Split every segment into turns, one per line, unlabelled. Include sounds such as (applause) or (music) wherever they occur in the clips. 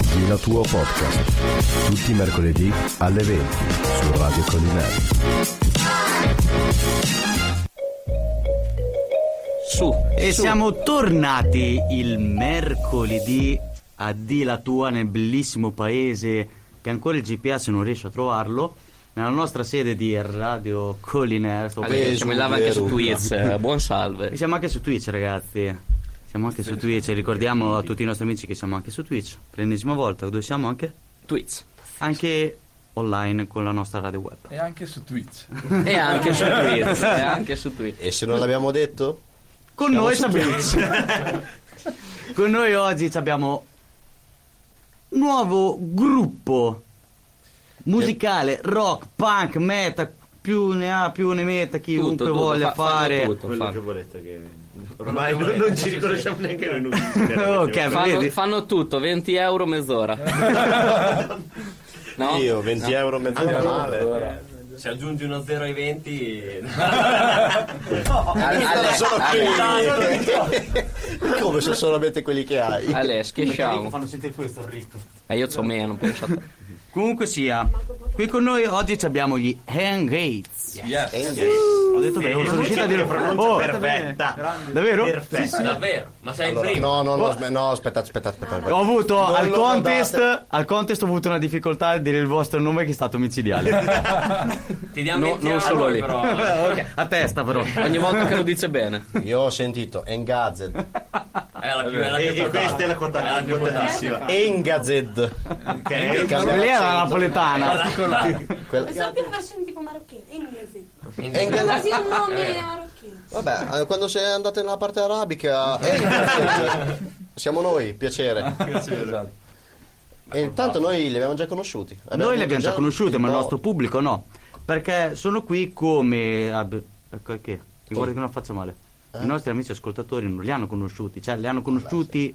Cina Tuo Podcast, tutti i mercoledì alle 20 su Radio Collinari.
Su. E siamo tornati il mercoledì a D la tua nel bellissimo paese che ancora il GPS non riesce a trovarlo. Nella nostra sede di Radio Colliner. Sto
Vabbè,
per-
siamo in live anche su Twitch,
(laughs)
eh, buon salve.
Siamo anche su Twitch, ragazzi. Siamo anche su Twitch. Ricordiamo a tutti i nostri amici che siamo anche su Twitch. Per l'ennesima volta, dove siamo anche?
Twitch.
Anche online con la nostra radio web.
E anche su Twitch.
E anche su Twitch, e eh, anche su Twitch.
E se non l'abbiamo detto?
Con noi sappiamo. Con noi oggi ci abbiamo nuovo gruppo musicale, rock, punk, metal, più ne ha più ne metta, chiunque
Tutto, tutto,
voglia
fa- fanno
fare.
tutto,
Eh, Quello
fanno.
che volete che
(laughs)
ormai non, non ci riconosciamo neanche noi non
Ok,
Fanno,
vedi?
fanno tutto, 20 euro mezz'ora. No?
Io 20 euro mezz'ora male.
Se aggiungi uno 0 ai
(laughs)
20
Ale, Ale,
Sono quelli. Come sono solamente quelli che hai.
Ale, schiacciamo.
fanno sentire questo ritmo.
Ma Eh, io c'ho meno, penso a te.
Comunque sia, qui con noi oggi ci abbiamo gli Hangates.
Yes.
Esatto.
Ho detto bene, sono riuscito a dire
pronuncia
Oh,
perfetta.
davvero?
Davvero? Ma sei Boh.
Allora, no, no, no, aspe- no, aspetta, aspetta, aspetta. aspetta.
Ho avuto
Non
al
lo
contest,
guardate.
al contest ho avuto una difficoltà a dire il vostro nome che è stato micidiale.
(laughs)
Ti diamo
No, non solo lì. (laughs)
Ok, a testa però.
Ogni volta che lo dice bene.
Io ho sentito Engazed.
È la più, è la più e questa è la quotatissima.
Engazed.
Ok.
Lei era la napoletana.
Quella-
Sempre versione tipo marocchina, Esatto. inglese.
Engazed.
Quasi un nome marocchino.
Vabbè, eh, quando sei andate nella parte arabica, eh, Engazed. siamo noi, piacere.
Esatto.
E intanto noi li abbiamo già conosciuti.
Noi le abbiamo già conosciute, ma il
no.
nostro pubblico no. Perché sono qui come. ah, beh, ecco Che? Mi guarda che non faccio male.
Eh?
I nostri amici ascoltatori non li hanno conosciuti, cioè li hanno conosciuti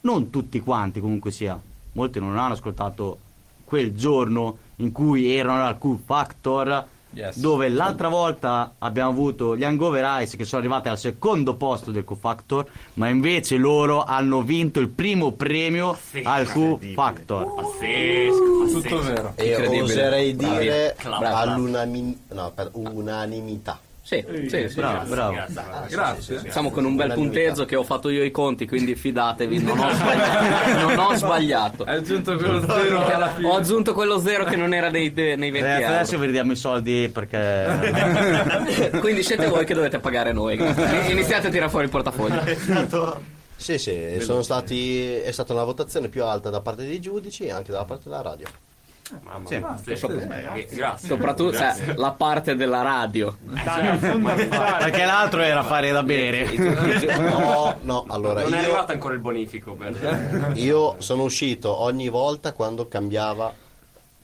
non tutti quanti comunque sia. Molti non hanno ascoltato quel giorno in cui erano al Q Factor.
Yes.
Dove l'altra volta abbiamo avuto gli Hangover Ice che sono arrivati al secondo posto del Q Factor, ma invece loro hanno vinto il primo premio al Q Factor.
Tutto vero.
E
Incredibile.
oserei dire
Bravi.
all'unanimità. No, per unanimità. Ah,
Sì, sì, sì.
Bravo, bravo.
Grazie.
Siamo con un bel punteggio che ho fatto io i conti, quindi fidatevi, non ho sbagliato. Non ho sbagliato.
Hai aggiunto quello zero che alla fine.
Ho aggiunto quello zero che non era nei, nei 20
Eh,
euro.
adesso vi ridiamo i soldi perché
Quindi siete voi che dovete pagare noi. Iniziate a tirare fuori il portafoglio.
Sì, sì, sono stati, è stata una votazione più alta da parte dei giudici e anche da parte della radio.
Ah,
Grazie.
Soprattutto cioè, la parte della radio.
perché l'altro era fare da bere.
Eh, (laughs) No, no, allora
Non è
io,
arrivato ancora il bonifico.
(laughs) io sono uscito ogni volta quando cambiava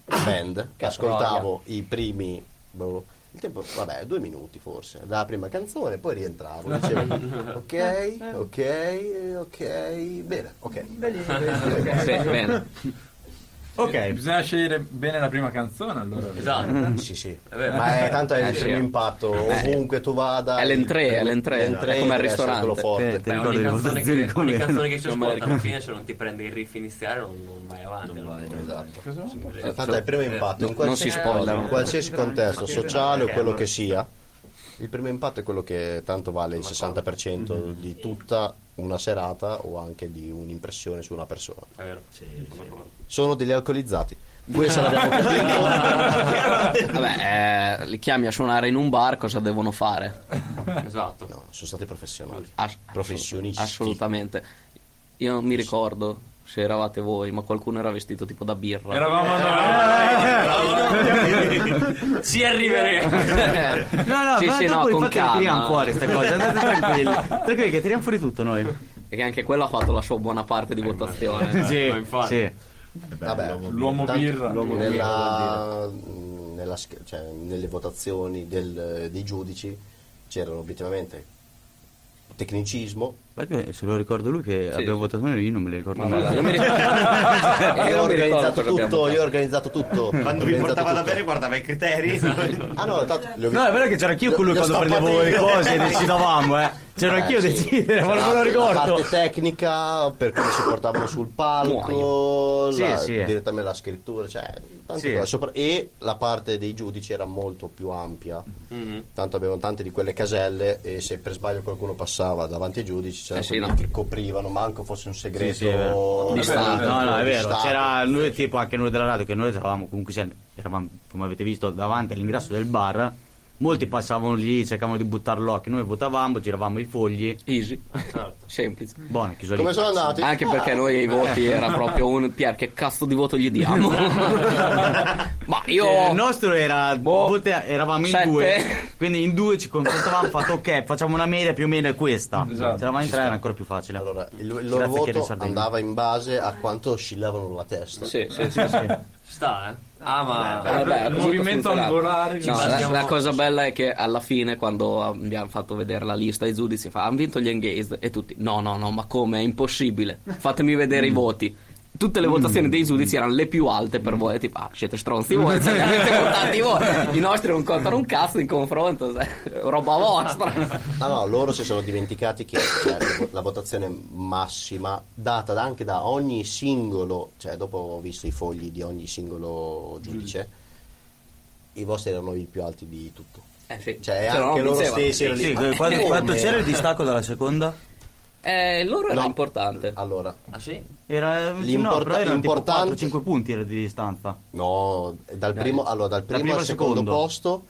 band, che ascoltavo i primi, boh, il tempo, vabbè, due minuti forse, dalla prima canzone, poi rientravo,
(laughs)
dicevo, ok, ok, ok, bene, ok.
Sì, bene.
Ok,
Bisogna scegliere bene la prima canzone allora.
Esatto.
Sì, sì.
vero.
Ma è, tanto è
Eh,
il
sì.
primo impatto,
Eh.
ovunque tu vada.
È l'entrée, è l'entrée, è come al
deve essere quello
ristorante.
forte.
Eh, te-
Beh,
ricordi
ogni,
le votazioni
canzone che,
come
ogni
erano?
canzone che ci ascolta alla fine se non ti prende il riff iniziale non, non vai avanti.
Esatto. Infatti è il
Eh,
primo impatto, in
eh, non si
qualsiasi, Eh.
spoilerano.
in qualsiasi contesto sociale o quello che sia, il primo impatto è quello che tanto vale il
Mm-hmm.
60% di tutta una serata o anche di un'impressione su una persona.
È vero?
Sono degli alcolizzati. Questa l'abbiamo
(laughs)
capito.
Vabbè, eh, li chiami a suonare in un bar, cosa devono fare?
Esatto.
No, sono stati professionali.
Ass-
Professionisti.
Assolutamente. Io non mi ricordo se eravate voi, ma qualcuno era vestito tipo da birra.
Eravamo noi.
Ci arriveremo.
no, no,
Sì,
ma
sì,
dopo
no, con
infatti le tiriamo
calma.
fuori queste cose.
(laughs)
Andate tranquilli, tranquilli che tiriamo fuori tutto noi.
Perché anche quello ha fatto la sua buona parte di votazione.
Sì,
ma infatti.
sì.
Vabbè,
L'uomo
tanto-
birra.
L'uomo nella- mh, nella sch- cioè, nelle votazioni del- dei giudici c'erano obiettivamente tecnicismo,
Perché se lo ricordo lui che abbiamo votato noi, io non me lo ricordo
Vabbè,
mai. (laughs)
io mi
(laughs)
ricordo- io
io ho
non mi ricordo
organizzato
cosa abbiamo
tutto, io ho
votato.
organizzato tutto.
Quando vi portava da bere guardava i criteri.
Ah no, tanto le ho
No, è vero che c'era anch'io con lui
Lo- lo
quando prendevo
stampate
le
io.
cose e decidavamo, eh. C'ero
Eh,
anch'io a
sì.
decidere, ma
La-
non me lo
La
ricordo.
parte tecnica, per come si portavano sul palco,
Muoio.
la-
Sì, sì.
direttamente la scrittura, cioè, tante
Sì.
cose. Sopra- e la parte dei giudici era molto più ampia.
Mm-hmm.
Mhm.
Tanto avevano tante di quelle caselle e se per sbaglio qualcuno passava davanti ai giudici c'erano
Eh sì,
quelli
no.
che coprivano, manco fosse un segreto
Sì, sì, è vero.
di
Vabbè,
Stato,
No, no, è
di
vero.
Stato.
C'era noi, tipo anche noi della radio, che noi eravamo comunque, cioè, eravamo, come avete visto, davanti all'ingresso del bar. Molti passavano lì, cercavano di buttare l'occhio. Noi votavamo, giravamo i fogli.
Easy,
Certo.
semplice.
Buona, chiuso lì. Ah. Eh.
Come sono andati?
Anche perché noi ai voti era proprio un Pier, che cazzo di voto gli
(laughs)
diamo? Ma io.
Cioè, il nostro era
Boh,
volte eravamo in
sette.
due quindi in due ci confrontavamo fatto ok facciamo una media più o meno è questa
Esatto.
se eravamo in tre era ancora più facile
Allora, il, il
Grazie
loro
che eri
voto
Sardegna.
andava in base a quanto oscillavano la testa.
Sì, sì, sì.
Ci sta, eh? Ah, ma...
Vabbè,
Vabbè,
il
così
movimento
funzionava.
angolare,
No,
diciamo.
ci
la,
siamo-
la cosa bella è che alla fine, quando abbiamo fatto vedere la lista, i giudici fa, hanno vinto gli engaged e tutti, no, no, no, ma come? È impossibile. Fatemi vedere i voti. Tutte le votazioni dei giudici erano le più alte per voi, tipo, ah, siete stronzi voi, cioè, avete votati voi. I nostri non contano un cazzo in confronto, cioè, roba vostra.
Ah no, loro si sono dimenticati che cioè, la vo- la votazione massima, data da- anche da ogni singolo, cioè dopo ho visto i fogli di ogni singolo giudice, i vostri erano i più alti di tutto.
Eh sì,
Cioè
se no
anche
non
loro
vincevano.
stessi erano lì.
Sì,
"Ma
quanto,
come?"
quanto c'era il distacco dalla seconda?
Eh, loro era
No.
importante.
Allora,
Ah, sì?
Era, Eh, no,
L'importa-
però erano tipo
l'importante-
4-5 punti era di distanza.
no, dal primo, allora, dal primo
primo
al
al
secondo,
secondo.
posto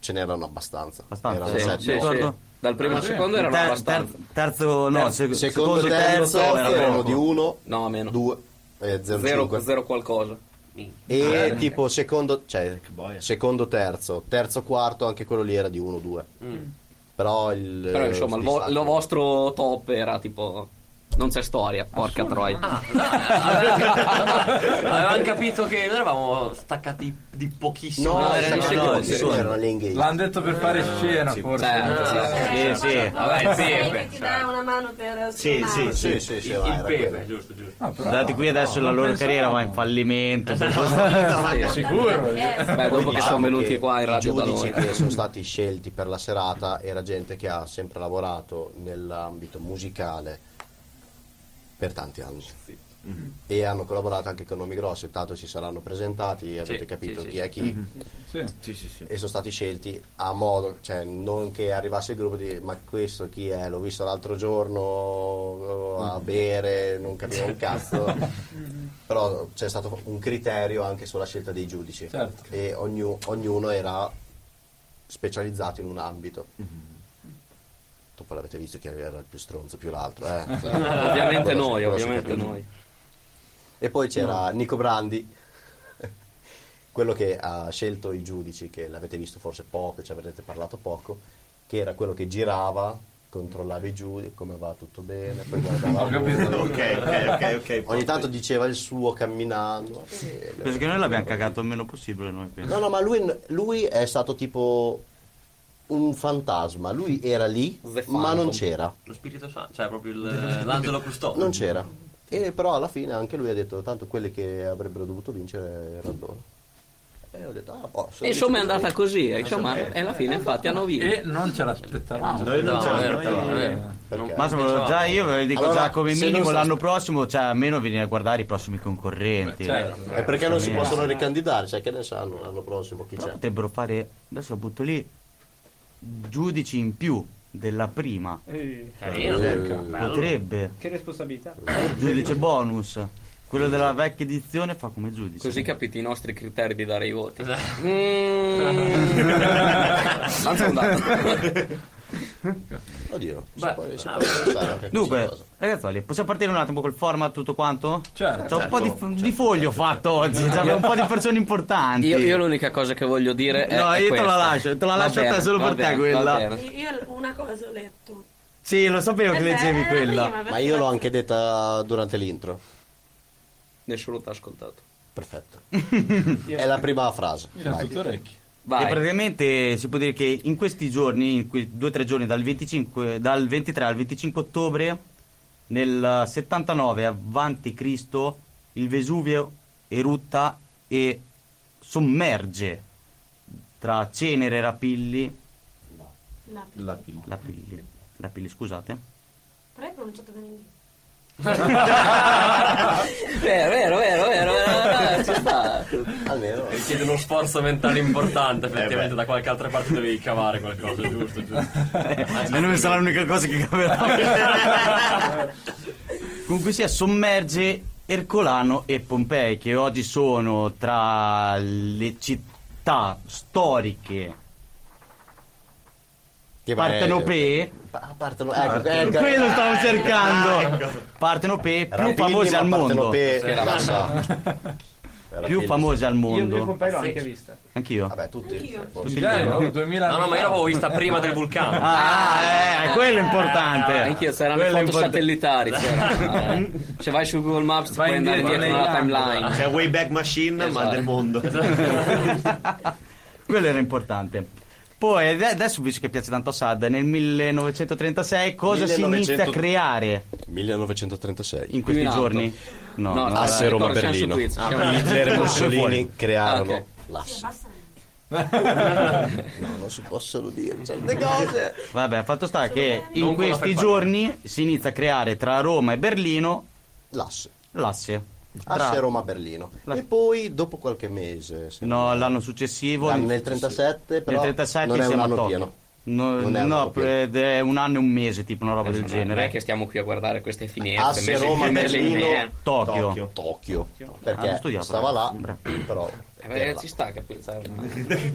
ce n'erano abbastanza.
Abbastanza,
Erano
Sì,
sette,
sì,
otto.
sì.
Ricordo? Ah,
Dal primo al
Sì.
secondo erano
Ter-
abbastanza.
ter- terzo, no, sec-
Secondo, e terzo,
era
erano
poco.
di uno,
No, meno.
due, eh, zero,
Zero,
cinque.
zero qualcosa.
Minchia.
E
Eh,
tipo secondo, cioè, secondo terzo, terzo quarto, anche quello lì era di 1-2.
Mm.
Però il...
Eh,
eh,
Però insomma, il vo-
distacco-
lo vostro top era tipo. Non c'è storia, porca troia.
Ah,
(laughs)
Avevamo capito che noi eravamo staccati di pochissimo.
No,
No,
no,
era
erano
il
no,
secondo,
no,
il
sì,
secondo.
erano le engage.
L'hanno detto per fare scena, forse.
Certo, sì, sì.
Sì,
Cioè,
sì.
Vabbè,
Sai
il
che
pepe,
ti
cioè.
dà una mano per
Sì, sì,
sfumare.
Sì, sì, sì,
il,
vai,
il
era
pepe,
quello.
giusto, giusto.
Ah, però-
Guardate qui adesso la
non
loro
pensavo.
carriera va in fallimento.
Sicuro?
Eh,
Beh, dopo che sono
Diciamo
venuti qua in
i
radio da
giudici
noi.
che sono stati scelti per la serata era gente che ha sempre lavorato nell'ambito musicale per tanti anni. E hanno collaborato anche con nomi grossi, tanto si saranno presentati, avete
sì,
capito
sì. Mhm.
chi è chi.
Sì.
e sono stati scelti a modo, cioè non che arrivasse il gruppo di ma questo chi è? L'ho visto l'altro giorno oh, a
Mm.
bere, non capivo un cazzo.
(laughs)
Però c'è stato un criterio anche sulla scelta dei giudici
Certo.
e ognu- ognuno era specializzato in un ambito.
Mm-hmm.
Dopo l'avete visto chi era il più stronzo, più l'altro. eh.
Ovviamente
Quello si-
noi,
quello si
ovviamente
capisce.
noi.
E poi c'era Nico Brandi, (laughs) quello che ha scelto i giudici, che l'avete visto forse poco, ci avrete parlato poco, che era quello che girava, controllava i giudici, come va tutto bene, poi guardava
(laughs)
Ho capito.
uno.
ok, ok, ok.
Ogni tanto diceva il suo camminando.
Penso che noi l'abbiamo cagato il meno possibile noi. penso.
No, no, ma lui, lui è stato tipo un fantasma, lui era lì,
The Phantom.
ma non c'era,
Lo Spirito Santo, cioè proprio il- l'angelo custode.
non c'era. E però alla fine anche lui ha detto, tanto quelli che avrebbero dovuto vincere erano loro. E ho detto, ah, boh, sono
E Insomma, è
riuscito
andata
io.
così. e Insomma, e alla fine, infatti, hanno
E
vinto.
non ce l'aspettavamo.
Noi non
No,
ce
no,
l'abbiamo.
no, no,
Eh,
no.
perché?
Non-
Ma insomma, già io ve lo dico
Allora,
già come
se
minimo
non sta-
l'anno prossimo, cioè almeno venire a guardare i prossimi concorrenti.
Certo.
È perché non si
Eh.
possono ricandidare, cioè che ne sanno l'anno prossimo chi
Però
c'è.
potrebbero fare, adesso lo butto lì, giudici in più della prima.
Eh,
Carino.
Potrebbe.
Che responsabilità.
Giudice bonus. Quello della vecchia edizione fa come giudice.
Così capite i nostri criteri di dare i voti.
Esatto.
Mm. Non sono andato.
Oddio, si
Beh,
può- si
ah,
può pensare anche a
Dunque,
questa cosa.
ragazzoli, possiamo partire un attimo col format tutto quanto?
Certo.
C'ho un po' di, di foglio fatto oggi, cioè, abbiamo un po' di persone importanti.
Io, io l'unica cosa che voglio dire è.
No,
è
io te la
questa.
lascio, te la
Va
lascio a te
bene,
solo
va
per te
bene,
quella.
va bene.
Io una cosa ho letto.
Sì, lo sapevo che
Eh,
leggevi
era prima,
quella.
Ma
perché
io l'ho
la-
anche detta durante l'intro.
Nessuno ti ha ascoltato.
Perfetto. È la prima frase.
Siamo
Vai.
tutti orecchi.
E
Vai.
praticamente si può dire che in questi giorni, in quei due o tre giorni, dal, 25 dal 23 al 25 ottobre, nel 79 avanti Cristo, il Vesuvio erutta e sommerge tra cenere e rapilli
Lapide.
La Pilli. Rapili, scusate.
Però hai pronunciato bene (laughs) l'inglese.
Vero, vero, vero, vero, vero, Eh, ci sta.
Almeno. Eh
Richiede uno sforzo mentale importante, effettivamente
beh.
da qualche altra parte devi cavare qualcosa, giusto? giusto.
La nube sarà l'unica cosa che caverà. Comunque sia, sommerge Ercolano e Pompei, che oggi sono tra le città storiche
Che
partenopee.
Ah, Parteno, ecco, ecco. Ah,
Quello stavo cercando. Partenopee più
Rapini,
famose
ma
al mondo.
partenopee-
Sì.
la so.
Più
Rapini.
famose al
Io il
mondo.
Pompei
Ah,
l'ho anche vista.
Anch'io.
Vabbè, tutti.
Anch'io.
Tutti
Dai,
lì, no?
no, 2000
No, no, ma io l'avevo vista prima del vulcano.
Ah, eh, quello è importante.
Eh, Anch'io, saranno
Quello è
foto
importante.
satellitari. c'era.
(laughs)
Eh, Se vai su Google Maps
Vai
puoi andare
indietro
dietro nella
nei
timeline.
C'è Cioè, Wayback Machine, ma
Esatto.
del mondo.
(laughs) Quello era importante. Poi ad- adesso, visto che piace tanto a Sad, nel 1936 cosa si
1900
inizia a creare
1936.
in questi
in alto.
giorni? No, no, Ah,
no,
Asse
no,
Roma
ricordo, siamo su
Berlino. Ah,
Twitter, siamo-
Hitler e Mussolini crearono
Ah, ok.
Sì,
l'asse.
basta.
Cioè,
(laughs)
Ah,
No, non si possono dire certe cose.
Vabbè, fatto sta che in
Non con la
questi
Ferpaglia.
giorni si inizia a creare tra Roma e Berlino
L'asse.
l'asse. Tra-
Asse Roma-Berlino.
La-
E poi, dopo qualche mese, se-
No, l'anno successivo.
L'anno nel 37, però
nel 37
non è un
siamo a
anno
Tokyo.
pieno.
No,
Non è un
no,
anno pieno. Esatto,
ed è un anno e un mese, tipo una roba del
Non è
genere.
che stiamo qui a guardare queste finestre.
Asse
messe in
Ah, Roma,
fila, le linee.
Berlino,
Tokyo.
Tokyo.
Ah, non
Perché
studiavo,
stava là,
sembra.
però...
Eh, beh, ci sta, capito?
(laughs)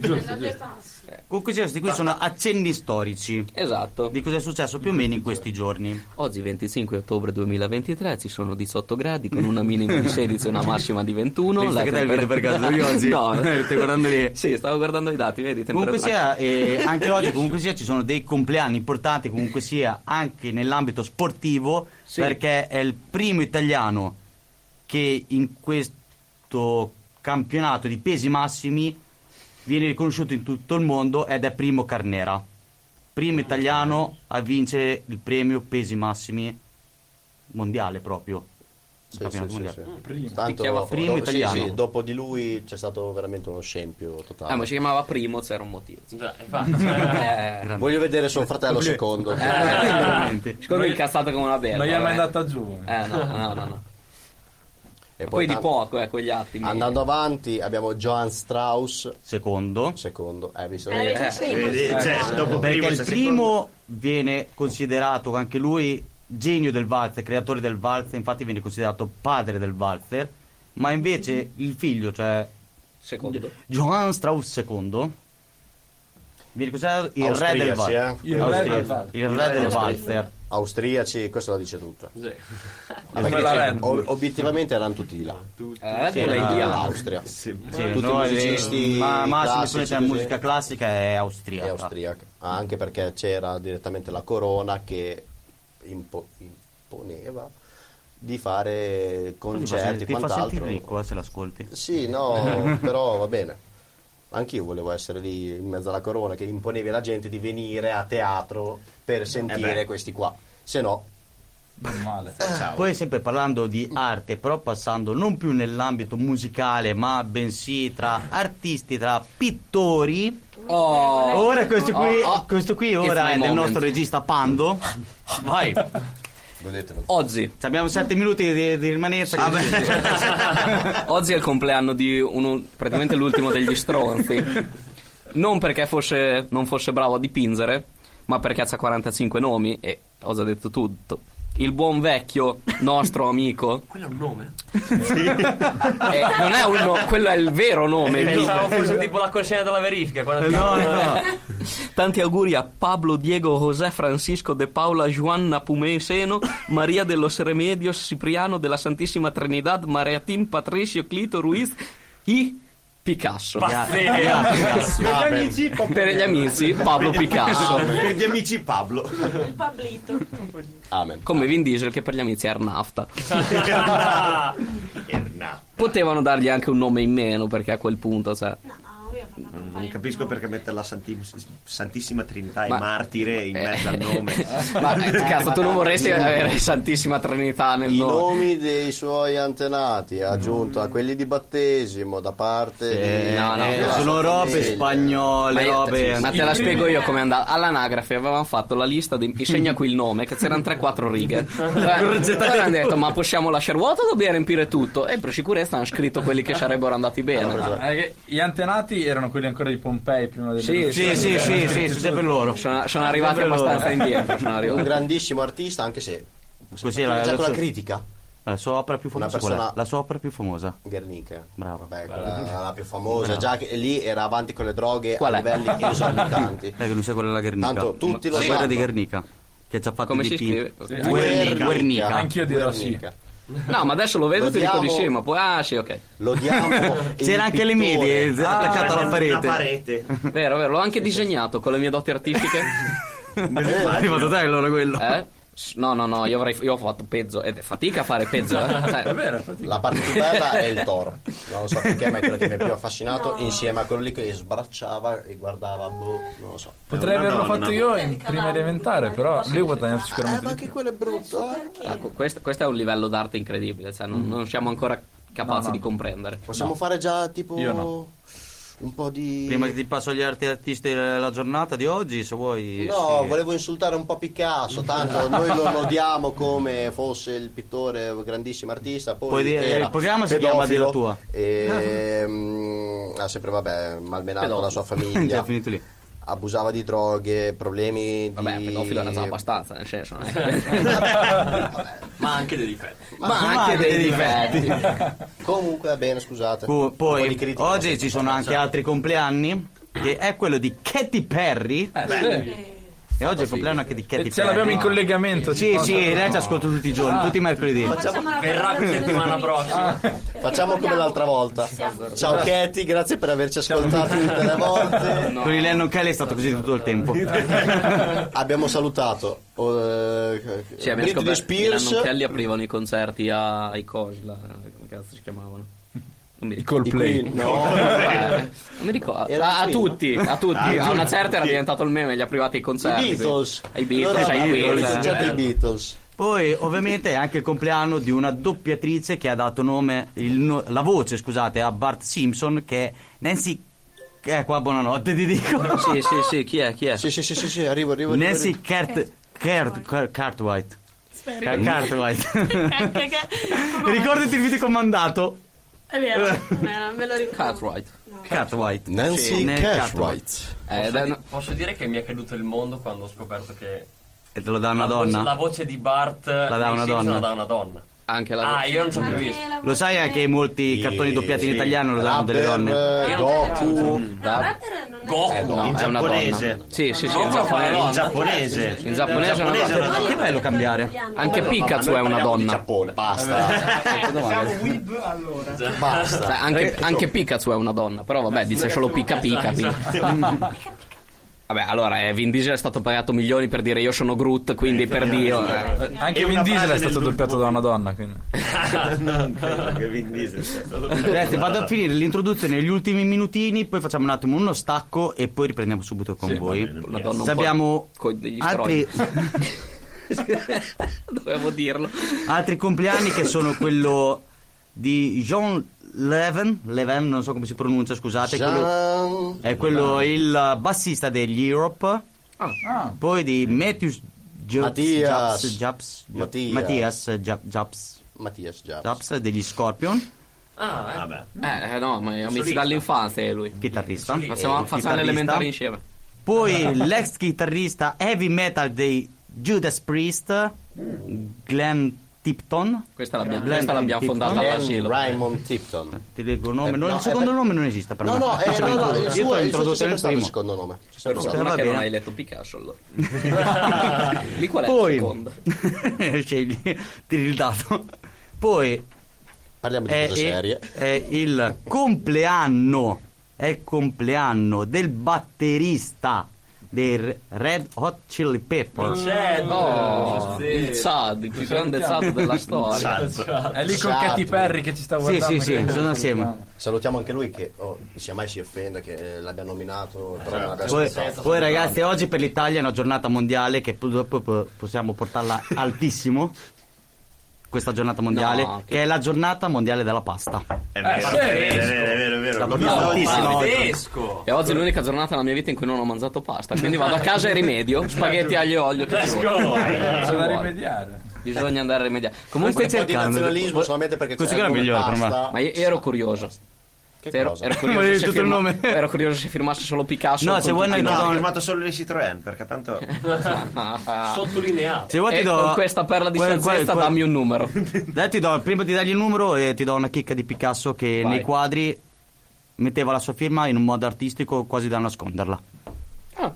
Non è falso.
Comunque, questi qui sono accenni storici
Esatto.
di cosa è successo più o meno in questi giorni.
Oggi 25 ottobre 2023 ci sono 18 gradi con una minima di 16 e una massima di 21.
Visto
La
che te vedi per
temperatura-
caso io oggi
(laughs) No,
(laughs) stai guardando lì.
Sì, stavo guardando i dati, vedi,
Comunque
temperatura-
sia,
(laughs)
eh, anche oggi comunque sia, ci sono dei compleanni importanti, comunque sia, anche nell'ambito sportivo,
Sì.
perché è il primo italiano che in questo campionato di pesi massimi viene riconosciuto in tutto il mondo ed è primo Carnera. Primo italiano a vincere il premio pesi massimi mondiale proprio.
Sì,
Campionato
sì, sì,
mondiale.
sì.
Primo.
Tanto,
Picchiava
primo
dopo-
italiano.
Sì, sì, dopo di lui c'è stato veramente uno scempio totale.
Ah, ma si chiamava primo, c'era un motivo.
Già, infatti.
Eh,
Grande. Eh,
Voglio vedere suo
(laughs)
fratello secondo. (laughs)
Veramente.
secondo me è incazzato come una bella.
Non gli è mai
veramente.
andata giù.
Eh, no, no, no. no.
E
Poi di
tan-
poco, eh, quegli attimi.
Andando avanti abbiamo Johann Strauss,
Secondo.
secondo. Eh, certo, visto
Eh,
che...
invece sì.
Vedi, cioè, dopo
Perché
primo,
il
c'è
primo viene considerato anche lui genio del valzer, creatore del valzer, infatti viene considerato padre del valzer, ma invece il figlio, cioè
Secondo.
Johann Strauss II, viene considerato il re del
Austriaci,
valzer.
eh?
Il re
Austria-
del valzer.
il re del valzer.
Austriaci, questo la dice
(laughs)
tutta.
Come la Red Bull.
O- obiettivamente erano tutti di là.
Eh,
Sì,
tu l'hai
ma-
indiana.
L'Austria.
Sì,
Tutti
noi-
i musicisti
ma massimo
classici,
solo c'è la
così.
musica classica è austriaca.
e austriaca, anche perché c'era direttamente la corona che impo- imponeva di fare
Ti fa
concerti e
sentire- ti fa sentire
quant'altro.
ricco eh, se l'ascolti.
Sì, (laughs) no, però va bene. Anch'io volevo essere lì in mezzo alla corona che imponevi alla gente di venire a teatro per sentire questi qua. Se no,
Male.
Eh.
Poi sempre parlando di arte, però passando non più nell'ambito musicale, ma bensì tra artisti, tra pittori.
Oh,
Ora questo qui,
oh, oh.
questo qui
It's
ora
my
è del
moment.
nostro regista Pando. Vai,
vedetelo.
Oggi.
abbiamo 7 minuti di, di rimanenza. che-
Oggi Ah, è il compleanno di uno, praticamente l'ultimo degli stronzi. Non perché fosse, non fosse bravo a dipingere, ma perché ha 45 nomi e ho già detto tutto. Il buon vecchio nostro amico.
Quello è un nome?
eh, non è un no- quello è il vero
Oh,
nome.
Pensavo fosse Eh, tipo la consegna della verifica. Quando
Eh, No,
ti-
no,
(laughs) Tanti auguri a Pablo, Diego, José, Francisco, De Paola, Juanna, Pumeseno, Maria de los Remedios, Cipriano, della Santissima Trinidad, Mariatin, Patricio, Clito, Ruiz e Picasso.
Ah, beh.
Per gli amici, Pablo Picasso.
Per gli amici Pablo.
Il Pablito.
Amen.
Come Vin Diesel, che per gli amici è Arnafta.
Erna.
Potevano dargli anche un nome in meno, perché a quel punto, cioè.
No, io
Non, non capisco perché mettere la Santim- Santissima Trinità e
Ma-
martire in
Eh.
mezzo al
(laughs)
(laughs)
nome.
Ma eh, cazzo, tu non vorresti avere Santissima Trinità nel
I
nome.
nomi dei suoi antenati, aggiunto a quelli di battesimo da parte di...
no, no,
della
Eh,
no.
sono
sua
robe
famiglia.
spagnole,
Ma, io-
robe.
ma te la spiego io come andava. All'anagrafe avevamo fatto la lista di mi segna qui il nome, che c'erano 3-4 righe. Eh, Poi hanno detto: Ma possiamo lasciare vuoto o dobbiamo riempire tutto? E per sicurezza hanno scritto quelli che sarebbero andati bene. Ah,
Eh, che Gli antenati erano quelli ancora di Pompei prima del
Sì,
Sì, sì, sì, sì, sì, sempre loro.
Sono, sono arrivati
Sempre loro.
abbastanza
(laughs)
indietro. sono
Un
arrivati.
grandissimo artista, anche se...
Così
la,
la, la, sua-
critica.
la sua opera più famosa.
persona-
qual è? La sua opera più famosa.
Guernica.
Bravo.
Vabbè, quella era la più famosa. Già che lì era avanti con le droghe
Qual
a
è?
livelli (laughs) esorbitanti.
Dai, che non sia quella della Guernica.
Tanto tutti lo
la guerra
sanno.
di Guernica. Che ci ha fatto
Come
i
si
dipinti.
scrive?
Guernica.
Anch'io dirò sì.
Guernica.
No, ma adesso lo vedo e ti dico di
Dobbiamo-
sì, ma poi ah sì, ok.
Lo
(laughs)
diamo.
C'era anche le medie eh, attaccata
Ah,
alla
Una
parete.
parete.
(laughs)
Vero, vero, l'ho anche disegnato con le mie doti
(laughs)
artistiche.
Eh,
È arrivato te allora quello.
Eh? S- No, no, no, io, avrei, io ho fatto pezzo ed è fatica a fare
(laughs)
pezzo. eh. Cioè,
È vero, infatti.
La parte più bella è il toro. Non lo so perché, ma è quello che mi ha più affascinato. Insieme a quello lì che sbracciava e guardava. Boh, non lo so.
Potrei
Madonna.
averlo fatto io in prima elementare,
(laughs)
però lui guadagna
eh,
sicuramente di più.
quello è brutto.
ah, co- questo, questo è un livello d'arte incredibile, cioè, non, non siamo ancora capaci
Mm. No, no.
di comprendere.
Possiamo fare già tipo.
Io no.
Un po' di.
Prima che ti passo agli arti artisti la giornata di oggi, se vuoi.
No,
sì.
volevo insultare un po' Picasso, tanto noi lo odiamo come fosse il pittore, grandissimo artista. Poi
Puoi dire-
era
il programma si chiama
pedofilo
Dillo Tua.
E, mm, ha sempre, vabbè, malmenato
Pedofilo.
la sua
Già (laughs)
famiglia,
Cioè, finito lì.
abusava di droghe, problemi di...
Vabbè, pedofilo era già abbastanza, nel senso. non è
(laughs)
che-
Ma anche dei difetti.
ma anche dei difetti.
Comunque, va bene, scusate.
Pu-
Un po' di
poi
critica.
oggi ci sono anche altri compleanni. Che è quello di Katy Perry.
Eh, sì.
E oggi è il compleanno anche di Katy
E
Perry.
ce l'abbiamo in collegamento.
Sì,
tipo,
sì, in realtà ascolto tutti i giorni, tutti i mercoledì.
verrà settimana prossima.
Facciamo come l'altra volta. Ciao Katy, grazie per averci ascoltato tutte le volte.
Con il Lennon Kelly è stato così tutto il tempo.
(laughs)
(laughs)
Abbiamo salutato eh,
Sì, abbiamo
Britney
scoperto che i
Spears.
Nannochelli aprivano i concerti a- ai cosi, là, come cazzo si chiamavano? Non mi
I
ricordo.
Coldplay.
Queen, no.
(laughs) Eh, non mi ricordo.
Era
A, a
il film.
tutti, a tutti.
Ah,
a una
sì.
certa era diventato il meme, gli aprivate i concerti.
I Beatles.
Ai Beatles,
Loro
ai
avevano
Queen,
licenziato
eh.
i Beatles.
Poi ovviamente è anche il compleanno di una doppiatrice che ha dato nome, il no- la voce scusate, a Bart Simpson che è Nancy... Eh qua buonanotte ti dico.
Sì, sì, sì, chi è? Chi è?
Sì, sì, sì, sì, sì, arrivo, arrivo. arrivo,
Nancy
arrivo.
Cart... Cart... Cart- Cartwright. Car- Cartwright. Ricordati il videocomandato.
È vero, eh, me lo ricordo.
Cartwright.
No.
Cartwright.
Nancy
Sì, Nancy
Cartwright.
Eh,
Posso,
dai,
di-
no.
posso dire che mi è caduto il mondo quando ho scoperto che
E te lo dà una
la voce- la
donna.
voce di Bart
dà
nei
una
Simpson
donna.
La dà una donna.
Anche la
Ah, io non ci ho più visto.
Lo sai anche molti cartoni doppiati in
Sì.
italiano lo danno delle
Rapper,
donne. Mm.
eh, Goku.
Goku.
Eh,
Oh, No,
no.
è una
giapponese.
donna. Sì, sì, sì.
No,
è
no,
una donna.
no, no.
In giapponese.
In giapponese è una
Giapponese
donna.
Che bello cambiare.
Anche Pikachu è una
In
donna. Eh,
Giappone, basta.
Cioè,
basta.
anche, anche Pikachu è una donna, però vabbè, dice solo Pika Pika.
Esatto.
quindi-
Esatto.
(laughs)
Vabbè, allora, eh, Vin Diesel è stato pagato milioni per dire io sono Groot, quindi per Dio. eh.
eh, Anche
E
Vin
una
Diesel
frase
è stato
del
doppiato
gruppo.
da una donna, quindi.
Non Ah, credo che Vin Diesel sia stato-
Ragazzi, vado a finire l'introduzione negli ultimi minutini, poi facciamo un attimo uno stacco e poi riprendiamo subito con voi.
La donna un
Se
po'
abbiamo
con degli
altri,
(laughs) Dovevo dirlo.
altri compleanni che sono quello di Jean Leven, Leven non so come si pronuncia, scusate, quello-
Jean-
è quello il bassista degli Europe,
Ah,
poi di Matthew
Mattias.
Jobs, Jobs,
Mattias.
Mattias Jobs,
Mattias Jobs.
Jobs degli Scorpion,
Ah,
Vabbè.
Eh, eh, no, ma è amici
Solista.
dall'infanzia eh, lui.
chitarrista.
Facciamo, facciamo
Chitarrista.
l'elementare insieme. Eh,
(laughs)
Poi l'ex chitarrista heavy metal dei Judas Priest, Glenn Tipton.
Questa l'abbiamo,
Glenn
questa l'abbiamo
Tipton.
fondata all'asilo.
Raymond Tipton.
Ti leggo il nome,
Eh,
non-
no,
il secondo
eh, beh-
nome non esiste per
No,
me.
no, eh,
Io
no, no,
t'ho
il suo il suo
introdotto nel
c'è sempre stato il
primo.
secondo nome. C'è sempre
Per
Cioè,
stato.
va
fortuna che non
bene.
hai letto Picasso allora. Lì qual è il secondo?
Poi, (laughs) scegli, tiri il dato. Poi
Parliamo di
è,
cose
è-
serie.
è il compleanno, è il compleanno del batterista dei R- Red Hot Chili Peppers.
C'è,
Oh,
sì.
il Sad, il più grande Sad della storia.
Sad.
È lì con
Esatto.
Katy Perry che ci sta
Sì,
guardando.
sì, sì,
che-
sono assieme.
Salutiamo anche lui che oh, sia mai si offenda che eh, l'abbia nominato. però
Esatto.
non adesso
Poi,
so.
poi, ragazzi, oggi per l'Italia è una giornata mondiale che purtroppo po- possiamo
(laughs)
portarla altissimo. Questa giornata mondiale,
No, che-
che è la giornata mondiale della pasta.
Eh, È
Eh,
vero,
sì.
è vero, è vero, è vero, è vero. L'ho visto tantissimo.
Tedesco!
E oggi è l'unica giornata della mia vita in cui non ho mangiato pasta, quindi vado a casa e
(laughs)
rimedio, spaghetti aglio e olio. che ci
(laughs)
vuole.
C'è
Ci
da
vuole.
rimediare.
Bisogna andare a rimediare. Comunque
Un po' di
cercando...
nazionalismo solamente perché
Questo
c'è
qui era
il nome
migliore per me.
pasta.
Ma io ero curioso.
Che
Ero,
cosa?
(laughs)
ero
Ma hai
curioso se
detto il
firma-
nome.
ero curioso se firmasse solo Picasso.
No,
con
se vuoi
tutti i
No,
Madonna.
ho chiamato solo le Citroën perché tanto
(laughs)
nomi.
Sottolineato.
Se vuoi ti
E
do-
con questa perla di
que- que-
saggezza
que-
dammi un numero.
(laughs) Dai, ti do- prima di dargli il numero eh, ti do una chicca di Picasso che
Vai.
nei quadri metteva la sua firma in un modo artistico quasi da nasconderla.
Ah.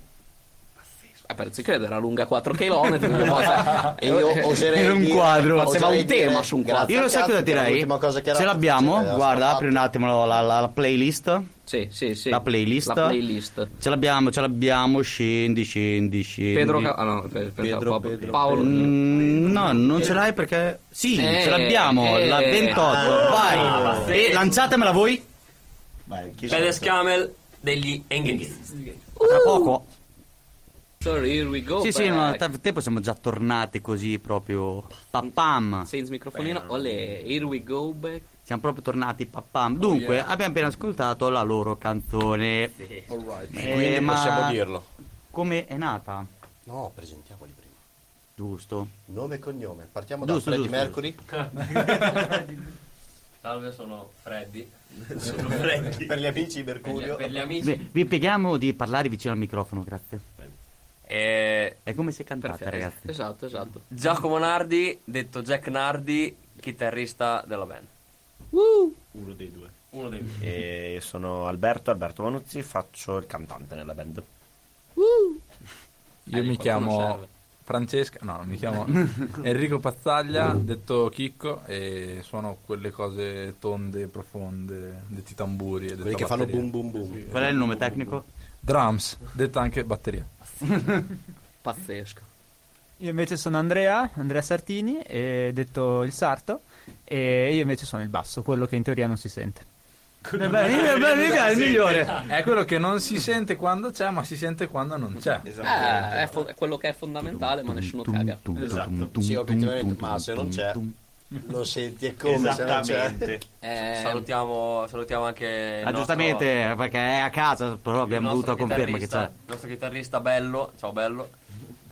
Eh, per credere, era lunga 4 km.
(laughs) E io oserei
Era un
dire-
quadro.
oserei
Eh, Faceva un
dire-
tema su un quadro.
Grazie
Io lo
al
sai
cazzo
cosa
che era
direi?
l'ultima cosa che era- eh,
Ce l'abbiamo,
Sì, era
guarda,
stato
apri un
fatto.
attimo la, la- la playlist.
Sì, sì, sì.
La playlist.
La playlist.
Ce l'abbiamo, ce l'abbiamo, scendi, scendi, scendi.
Pedro Ca- ah, no, aspetta,
Pedro,
pa-
Pedro,
Paolo.
Mm, no, non ce l'hai perché... Sì,
Eh,
ce l'abbiamo, la
eh. ah,
28, vai. E lanciatemela voi.
Vai, chi sono?
Tedescamel degli Engels.
Tra poco.
Sorry, here we go.
Uh! Sì, sì,
back.
ma a tempo siamo già tornati così proprio... Papam.
Senza microfonino. Ole, here we go back.
Siamo proprio tornati.
Oh,
Papam. Dunque, abbiamo appena ascoltato la loro canzone. Eh,
Quindi
ma
possiamo dirlo.
Come è nata?
No, presentiamoli prima.
Giusto.
Nome e cognome. Partiamo
Giusto,
da Freddie
giusto,
Mercury.
(laughs) Salve, sono
(laughs)
Freddy. Sono Freddy.
Per gli amici
Per gli,
Mercurio.
per gli amici.
Beh, vi preghiamo di parlare vicino al microfono, grazie.
Eh,
È come se cantate,
Perfetto.
ragazzi.
Esatto, esatto.
Giacomo Nardi, detto Jack Nardi, chitarrista della band.
Uno dei due.
Uno dei miei.
E io sono Alberto, Alberto Manuzzi, faccio il cantante nella band.
Io mi chiamo Francesca, no, mi chiamo Enrico Pazzaglia, detto Chicco, e sono quelle cose tonde, profonde, detti tamburi. E
Quelli
detta
che fanno
batteria.
boom boom boom.
Qual è il nome tecnico?
Drums, detta anche batteria.
(laughs)
Pazzesco.
Io invece sono Andrea, Andrea Sartini, eh, detto il sarto, e io invece sono il basso, quello che in teoria non si sente.
Eh, beh,
(laughs)
eh, beh, mi piace, il migliore.
È quello che non si sente quando c'è, ma si sente quando non c'è.
Eh, è, fo- è quello che è fondamentale, ma nessuno caga.
Esatto. Sì, obiettivamente, ma se non c'è, lo senti e come se non c'è.
Esattamente.
Eh,
Salutiamo, salutiamo anche il
Ah, giustamente, perché è a casa, però
nostro- Eh, il
abbiamo avuto
nostro
la conferma che
chitarrista-
c'è.
Il nostro chitarrista bello, ciao bello.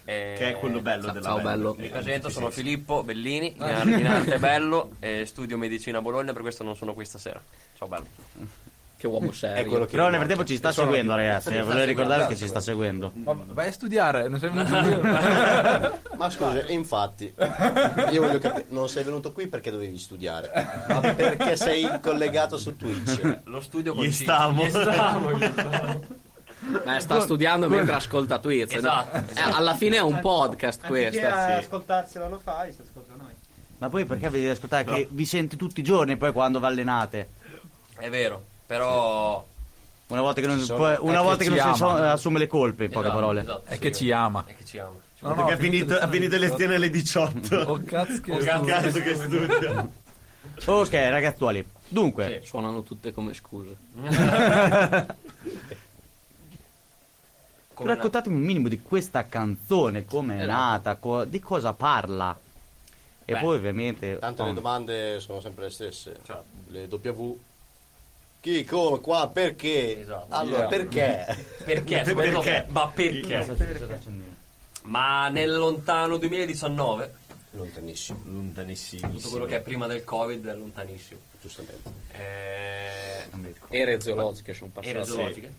Eh,
Che è quello bello
Ciao,
della
ciao,
band.
bello.
Mi presento, sono
Sì, sì,
Filippo Bellini,
Ah.
in ar- in
(laughs)
arte bello, eh, studio medicina a Bologna, per questo non sono qui stasera. Ciao bello.
che uomo
È
serio.
quello che
Però nel frattempo ci sta seguendo, ragazzi. eh, Volevo ricordare che ci sta seguendo.
Ma vai a studiare, non sei
(laughs)
venuto
Ma scusa, infatti, io voglio capire, non sei venuto qui perché dovevi studiare, ma perché sei collegato su Twitch.
Eh, Lo studio
Gli
consiste-
stavo.
Gli stavo, gli stavo.
Eh, sta studiando mentre ascolta Twitch. no?
Esatto,
Eh, alla fine è un podcast questo.
ascoltarsela lo fai, si ascolta noi.
Ma poi perché vi devi ascoltare che vi senti tutti i giorni poi quando vi allenate?
È vero, però...
Una volta che non,
sono-
poi- una
è
volta
che
che non
ci
si so-
ama.
assume le colpe, in poche
Esatto,
parole.
esatto,
È
sì,
che ci ama.
È che ci ama. Ci
Ah, No, no,
Perché ha finito, ha finito le lezioni alle 18.
Oh cazzo che
Cazzo che studia.
Ok, ragazzuoli. Dunque,
Suonano tutte come scuse.
Come
Raccontatemi un minimo di questa canzone, come è
Eh,
nata, co- di cosa parla. E
Beh,
poi ovviamente...
Tanto
oh,
le domande sono sempre le stesse,
Certo.
le W. Chi, come, qua, perché?
Esatto.
Yeah.
Allora, perché?
Perché?
Perché?
Ma perché? Ma nel lontano 2019,
Lontanissimo,
Lontanissimissimo.
tutto quello che è prima del Covid è lontanissimo.
giustamente.
Eh,
Ere zoologiche sono passate.
era zoologiche.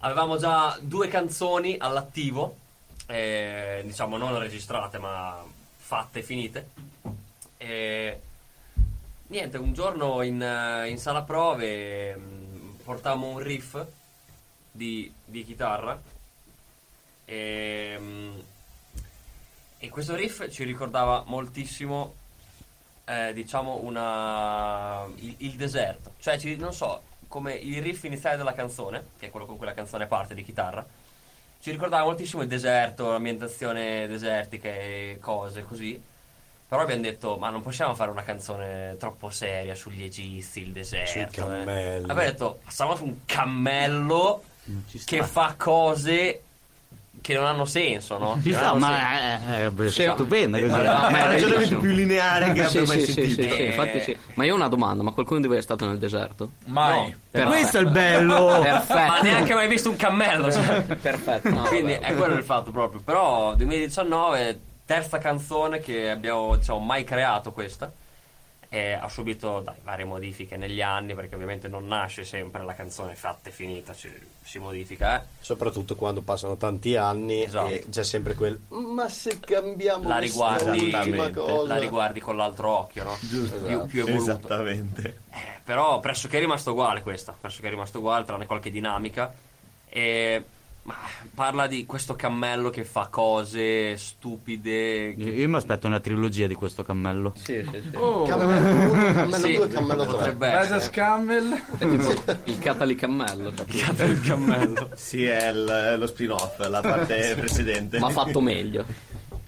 Avevamo già due canzoni all'attivo, eh, diciamo non registrate ma fatte e finite. E niente, un giorno in, eh, in sala prove mh, portammo un riff di, di chitarra e, mh, Ehm, e questo riff ci ricordava moltissimo eh, diciamo una il, il deserto cioè ci- non so come il riff iniziale della canzone che è quello con cui la canzone parte di chitarra Ci ricordava moltissimo il deserto, l'ambientazione desertica e cose così. Però abbiamo detto, ma non possiamo fare una canzone troppo seria sugli egizi, il deserto.
Sui cammelli.
eh. Abbiamo detto, passiamo su un cammello
ci sta.
che fa cose che non hanno senso, no?
Ci
Che non
sta,
hanno
ma è, è, è stupenda così. Ma
Ma-
È
è
il ragionamento
bellissimo.
più lineare che
Sì,
abbia mai
sì, sì,
sentito.
sì, sì,
Eh.
infatti sì. Ma io ho una domanda, ma qualcuno di voi è stato nel deserto?
Mai.
No.
Perfetto.
Questo è il bello.
(laughs) Perfetto.
Ma neanche mai visto un cammello. cioè.
Perfetto. no,
Quindi
vabbè.
è quello il fatto proprio. Però 2019, terza canzone che abbiamo diciamo, mai creato questa. E ha subito dai, varie modifiche negli anni, perché ovviamente non nasce sempre la canzone fatta e finita, ci- si modifica, eh.
Soprattutto quando passano tanti anni
Esatto.
e c'è sempre quel ma se cambiamo
La
questa
riguardi,
ultima cosa
la riguardi con l'altro occhio, no? Più, più
Esatto.
evoluto.
Esattamente.
Eh, però pressoché è rimasta uguale questa, pressoché è rimasta uguale, tranne qualche dinamica. E, ma parla di questo cammello che fa cose stupide.
Io io mi aspetto una trilogia di questo cammello.
Sì, sì, sì.
Oh. (laughs)
Cammello 1, cammello
Sì,
2, cammello 3.
potrebbe essere.
Moses Campbell.
Il catalicammello.
(laughs)
cioè.
Il cammello.
Mm. Sì, è il- lo spin-off, la
(laughs)
parte precedente.
Ma fatto meglio.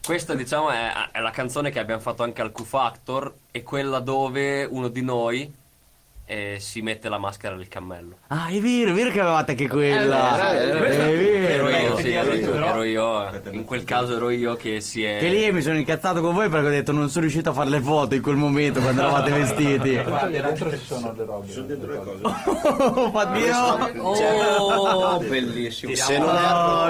Questa, diciamo, è, è la canzone che abbiamo fatto anche al Q Factor. È quella dove uno di noi eh, si mette la maschera del cammello.
Ah, è vero, è vero che avevate anche quella.
Eh,
È
Ero
vero,
io,
vero.
sì,
sì,
ero io,
però-
ero io, eh. In quel caso ero io che si è.
Che lì mi sono incazzato con voi perché ho detto non sono riuscito a fare le foto in quel momento quando
(laughs)
eravate vestiti.
Guarda, (laughs) dentro ci sono le robe.
Sono dentro le cose.
Oh, Fabio!
Oh, bellissimo.
E se non
Oh,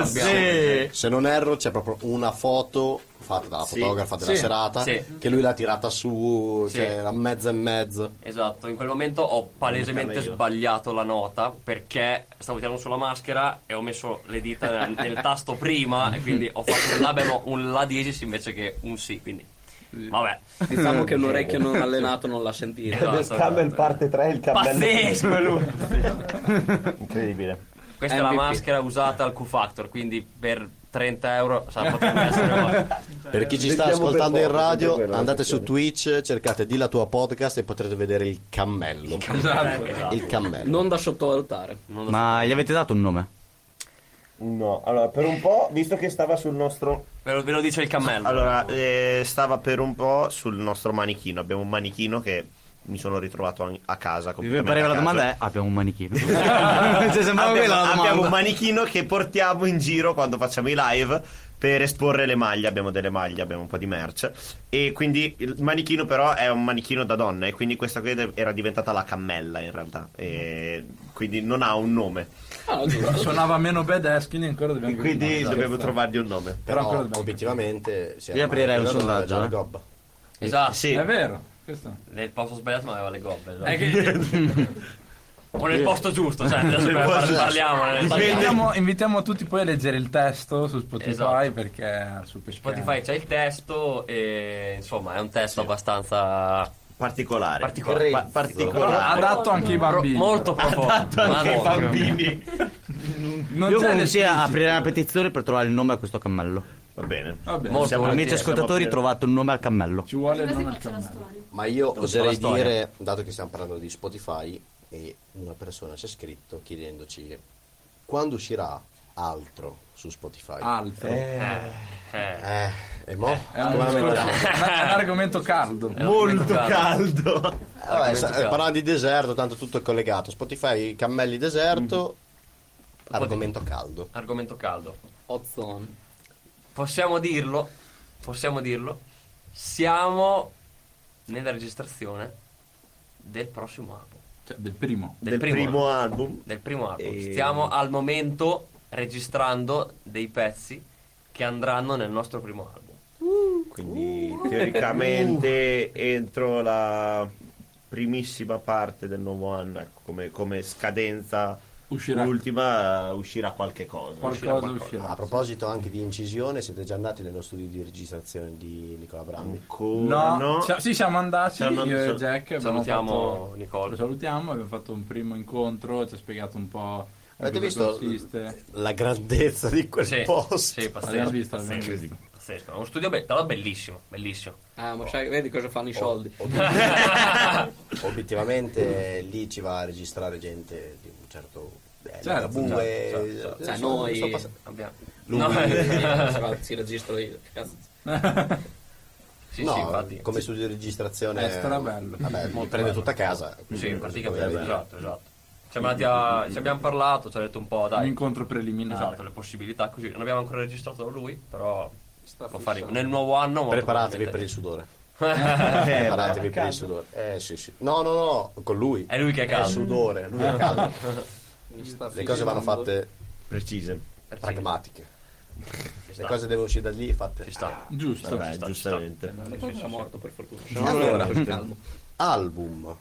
erro,
sì.
se non erro, c'è proprio una foto fatta dalla fotografa della
Sì.
serata
Sì.
che lui l'ha tirata su,
Sì.
cioè era mezzo e mezzo.
Esatto, in quel momento ho palesemente
Cammello.
sbagliato la nota perché stavo tirando sulla maschera e ho messo le dita nel, nel tasto prima e quindi ho fatto un la, bemo- un la diesis invece che un sì, quindi vabbè.
Diciamo che un
(laughs)
orecchio non allenato non l'ha sentito.
Esatto, esatto.
3, il
Pazzesco
(laughs)
è lui.
Incredibile.
Questa è la
MVP.
maschera usata al Q Factor, quindi per 30 euro sarà potrebbe essere
Per chi ci sta
Mettiamo per
ascoltando in
poco,
radio,
per quello,
andate
per
su
quello.
Twitch, cercate di la tua podcast e potrete vedere il cammello. Il cammello.
Non da sottovalutare.
Ma gli avete dato un nome?
No, allora per un po', visto che stava sul nostro...
ve, lo, ve lo dice il cammello.
Allora, eh, stava per un po' sul nostro manichino. Abbiamo un manichino che mi sono ritrovato an- a casa.
Mi
completamente
pareva
a
la
caso.
domanda è abbiamo
(laughs)
un manichino. Cioè, sembrava
abbiamo,
quella la domanda.
abbiamo un manichino che portiamo in giro quando facciamo i live per esporre le maglie. Abbiamo delle maglie, abbiamo un po' di merch. E quindi il manichino, però, è un manichino da donna. E quindi questa qui era diventata la cammella in realtà. E quindi non ha un nome.
Ah, giusto.
Cioè, Suonava meno bad ass, quindi ancora
E
dobbiamo
quindi
Esatto.
dobbiamo trovargli un nome.
Però ancora
Però
dobbiamo-
obiettivamente si
Io aprirei un sondaggio, eh.
Esatto,
Sì.
È vero. Questo.
nel posto sbagliato ma aveva le gobbe. esatto.
È che-
O nel posto
(laughs)
giusto, cioè, adesso
Nel
par-
posto giusto.
parliamo. eh, parliamo.
invitiamo, invitiamo tutti poi a leggere il testo su Spotify
Esatto.
perché su
Spotify c'è il testo e insomma è un testo abbastanza
Particolare.
Particolare.
Pa- particolare.
adatto anche ai
pro-
bambini.
molto profondo.
Anche i
Madonna.
bambini.
non
Io
c'è
comunque
nessuno.
sia aprirei una petizione per trovare il nome a questo cammello.
Va bene.
Vabbè,
Molto
Siamo-
Amici
volentieri.
ascoltatori, trovate un nome al cammello.
ci vuole il
Questa
nome
qua
al
c'è la
cammello.
storia.
Ma io
la
oserei
storia.
dire, dato che stiamo parlando di Spotify, e una persona ci ha scritto chiedendoci quando uscirà altro su Spotify.
Altro.
Eh,
Eh, e mo?
È un,
Come la
(laughs)
mettiamo?
discorso- un (laughs) argomento caldo.
è un
Molto
argomento caldo.
caldo.
Vabbè, sa-
caldo.
parlando di deserto, tanto tutto è collegato. Spotify, cammelli, deserto,
Mm-hmm.
argomento caldo.
Argomento caldo.
Ozzone.
Possiamo dirlo, possiamo dirlo. Siamo nella registrazione del prossimo album.
Cioè, del primo.
Del
Del primo,
primo.
album.
Del primo album.
E-
Stiamo al momento registrando dei pezzi che andranno nel nostro primo album.
Quindi
Uh.
teoricamente entro la primissima parte del nuovo anno, ecco, come, come scadenza
Uscirà.
ultima, uscirà qualche cosa.
Qualcosa uscirà.
A proposito anche di incisione, siete già andati nello studio di registrazione di Nicola Brandi?
No,
Ancora no.
ci- sì, siamo andati.
Siamo
io e
andati-
Jack. abbiamo
Salutiamo
fatto-
Nicola.
Lo salutiamo. Abbiamo fatto un primo incontro. Ci ha spiegato un po'. in
Avete
cosa
visto
consiste.
la grandezza di quel
Sì,
posto?
sì,
Abbiamo
pazzesco.
visto,
pazzesco,
abbiamo visto.
pazzesco. Uno studio be- però bellissimo, bellissimo.
Ah, ma sai, vedi cosa fanno i soldi.
Obiettivamente lì ci va a registrare gente di un certo... Eh,
Certo,
Ligabue,
certo, certo, certo.
eh,
Cioè,
sono-
noi-
sono passati-
Abbiamo-
Lui-
No,
(laughs)
eh, si registro io. che cazzo.
Sì,
no,
sì, infatti.
come studio di registrazione
Eh, strabello.
Vabbè,
Molto
prende
bello.
tutta casa.
Sì, in pratica
Poi, vabbè.
esatto, esatto. Siamo andati a- ci abbiamo parlato, ci ha detto un po',
Un
dai,
incontro preliminare.
esatto, le possibilità così. Non abbiamo ancora registrato da lui, però
Sta
lo
fissando.
faremo. Nel nuovo anno molto
Preparatevi per il
probabilmente. (laughs)
sudore.
Eh,
Preparatevi per il sudore. Eh sì, sì. No, no, no, con lui.
È lui che è
È il
caldo.
sudore, lui è caldo. Le cose vanno fatte
Precise.
Eh, sì,
pragmatiche.
ci
Le
sta,
cose devono uscire da lì fatte.
Ci sta.
Giusto.
Vabbè,
sta, ci
giustamente.
Era morto per fortuna.
Allora,
(laughs)
Calmo.
album.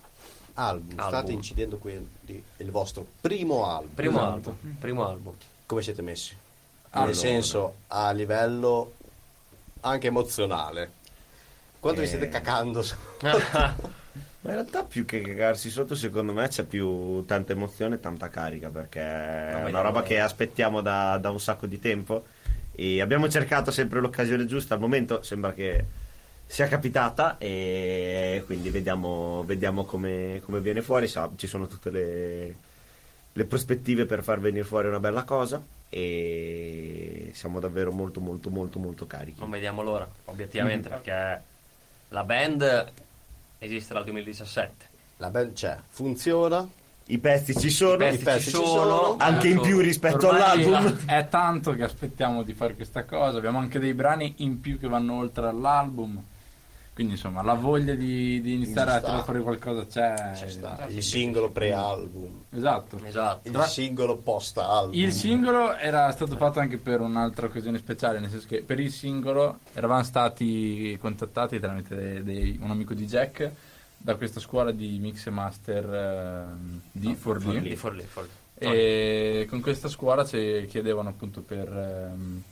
Album. State
Album.
incidendo quindi il vostro primo album.
Primo album. Primo album.
Come siete messi?
Allora.
Nel senso, a livello anche emozionale. Quanto
Eh.
vi state cacando?
(laughs)
(laughs)
Ma in realtà più che cagarsi sotto, secondo me c'è più tanta emozione e tanta carica, perché è una roba che aspettiamo da, da un sacco di tempo e abbiamo cercato sempre l'occasione giusta, al momento sembra che sia capitata e quindi vediamo, vediamo come, come viene fuori, Sa- ci sono tutte le, le prospettive per far venire fuori una bella cosa e siamo davvero molto molto molto molto carichi.
Non vediamo l'ora, obiettivamente, perché la band esiste dal 2017.
La band c'è, funziona.
I pezzi ci sono,
pezzi ci sono.
anche
Certo.
in più rispetto
Ormai
all'album.
È tanto che aspettiamo di fare questa cosa. Abbiamo anche dei brani in più che vanno oltre all'album. Quindi, insomma, la voglia di, di iniziare
Ci
a
sta.
tirare fuori qualcosa c'è.
Ci sta. Ah, Il singolo pre-album.
Esatto.
Esatto.
Il singolo post-album.
Il singolo era stato fatto anche per un'altra occasione speciale, nel senso che per il singolo eravamo stati contattati tramite de- de- un amico di Jack da questa scuola di mix e master ehm, di Forlì.
Lì, for lì, for lì.
E con questa scuola ci chiedevano appunto per ehm,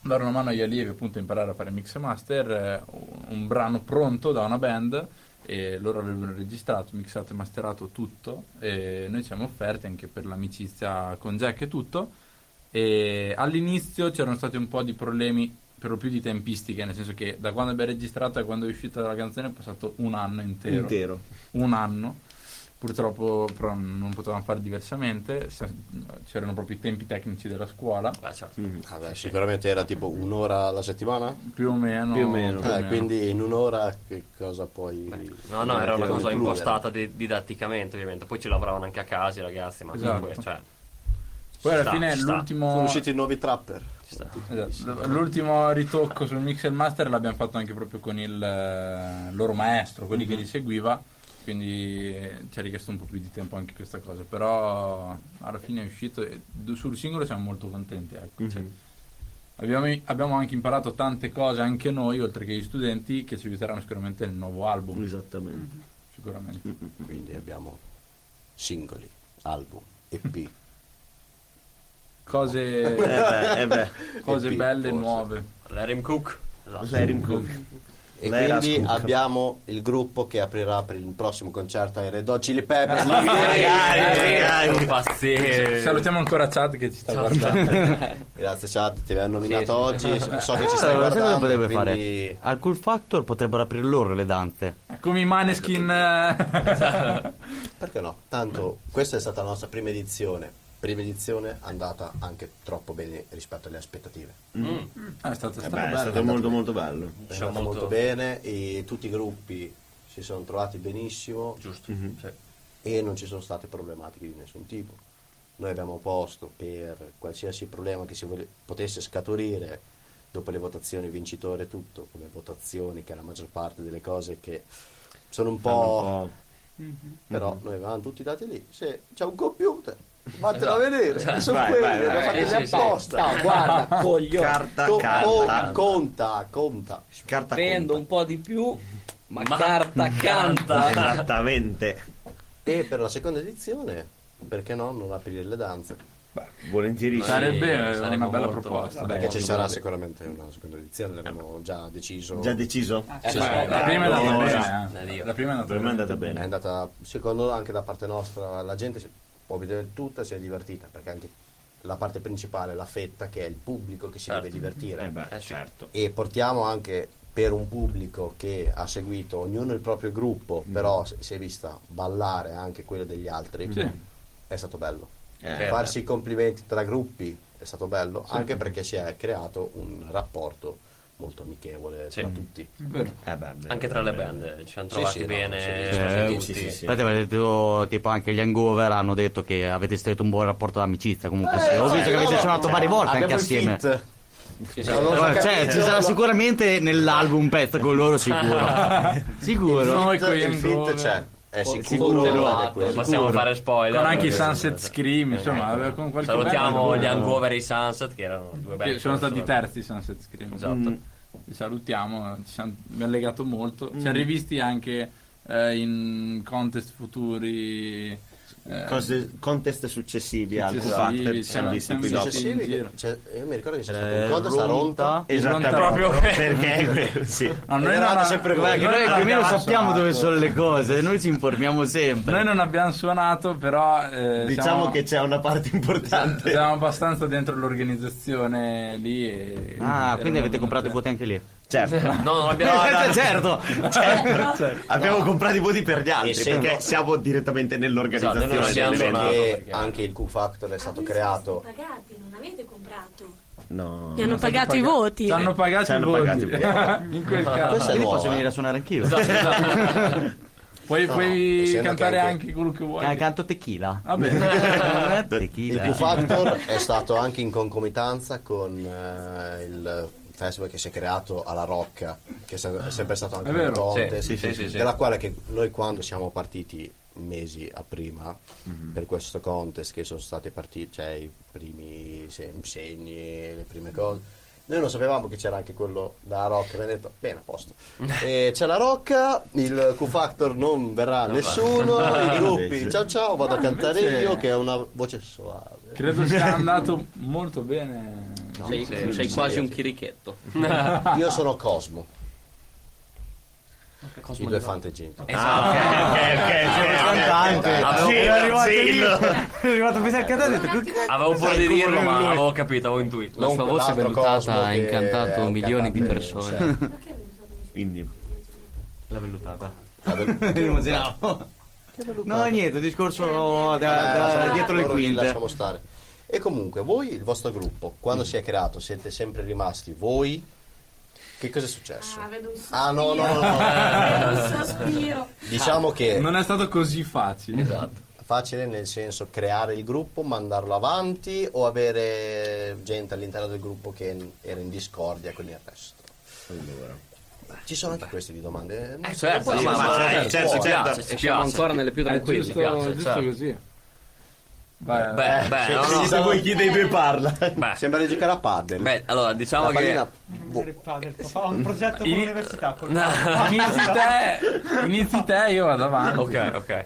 dare una mano agli allievi appunto a imparare a fare mix e master eh, un- un brano pronto da una band e loro avevano registrato, mixato e masterato tutto e noi ci siamo offerti anche per l'amicizia con Jack e tutto e all'inizio c'erano stati un po' di problemi per lo più di tempistiche nel senso che da quando abbiamo registrato a quando è uscita la canzone è passato un anno
intero.
un anno. Purtroppo però non potevamo fare diversamente, sa- c'erano proprio i tempi tecnici della scuola,
Ah, certo.
Vabbè, sicuramente era tipo un'ora alla settimana.
più o meno.
Più o meno.
più o
Eh,
meno.
quindi in un'ora che cosa poi...
No, no, era una
Tirare
cosa
di più,
impostata di- didatticamente, ovviamente. Poi ci lavoravano anche a casa i ragazzi, ma
Esatto.
comunque, cioè,
Poi alla
sta,
fine
sta.
era.
l'ultimo,
Sono usciti i nuovi trapper.
ci sta.
esatto, l'ultimo ritocco sul mix e master l'abbiamo fatto anche proprio con il eh, loro maestro, quelli
Mhm.
che li seguiva, quindi eh, ci ha richiesto un po' più di tempo anche questa cosa, però alla fine è uscito e d- sul singolo siamo molto contenti. ecco, cioè,
Mhm.
Abbiamo, abbiamo anche imparato tante cose anche noi, oltre che gli studenti, che ci aiuteranno sicuramente nel nuovo album.
Esattamente.
Sicuramente.
(laughs) Quindi abbiamo singoli, album, EP.
Cose,
beh, eh beh.
(laughs) cose
EP,
belle,
forse.
nuove.
L'Arim Cook. Esatto.
Larry Cook.
E
Lei era
quindi
scusa.
abbiamo il gruppo che aprirà per il prossimo concerto ai Red Hot Chili Peppers.
Magari, magari.
Salutiamo ancora Chad che ci sta guardando. (laughs)
Grazie Chad, ti abbiamo nominato
Sì, sì.
oggi. So che ci
Sai cosa
stai guardando.
potrebbe
quindi...
fare? Al Cool Factor potrebbero aprire loro le danze.
Come i Maneskin. eh.
(laughs) Perché no? Tanto questa è stata la nostra prima edizione. Prima edizione andata anche troppo bene rispetto alle aspettative.
Ah, è stato, è
Eh
stato
beh, è
bello.
stato molto molto bello.
È andata Diciamo molto... bene e tutti i gruppi si sono trovati benissimo
Giusto.
Mhm.
sì.
e non ci sono state problematiche di nessun tipo. Noi abbiamo posto per qualsiasi problema che si vole- potesse scaturire dopo le votazioni vincitore e tutto, come votazioni che è la maggior parte delle cose che sono un po'...
Fanno un po'- Mhm.
Però noi avevamo tutti i dati lì. Se c'è un computer, vattelo a vedere. Sono
Vai,
quelli,
vai,
li
vai.
fate
Sì, sì, sì.
apposta. No, guarda, coglione.
Carta,
Co-
carta.
co- conta, conta.
Carta conta.
Prendo un po' di più, ma,
Ma-
carta canta.
Esattamente.
E per la seconda edizione, perché no, non aprire le danze?
Volentieri.
Sarebbe
Sì,
una
saremmo
bella
molto-
proposta.
Vabbè,
dai.
Perché ci sarà sicuramente una seconda edizione, l'abbiamo già deciso.
Già deciso?
Eh,
Sì,
beh,
sì.
la prima è andata
allora.
bene. eh. La prima è andata
Per me è
bene.
andata
È
bene.
andata, secondo anche da parte nostra, la gente si- può vedere tutta, si è divertita, perché anche la parte principale, la fetta, che è il pubblico che si
Certo.
deve divertire.
Eh beh,
Eh sì.
certo.
e portiamo anche per un pubblico che ha seguito ognuno il proprio gruppo,
Mm.
però s- si è vista ballare anche quello degli altri,
Sì.
è stato bello.
Eh,
Farsi i complimenti tra gruppi è stato bello, anche perché si è creato un rapporto molto amichevole
Sì.
tra tutti.
Eh beh, beh.
Anche tra le band ci hanno
Sì,
trovati
sì, no,
bene.
sì, sì,
ci hanno
sì,
sentiti.
Eh, sì, sì, sì.
eh,
(laughs)
Infatti avete detto, tipo anche gli hangover hanno detto che avete stretto un buon rapporto d'amicizia comunque. sì. Ho visto che avete suonato varie volte anche assieme.
Sì, sì.
Allora,
Allora,
ho
cioè,
capito.
ci sarà sicuramente nell'album un pezzo con loro sicuro. sicuro.
Noi
Il fit-
con
il fit c'è, è
Con-
sicuro.
con-
guarda quello.
Possiamo fare spoiler.
Con anche i
perché-
Sunset Scream, insomma,
Ecco.
con qualche
Salutiamo
band-
gli Hangover e i Sunset, che erano due band.
Che sono stati i
insomma.
terzi i Sunset Scream.
Esatto.
Vi salutiamo, ci siamo- mi ha legato molto. Ci
Mm.
siamo rivisti anche eh, in contest futuri. eh,
Cose- contest successivi al
Successivi,
Q-Factor,
siamo-
ci siamo visti
siamo
qui dopo.
successivi.
Successivi
in
che-
giro.
c'è- Cioè, io mi ricordo che c'è stato
Eh,
un contest a
Ronta.
Ronta.
Esattamente,
Proprio-
Esatto,
perché
(laughs)
sì.
No, noi
Eravate
non-
sempre
noi
Guarda che
non
noi più o meno
abbiamo
sappiamo
suonato.
dove sono le cose, noi ci informiamo sempre.
Noi non abbiamo suonato, però eh,
Diciamo
siamo,
che c'è una parte importante.
siamo abbastanza dentro l'organizzazione lì. E,
Ah, quindi avete comprato i
potere
voti anche lì.
(laughs) Certo.
No, non abbiamo.
Cioè,
certo.
Abbiamo comprato i voti per gli altri
Essendo-
perché siamo direttamente
Esatto, noi non
nell'organizzazione
siamo
dell'evento.
suonato.
Perché
perché-
anche il Q Factor è stato
Ma voi
creato.
siete pagati, non avete comprato.
No.
Mi hanno pagato i voti.
Ci hanno pagato
Ci hanno
i voti.
pagato i
(laughs)
(laughs)
In quel caso.
Questa è
Quindi posso
nuova.
venire a suonare anch'io.
Puoi,
No,
puoi
essendo che
cantare anche...
anche-
quello che
Ca-
vuoi.
Canto tequila.
Ah,
Vabbè.
(laughs)
(laughs)
Il
tequila.
Q Factor è stato anche in concomitanza con eh, il festival che si è creato alla Rocca, che è se- è sempre stato anche
È vero,
un contest,
sì, sì, sì, sì, sì.
della quale che noi quando siamo partiti mesi a prima
Mhm.
per questo contest che sono stati partiti, cioè i primi se- segni, le prime cose. Noi non sapevamo che c'era anche quello da Rock, abbiamo detto bene a posto.
Eh.
E c'è la Rocca, il Q Factor non verrà nessuno,
(laughs)
i gruppi ciao ciao, vado a cantare
invece-
io che ho una voce soave.
Credo
(laughs)
sia andato molto bene.
Sei, sei quasi un chirichetto.
(laughs) Io sono Cosmo, i
Cosmo
due fantegenti.
Ah, Esatto.
Ah,
Ah,
Avevo,
Eh,
È arrivato a anche a te.
avevo paura di dirlo, ma avevo capito, avevo intuito.
La sua
Comunque,
voce
l'altro
vellutata
Cosmo
ha
che è
incantato
un
milioni di
cantante,
persone.
cioè,
(laughs) Quindi
La vellutata.
vabbè,
Immaginavo. No, niente, discorso da, da-
eh,
dietro le
loro li
quinte.
Lasciamo stare. E comunque, voi, il vostro gruppo, quando si è creato, siete sempre rimasti voi? Che cosa è successo?
Ah, vedo un sospiro.
Ah, no, no, no,
Eh.
Vedo un sospiro.
Diciamo che Esatto.
Non è stato così facile.
facile nel senso creare il gruppo, mandarlo avanti o avere gente all'interno del gruppo che era in discordia con il resto. Ci sono anche queste di domande. Eh,
certo, sì,
poi si
ma-
può,
ma-
si
eh, certo,
può.
Ci
certo.
piace,
E
ci
siamo
piace.
ancora nelle più
È
tranquille.
giusto,
piace,
giusto
certo.
così. Beh,
Beh, beh, no, no.
Sì,
voi chi dei due parla?
Beh,
Sembra di giocare a padel.
beh, allora diciamo
La
che.
pallina-
Ho boh. un progetto con l'università. (laughs)
Inizi te, inizi te, io vado avanti.
Ok, ok.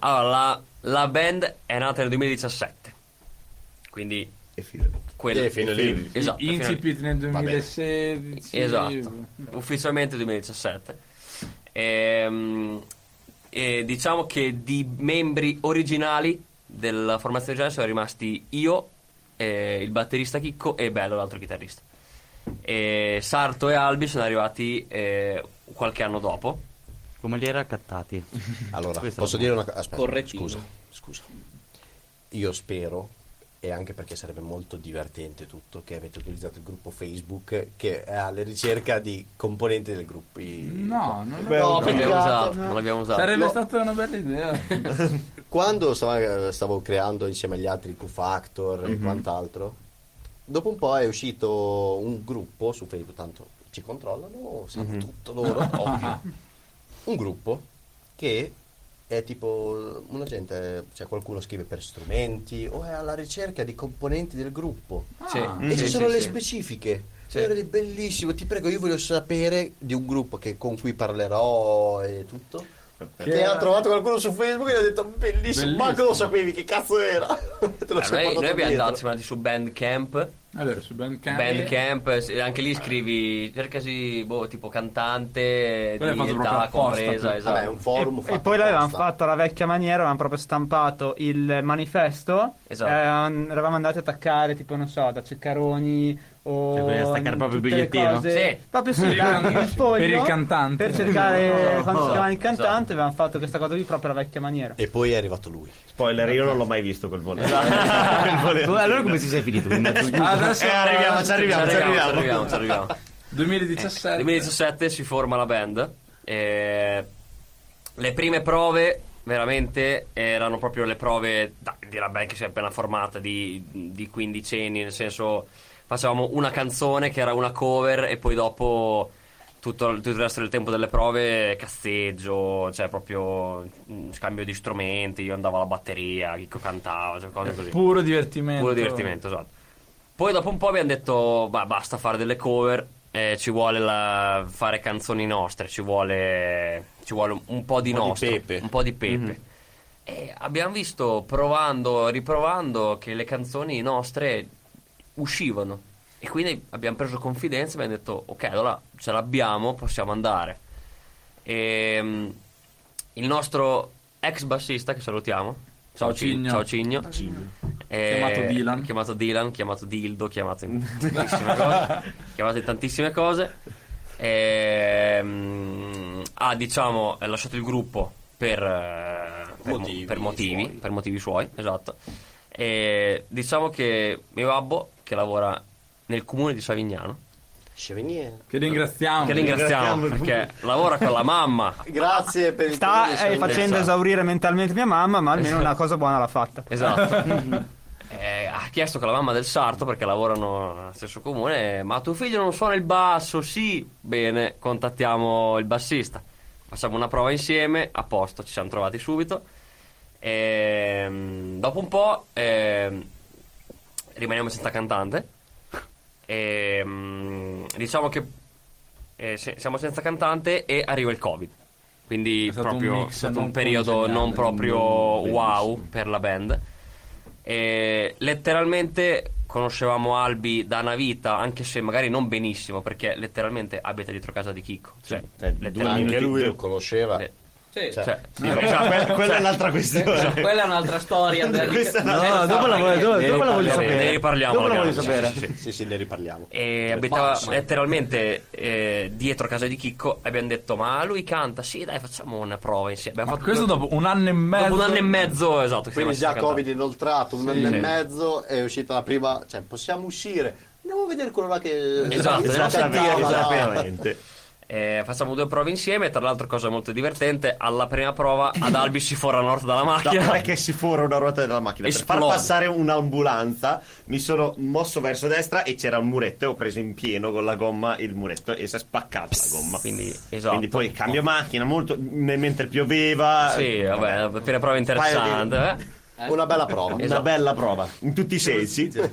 Allora, la, la band è nata nel 2017. Quindi. Quello.
Sì, fino lì.
Esatto. fino a lì.
Incipit nel
Vabbè.
2016.
Esatto, ufficialmente 2017. Ehm, e diciamo che di membri originali della formazione originale sono rimasti io, eh, il batterista Chicco e Bello, l'altro chitarrista. E Sarto e Albi sono arrivati eh, qualche anno dopo.
Come li era accattati.
Allora,
Questa
posso
è
dire una cosa? Aspetta,
Correttino.
scusa, scusa. Io spero, e anche perché sarebbe molto divertente tutto, che avete utilizzato il gruppo Facebook che è alla ricerca di componenti del gruppo.
No, non lo-
No,
Non l'abbiamo
peccato.
usato, non l'abbiamo usato.
sarebbe stata una bella idea.
Quando stavo, stavo creando insieme agli altri Q Factor e quant'altro, dopo un po' è uscito un gruppo su Facebook, tanto ci controllano, sanno tutto loro, ovvio. Un gruppo che è tipo una gente, cioè qualcuno scrive per strumenti o è alla ricerca di componenti del gruppo.
Sì,
e
sì,
ci
sì,
sono le
sì.
specifiche.
Sì.
Allora, è bellissimo, ti prego, io voglio sapere di un gruppo che- con cui parlerò e tutto. Che, ha trovato qualcuno su Facebook e gli ha detto bellissimo, manco lo sapevi che cazzo era. (laughs) Te lo
Eh,
sei
noi,
portato
noi abbiamo
dietro.
dato, siamo andati su Bandcamp.
Allora, su Bandcamp.
Bandcamp, eh, anche lì scrivi, cercasi, boh, tipo cantante,
Quello è
di
fatto proprio
età
apposta,
compresa,
per-
esatto.
Vabbè, è un forum.
E,
fatto
e poi l'avevamo
apposta.
fatto alla vecchia maniera, avevamo proprio stampato il manifesto. Eh,
Esatto.
ehm, eravamo andati a attaccare, tipo, non so, da Ceccaroni o o
Cioè, bisogna staccare proprio il
tutte le
bigliettino.
cose-
Sì.
Proprio sul
(laughs)
il foglio,
Per il cantante.
Per cercare
No.
quando si chiama il cantante,
Esatto.
avevamo fatto questa cosa qui proprio alla vecchia maniera.
E poi è arrivato lui.
Spoiler, io non l'ho mai visto quel voletino.
(laughs)
Quel voletino.
Allora come ci sei finito? Con mezzo sgusto?
Ah, Adesso
Eh, arriviamo, ci arriviamo, ci
ci
arriviamo.
arriviamo, ci arriviamo.
2017.
2017 si forma la band. eh, le prime prove veramente erano proprio le prove da- di una band che si è appena formata di, di quindicenni, nel senso facevamo una canzone che era una cover e poi dopo tutto, tutto il resto del tempo delle prove cazzeggio, cioè proprio mm, scambio di strumenti, io andavo alla batteria, Chicco cantava, cioè cose così.
Puro divertimento.
Puro divertimento, esatto. Poi dopo un po' abbiamo detto, "Bah, basta fare delle cover, eh, ci vuole la- fare canzoni nostre, ci vuole, ci vuole un, un po' di
Un po' di
nostro,
pepe."
un po' di pepe. Mm-hmm. E abbiamo visto, provando, riprovando, che le canzoni nostre uscivano. E quindi abbiamo preso confidenza e abbiamo detto, ok, allora ce l'abbiamo, possiamo andare. E, mm, il nostro ex bassista, che salutiamo, ciao,
Ciao
Cigno.
Cigno.
Ciao Cigno. Eh,
Chiamato Dylan.
Chiamato Dylan, chiamato Dildo,
(laughs)
chiamato in tantissime cose. chiamato in tantissime cose. Ehm, ha, diciamo, lasciato il gruppo per, eh, per mo-
Motivi
per motivi,
suoi.
per motivi suoi, esatto. E diciamo che mio babbo, che lavora nel comune di Savignano,
Chevenier.
Che ringraziamo.
che ringraziamo perché lavora con la mamma.
Grazie per il tuo
Sta eh,
discorso.
facendo esaurire mentalmente mia mamma, ma almeno una cosa buona l'ha fatta.
Esatto. Eh, ha chiesto con la mamma del sarto perché lavorano nello stesso comune ma tuo figlio non suona il basso sì bene contattiamo il bassista facciamo una prova insieme a posto ci siamo trovati subito Ehm, dopo un po' ehm, rimaniamo senza cantante Ehm, diciamo che eh, se- siamo senza cantante e arriva il covid quindi
È stato un
proprio
mix
è stato un
non
periodo
congeniale,
non proprio
non
wow
bellissimo.
per la band e letteralmente conoscevamo Albi da una vita, anche se magari non benissimo, perché letteralmente abita dietro casa di Chicco. Cioè,
eh,
cioè,
letteralmente.
Anche lui lo conosceva. (laughs)
Le-
Sì,
Cioè,
cioè, sì,
Cioè,
esatto.
quella, quella è un'altra
cioè,
questione.
quella è un'altra storia. Andrea.
Questa è una-
Eh,
No, dopo la voglio, dopo-
Ne
dopo la voglio
riparliamo,
sapere.
ne riparliamo,
Dopo la voglio
magari.
sapere.
Sì, sì, sì.
Sì, sì, ne riparliamo.
E abitava letteralmente eh, dietro casa di Chicco e abbiamo detto ma lui canta, sì dai facciamo una prova insieme. Abbiamo
Ma
fatto
questo
due-
dopo un anno e mezzo.
dopo un anno e mezzo, esatto. che
Quindi
siamo
già
messi a
Covid
cantare.
inoltrato, un anno
Sì.
e mezzo, è uscita la prima... Cioè, possiamo uscire. Andiamo a vedere quello là che...
Esatto, andiamo
che
a
cantava.
sentire,
esatto.
Esattamente.
Eh, facciamo due prove insieme, tra l'altro cosa molto divertente, alla prima prova ad Albi si forra una orta dalla
No,
macchina. (laughs)
non è che si fora una ruota della macchina. Per
Esplode.
far passare un'ambulanza mi sono mosso verso destra e c'era un muretto e ho preso in pieno con la gomma il muretto e si è spaccata la gomma.
Quindi, esatto.
Quindi poi cambio macchina molto m- mentre pioveva.
Eh,
Sì, vabbè, Esatto. la prima prova interessante.
Una bella prova.
Una bella prova, in tutti i sensi.
eh.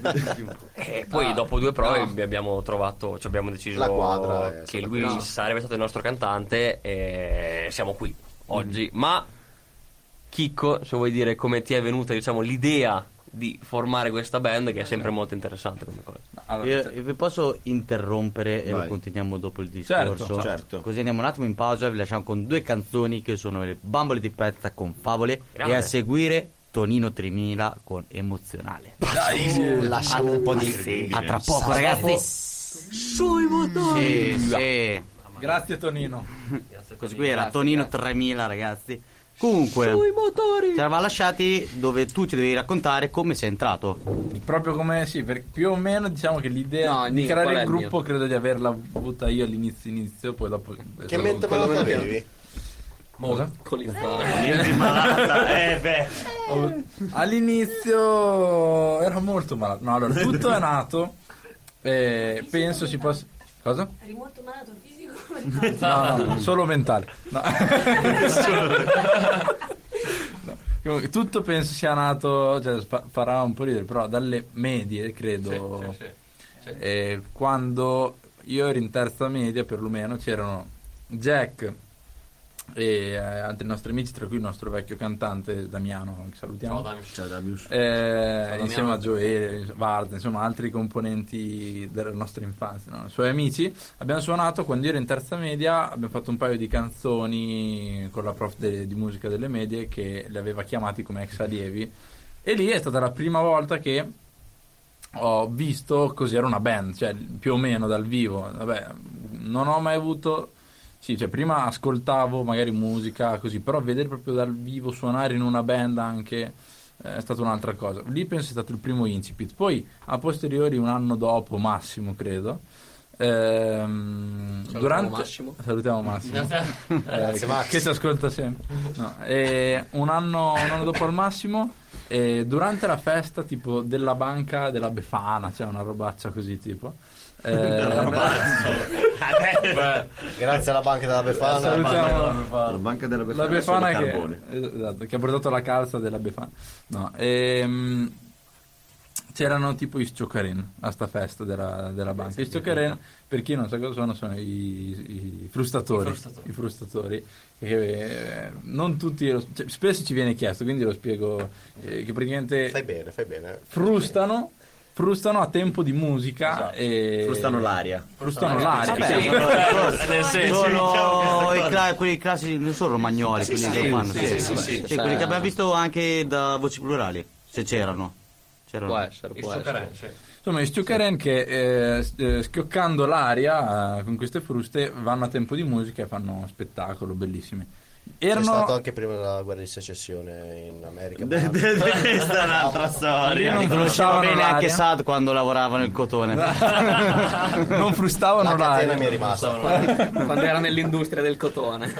E poi dopo due prove abbiamo trovato, ci abbiamo deciso
Ah. La quadra, eh,
che
sono
lui
d'accordo.
sarebbe stato il nostro cantante e siamo qui
Mm-hmm.
oggi. Ma Chicco, se vuoi dire come ti è venuta diciamo, l'idea di formare questa band, che è sempre molto interessante come cosa.
Allora,
Io- io vi posso interrompere e
Vai.
lo continuiamo dopo il
Certo,
discorso?
certo.
Così andiamo un attimo in pausa e vi lasciamo con due canzoni che sono le bambole di pezza con favole
Grande.
e a seguire Tonino 3000 con emozionale.
Lasciamo un po' di...
A tra poco ragazzi. Sui motori. Sì, sì.
Grazie Tonino.
Così qui era Tonino 3000 ragazzi. Comunque, sui motori. Ci eravamo lasciati dove tu ci devi raccontare come sei entrato.
Proprio come sì, per- più o meno diciamo che l'idea
No,
di
dimmi, qual
creare
è
il
il
gruppo
mio?
credo di averla avuta io all'inizio inizio, poi dopo
Che mente me
Quello
la
meno
avevi?
Cosa?
Con il-
(laughs)
Niente malata. Eh beh.
All'inizio era molto malato. No, allora tutto è nato eh, penso si possa Cosa?
Eri molto malato
(laughs)
fisico.
No, no, solo mentale.
(laughs)
No. No. Comunque, tutto penso sia nato, cioè, spa- farà un po' ridere, però dalle medie, credo.
Cioè,
Eh, quando io ero in terza media, perlomeno, c'erano Jack e eh, altri nostri amici, tra cui il nostro vecchio cantante Damiano, che salutiamo. Eh, insieme a Joel, Vard, insomma altri componenti della nostra infanzia, no? suoi amici. Abbiamo suonato quando ero in terza media, abbiamo fatto un paio di canzoni con la prof de- di musica delle medie che le aveva chiamati come ex allievi e lì è stata la prima volta che ho visto cos'era una band, cioè più o meno dal vivo. Vabbè, non ho mai avuto. Sì, cioè prima ascoltavo magari musica così, però vedere proprio dal vivo suonare in una band anche eh, è stata un'altra cosa. Lì penso sia stato il primo incipit. Poi a posteriori, un anno dopo, massimo credo. ehm,
Salutiamo
durante...
Massimo.
salutiamo Massimo Eh,
Grazie,
che,
Max.
che ci ascolta sempre No, eh, un, anno, un anno dopo al massimo eh, durante la festa tipo della banca della Befana cioè una robaccia così tipo eh,
Vabbè.
Grazie alla banca della Befana.
salutiamo
La banca della Befana,
la Befana
solo
che,
carbone.
es- esatto, che ha portato la calza della Befana. No, ehm, c'erano tipo i Sciocarin a sta festa della, della banca. I Sciocarin, per chi non sa cosa sono, sono i, i frustatori.
I frustatori.
I frustatori, che, eh, non tutti, lo- cioè, spesso ci viene chiesto, quindi lo spiego, eh, che praticamente
Fai bene, fai bene.
frustano, frustano a tempo di musica. E
Frustano l'aria.
Frustano
Ah,
l'aria.
Vabbè,
eh. sì.
Nel senso,
Sono i cla- quelli classici, non sono romagnoli, quelli che lo fanno. sì, sì, sì. Cioè, quelli che abbiamo visto anche da voci plurali, se c'erano. C'erano.
Può essere,
il
può essere.
soccerance.
Insomma, gli Schiocaren che eh, s- eh, schioccando l'aria eh, con queste fruste vanno a tempo di musica e fanno spettacolo bellissimi.
C'è stato
Erano
anche prima della guerra di secessione in America. Esatto.
De-
(laughs)
de- de- Questa è un'altra
Io
storia.
non
Conosciamo
frustavo
bene anche
l'aria.
Sad quando lavoravano il cotone.
(laughs)
(laughs)
non frustavano
La catena mi è
l'aria.
rimasta.
Quando era nell'industria del cotone.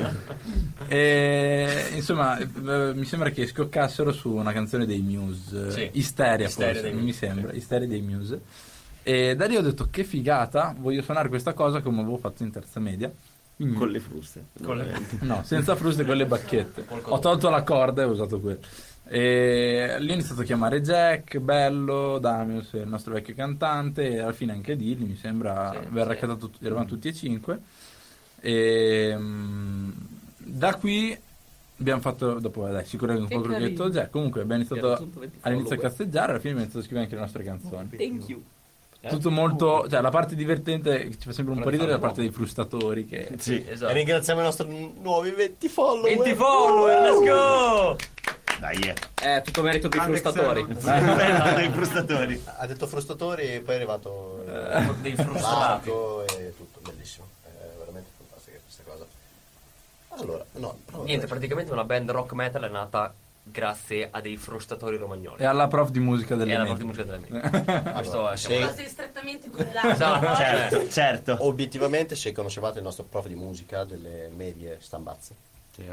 E, insomma, eh, mi sembra che schioccassero su una canzone dei Muse, eh,
Sì.
Isteria,
Isteria
forse,
dei
mi
Muse,
sembra, Isteria dei Muse. E da lì ho detto che figata, voglio suonare questa cosa come avevo fatto in terza media. Quindi-
Con le fruste.
Con le-
(laughs) No, senza fruste con le bacchette. Ho tolto la corda e ho usato quello. E lì ho iniziato a chiamare Jack, Bello, Damius, il nostro vecchio cantante, e alla fine anche Dilly, mi sembra,
Sì,
verrà
sì.
cantato tut- eravamo tutti e cinque. E, mm, da qui abbiamo fatto, dopo dai, sicuramente un po' quello che ho detto Jack, comunque abbiamo
Abbiamo
iniziato
raggiunto 20
all'inizio a
follower.
cazzeggiare, alla fine abbiamo iniziato a scrivere anche le nostre canzoni.
Thank you.
Tutto molto, cioè la parte divertente che ci fa sempre un po' ridere è la parte dei frustatori che...
Sì.
E
Esatto.
ringraziamo i nostri nuovi 20 follower.
20 follower, let's go!
Dai, eh.
Eh, tutto merito dei frustatori.
Dai, i frustatori.
Ha detto frustatori e poi è arrivato
Eh.
Dei frustrati.
l'arco e tutto. Bellissimo. È veramente fantastica questa cosa. Allora, no. prova
Niente,
adesso.
praticamente una band rock metal è nata grazie a dei frustatori romagnoli.
E alla prof di musica
E alla
dell'America.
prof di musica
(laughs)
dell'America. Questo è
se- (laughs)
Cose strettamente correlate.
Esatto,
Poi-
Certo, certo.
Obiettivamente, se conoscevate il nostro prof di musica delle medie stambazze,
Sì.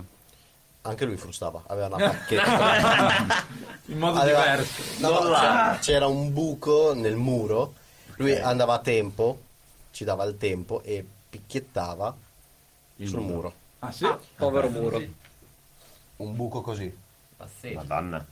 anche lui frustava, aveva una bacchetta.
(laughs)
(laughs)
In modo
Aveva-
diverso.
No, no, c'era, c'era un buco nel muro, lui andava a tempo, ci dava il tempo e picchiettava sul muro.
Ah sì?
Povero muro.
Un buco così.
Pazzesco.
Madonna.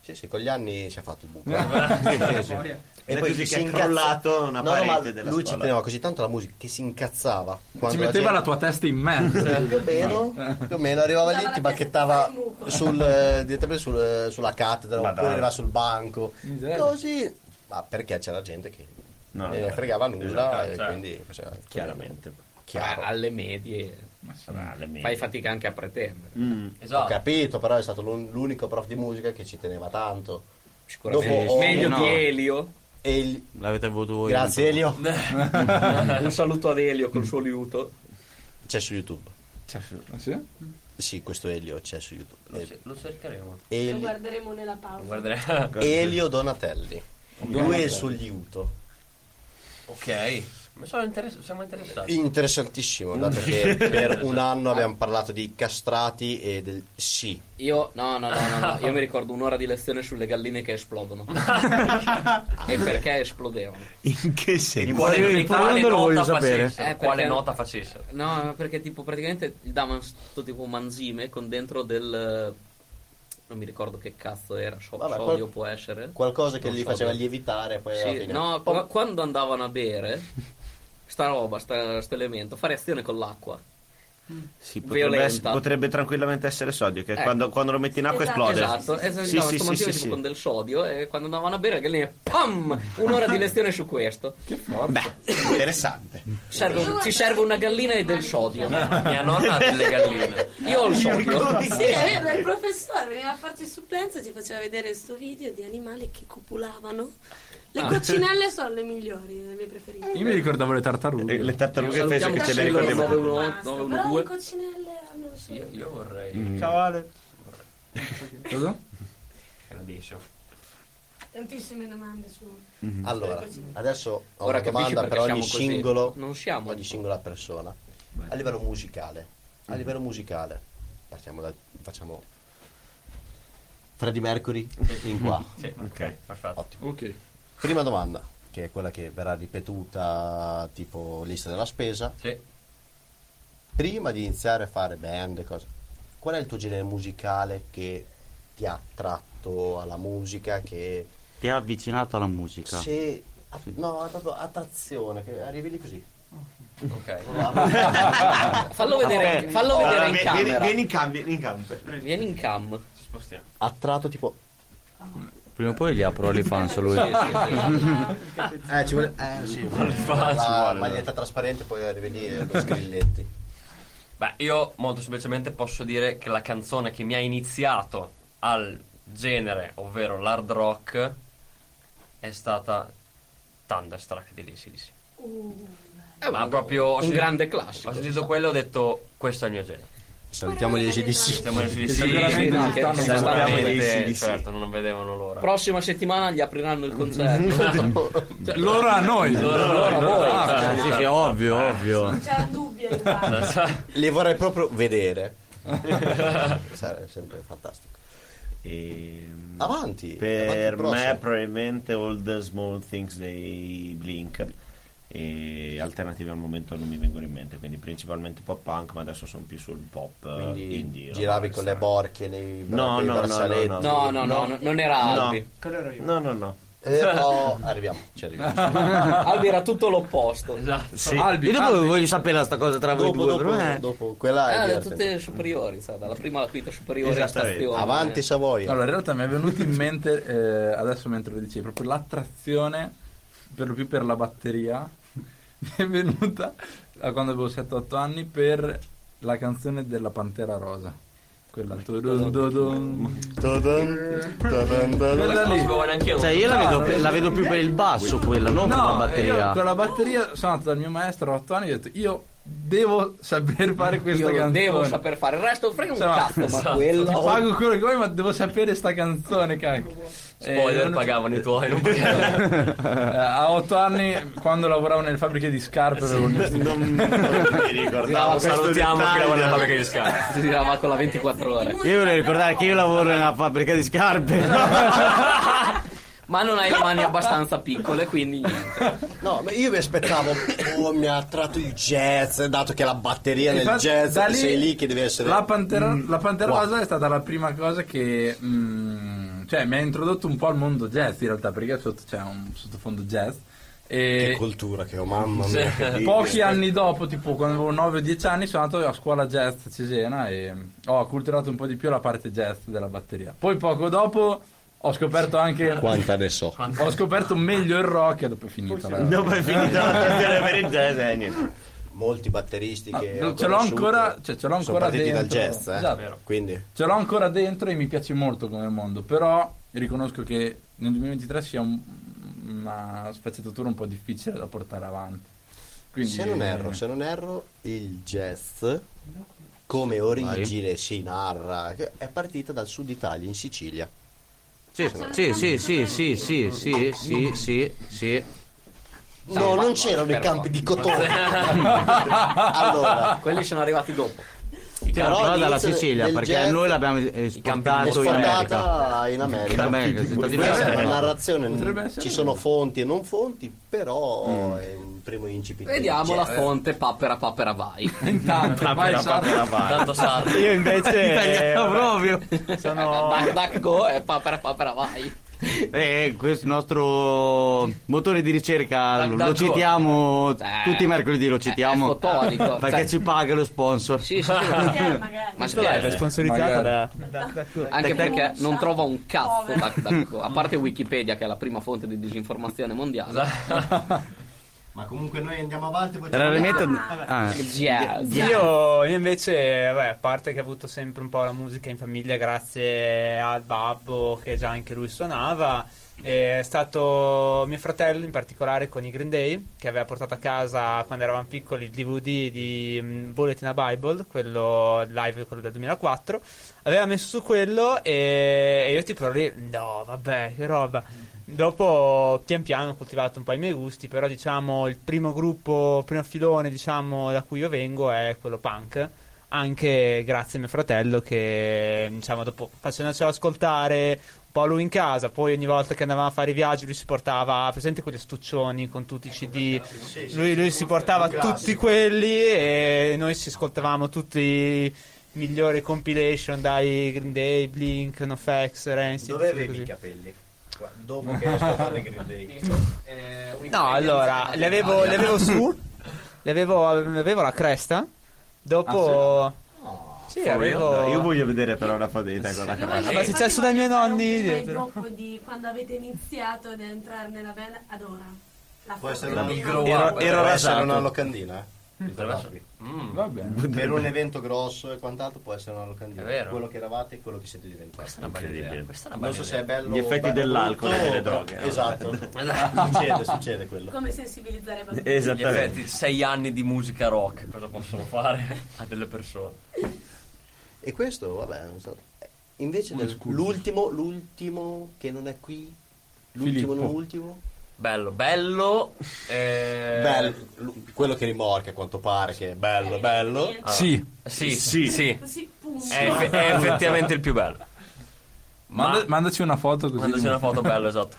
Sì, sì, con gli anni si è fatto il buco.
Eh,
Ed è così che è
incazza-
crollata una
No, no,
parete
ma
della
lui ci
scuola.
teneva così tanto alla musica che si incazzava.
Ci
quando
metteva la
gente-
tua testa in mezzo.
Più o meno, più o meno arrivava lì, ti bacchettava sul, eh, direttamente sul, eh, sulla cattedra,
Madonna.
oppure arrivava sul banco.
Miseria.
Così. Ma perché c'era gente che
No,
non ne
vabbè.
fregava nulla
Eh, Esatto,
e
cioè,
quindi faceva
Chiaramente.
chiaro.
Eh, Alle medie
Sarà le mie.
fai fatica anche a pretendere.
Mm.
Ho
Esatto.
capito, però è stato l'un- l'unico prof di musica che ci teneva tanto.
Sicuramente
Dopo-
meglio
no.
di Elio.
E il-
L'avete avuto voi.
Grazie Elio.
(laughs) Un saluto ad Elio col suo liuto.
C'è su YouTube.
Ah, sì?
Sì, questo Elio c'è su YouTube. Eh,
Lo- Lo cercheremo.
Lo
Elio,
guarderemo nella pausa.
Lo guarderemo.
(laughs) Elio Donatelli. Lui è sul YouTube.
Ok. Ma sono interess- siamo interessati.
Interessantissimo, da perché
(laughs)
per un anno abbiamo parlato di castrati e del sì.
Io no, no, no, no, no. io mi ricordo un'ora di lezione sulle galline
(laughs)
che esplodono. e perché esplodevano?
In che senso?
Quale-
Quale-
il problema
quale
lo voglio
nota
sapere.
facessero,
Eh, perché-
quale nota facessero.
No, ma perché tipo praticamente gli davano sto tipo manzime con dentro del non mi ricordo che cazzo era, so-
Vabbè,
sodio
qual-
può essere.
Qualcosa che
Non
gli
so
faceva
bene.
lievitare poi alla
Sì,
fine.
no,
Pom-
qua- quando andavano a bere sta roba, sta- questo elemento, fa reazione con l'acqua.
Sì, potrebbe,
Violenta.
ess- potrebbe tranquillamente essere sodio, che
Eh.
quando, quando lo metti in acqua
Esatto,
esplode.
Esatto, esatto,
Sì, sì,
sto
sì,
manzino
sì,
tipo
sì.
con del sodio e quando andavano a bere che lì pam! Un'ora di lezione su questo.
Interessante.
Serve un- ci serve una gallina e
(laughs)
del sodio.
Mia nonna ha delle galline.
Io ho il sodio.
Sì,
(laughs)
è vero, il professore veniva a farci supplenza e ci faceva vedere questo video di animali che copulavano Le coccinelle sono le migliori, le mie preferite.
Ah. Io mi ricordavo le
Eh,
tartarughe.
le tartarughe penso che ce le
Salutiamoci,
ricordiamo.
allora. 9-1,
Basta,
9-1-2.
Però le coccinelle hanno il suo-
Io, io
(laughs)
vorrei.
Ciao Ale.
Cosa?
Gradiscio.
Tantissime domande su...
Mhm.
Ah.
Allora, adesso ho
Ora
una
capisci
domanda
perché
per ogni
siamo così.
singolo,
Non siamo.
ogni singola persona. A livello musicale, a
Mm.
livello musicale, partiamo da, facciamo Freddie Mercury
(laughs)
in qua.
Sì,
Ok.
perfetto.
Ottimo.
Ok.
Prima domanda, che è quella che verrà ripetuta tipo lista della spesa.
Sì.
Prima di iniziare a fare band e cose, qual è il tuo genere musicale che ti ha attratto alla musica, che
Ti ha avvicinato alla musica.
se... a- No, proprio attrazione, che arrivi lì così.
Ok.
(laughs) Fallo vedere, fallo
Allora,
vedere in
vieni-
camera.
vieni, vieni in cam, vieni in campo.
Vieni in cam.
Ci spostiamo.
Attratto tipo...
Prima o poi gli apro le fans lui.
(laughs) Eh, ci vuole... Eh, sì, vuole
fa- ci
la
vuole,
maglietta trasparente poi arrivi lì eh, con sgrilletti.
Beh, io molto semplicemente posso dire che la canzone che mi ha iniziato al genere, ovvero l'hard rock, è stata Thunderstruck di Lizzy Lizzy.
Uh.
ma proprio ho
un
sentito-
grande classico.
Ho sentito quello e ho detto questo è il mio genere.
Salutiamo gli ACDC.
Siamo in
Sì, sicuramente
no,
ci
che-
stanno guardando.
ci stanno-
Sicuramente sì, sì.
certo, non vedevano l'ora.
Prossima settimana gli apriranno il concerto.
(laughs)
Cioè, l'ora a noi.
L'ora- l'ora a voi.
Ah,
Eh, sì, sì, ovvio, ovvio.
C'era dubbio, infatti.
Li vorrei proprio vedere. Sarebbe sempre fantastico.
Ehm,
Avanti.
Per
avanti, prossimo.
me probabilmente All the Small Things dei Blink e alternative al momento non mi vengono in mente, quindi principalmente pop punk, ma adesso sono più sul pop eh,
Quindi
indie.
giravi con le borchie nei
No,
nei
no, no,
braccialetti.
no,
No, no, no, no, non era
No.
Albi.
No, no, no.
Eh, no, arriviamo, ci
Cioè,
arriviamo.
Albi era tutto l'opposto.
Esatto.
Sì.
Io dopo voglio sapere sta cosa tra voi
dopo,
due, però
dopo,
eh.
dopo, quella è
Ah, le
divertente.
tutte superiori, sa, dalla prima alla quinta superiore a
Esattamente.
stazione.
Ah,
Avanti Savoia.
Allora, in realtà mi è venuto in mente, eh, adesso mentre lo dicevi, proprio l'attrazione, per lo più per la batteria, (laughs) mi è venuta da quando avevo 7-8 anni per la canzone della Pantera Rosa. Quella... tudum, tudum.
Tadam, tadam, tadam.
Quella
Non
lì. Ah,
sapevo neanche io.
Cioè io la vedo, la vedo più per il basso quella, non per la
No, eh, io
batteria.
con la batteria sono andato dal mio maestro a 8 anni e ho detto io devo saper fare questa
Io
canzone.
devo saper fare il resto, frega un
Sì, ma- esatto.
cazzo, ma
Cioè, Ti
quello.
pago quello che vuoi, ma devo sapere sta canzone, cacchio. Eh,
Spoiler,
non-
pagavano i tuoi, non
(laughs)
pagavano.
eh, a 8 anni, quando lavoravo nelle fabbriche di scarpe, avevo il-
Non mi ricordavo. questo
Salutiamo che
dettaglio.
lavora nella fabbrica di scarpe.
Si tirava con la 24 ore.
Io volevo ricordare che io lavoro nella fabbrica di scarpe.
Ma non hai le mani abbastanza piccole, quindi niente.
No, ma io mi aspettavo, oh, mi ha attratto il jazz, dato che la batteria nel
Infatti,
jazz,
da
sei lì che deve essere... Mm,
La Pantera, la Pantera
wow.
Rosa è stata la prima cosa che. mm, cioè, mi ha introdotto un po' al mondo jazz, in realtà, perché sotto c'è un sottofondo jazz.
Che
E
cultura che ho, mamma mia.
pochi anni dopo, tipo quando avevo 9 o 10 anni, sono andato a scuola jazz a Cesena e ho acculturato un po' di più la parte jazz della batteria. Poi poco dopo ho scoperto anche.
Quanta ne so.
Ho scoperto meglio il rock e dopo è finita la-
Dopo è finita la canzone per il jazz, eh, niente.
molti batteristi
Ah,
che
ce
ho
l'ho
conosciuto
ancora- cioè, ce l'ho
sono
ancora
partiti dal
dentro.
jazz eh?
Esatto.
quindi
Ce l'ho ancora dentro e mi piace molto come mondo, però riconosco che nel 2023 sia un- una sfaccettatura un po' difficile da portare avanti. Quindi,
se non erro se non erro il jazz come origine si narra che è partita dal sud Italia in Sicilia
Sì, sì, sì, sì, sì, sì, sì, sì, sì, sì.
no non c'erano i campi
(laughs)
di cotone allora
Quelli sono arrivati dopo.
Però
Però dalla
all'inizio
Sicilia,
del
perché
jazz-
noi l'abbiamo
è
esportato in America.
sfondata in
In
America
America, sì, infatti noi
questa è
siamo-
una
Potrebbe
narrazione
essere Mm.
ci
vero.
sono fonti e non fonti però è un primo incipit del
Vediamo la
jazz.
fonte papera papera vai.
(laughs) Intanto, vai,
Appena
Sara.
fatta la parte.
Tanto sardo.
Io invece
(laughs)
Italiano proprio.
Duck duck go e papera papera vai.
(laughs) Eh, questo nostro motore di ricerca
Dai,
lo
dai, giù.
citiamo
Eh,
tutti i mercoledì, lo citiamo
è
(laughs)
fotonico.
perché
Cioè-
ci paga lo sponsor.
Sì, sì, sì.
(laughs)
Perché magari.
Ma scherzo.
sponsorizzata da, da, da-
Tac,
Anche
tac.
perché non trova un cazzo
Povero.
(laughs)
Esatto. (laughs)
DuckDuckGo, a parte Wikipedia che è la prima fonte di disinformazione mondiale.
Ma comunque noi andiamo avanti. Poi ci
Raramente.
Ah.
Ah,
Jazz.
Io, io invece, vabbè, a parte che ho avuto sempre un po' la musica in famiglia grazie al babbo che già anche lui suonava, è stato mio fratello in particolare con i Green Day che aveva portato a casa quando eravamo piccoli il DVD di mm, Bullet in a Bible, quello live, quello del 2004, aveva messo su quello e, e io tipo ero lì, no vabbè che roba. Dopo pian piano ho coltivato un po' i miei gusti, però diciamo il primo gruppo, il primo filone diciamo da cui io vengo è quello punk, anche grazie a mio fratello che diciamo dopo facendocelo ascoltare un po' lui in casa, poi ogni volta che andavamo a fare i viaggi lui si portava, presente quegli stuccioni con tutti i CD, lui, lui si portava tutti quelli e noi ci ascoltavamo tutti i migliori compilation dai Green Day, Blink, NoFX, Rancid,
Dove
tutti
avevi
così.
i capelli? Qua, Dopo che riesco a fare Green
(laughs)
(laughs)
Day.
No, allora, le avevo, le avevo su, le avevo, le avevo la cresta, dopo... sì, avevo...
Io voglio vedere però la fadeta con la
Ma
cresta.
è successo dai miei nonni
Il
dietro.
gruppo di quando avete iniziato ad entrare nella band ad ora. La
Può essere
foto
una-
di-
Grow
Ero-
up,
ero
deve essere
rasato.
una locandina. eh, per darvi.
Mm.
Va bene.
Per un evento grosso e quant'altro può essere una locandina.
È vero.
Quello che eravate e quello che siete diventati.
Questa è una bella
Incredibile.
idea. Questa è una
Non
bella
so se
idea.
è bello
Gli effetti
bello,
dell'alcol
brutto,
e delle droghe, no? (laughs)
Esatto. succede, succede quello.
Come
Eh.
sensibilizzare i bambini.
Gli
Esattamente.
effetti, sei anni di musica rock, cosa possono fare (laughs) a delle persone?
E questo, vabbè, non so. Eh, Invece del- l'ultimo, l'ultimo che non è qui, l'ultimo, non ultimo.
Bello, bello. eh,
Bello, l- quello che rimorca a quanto pare, che è bello, bello.
Niente.
Sì.
Sì,
Sì.
sì.
Sì, punto.
È, eff- è effettivamente il più bello.
Manda- mandaci una foto così.
Mandaci una foto bella,
(laughs)
esatto.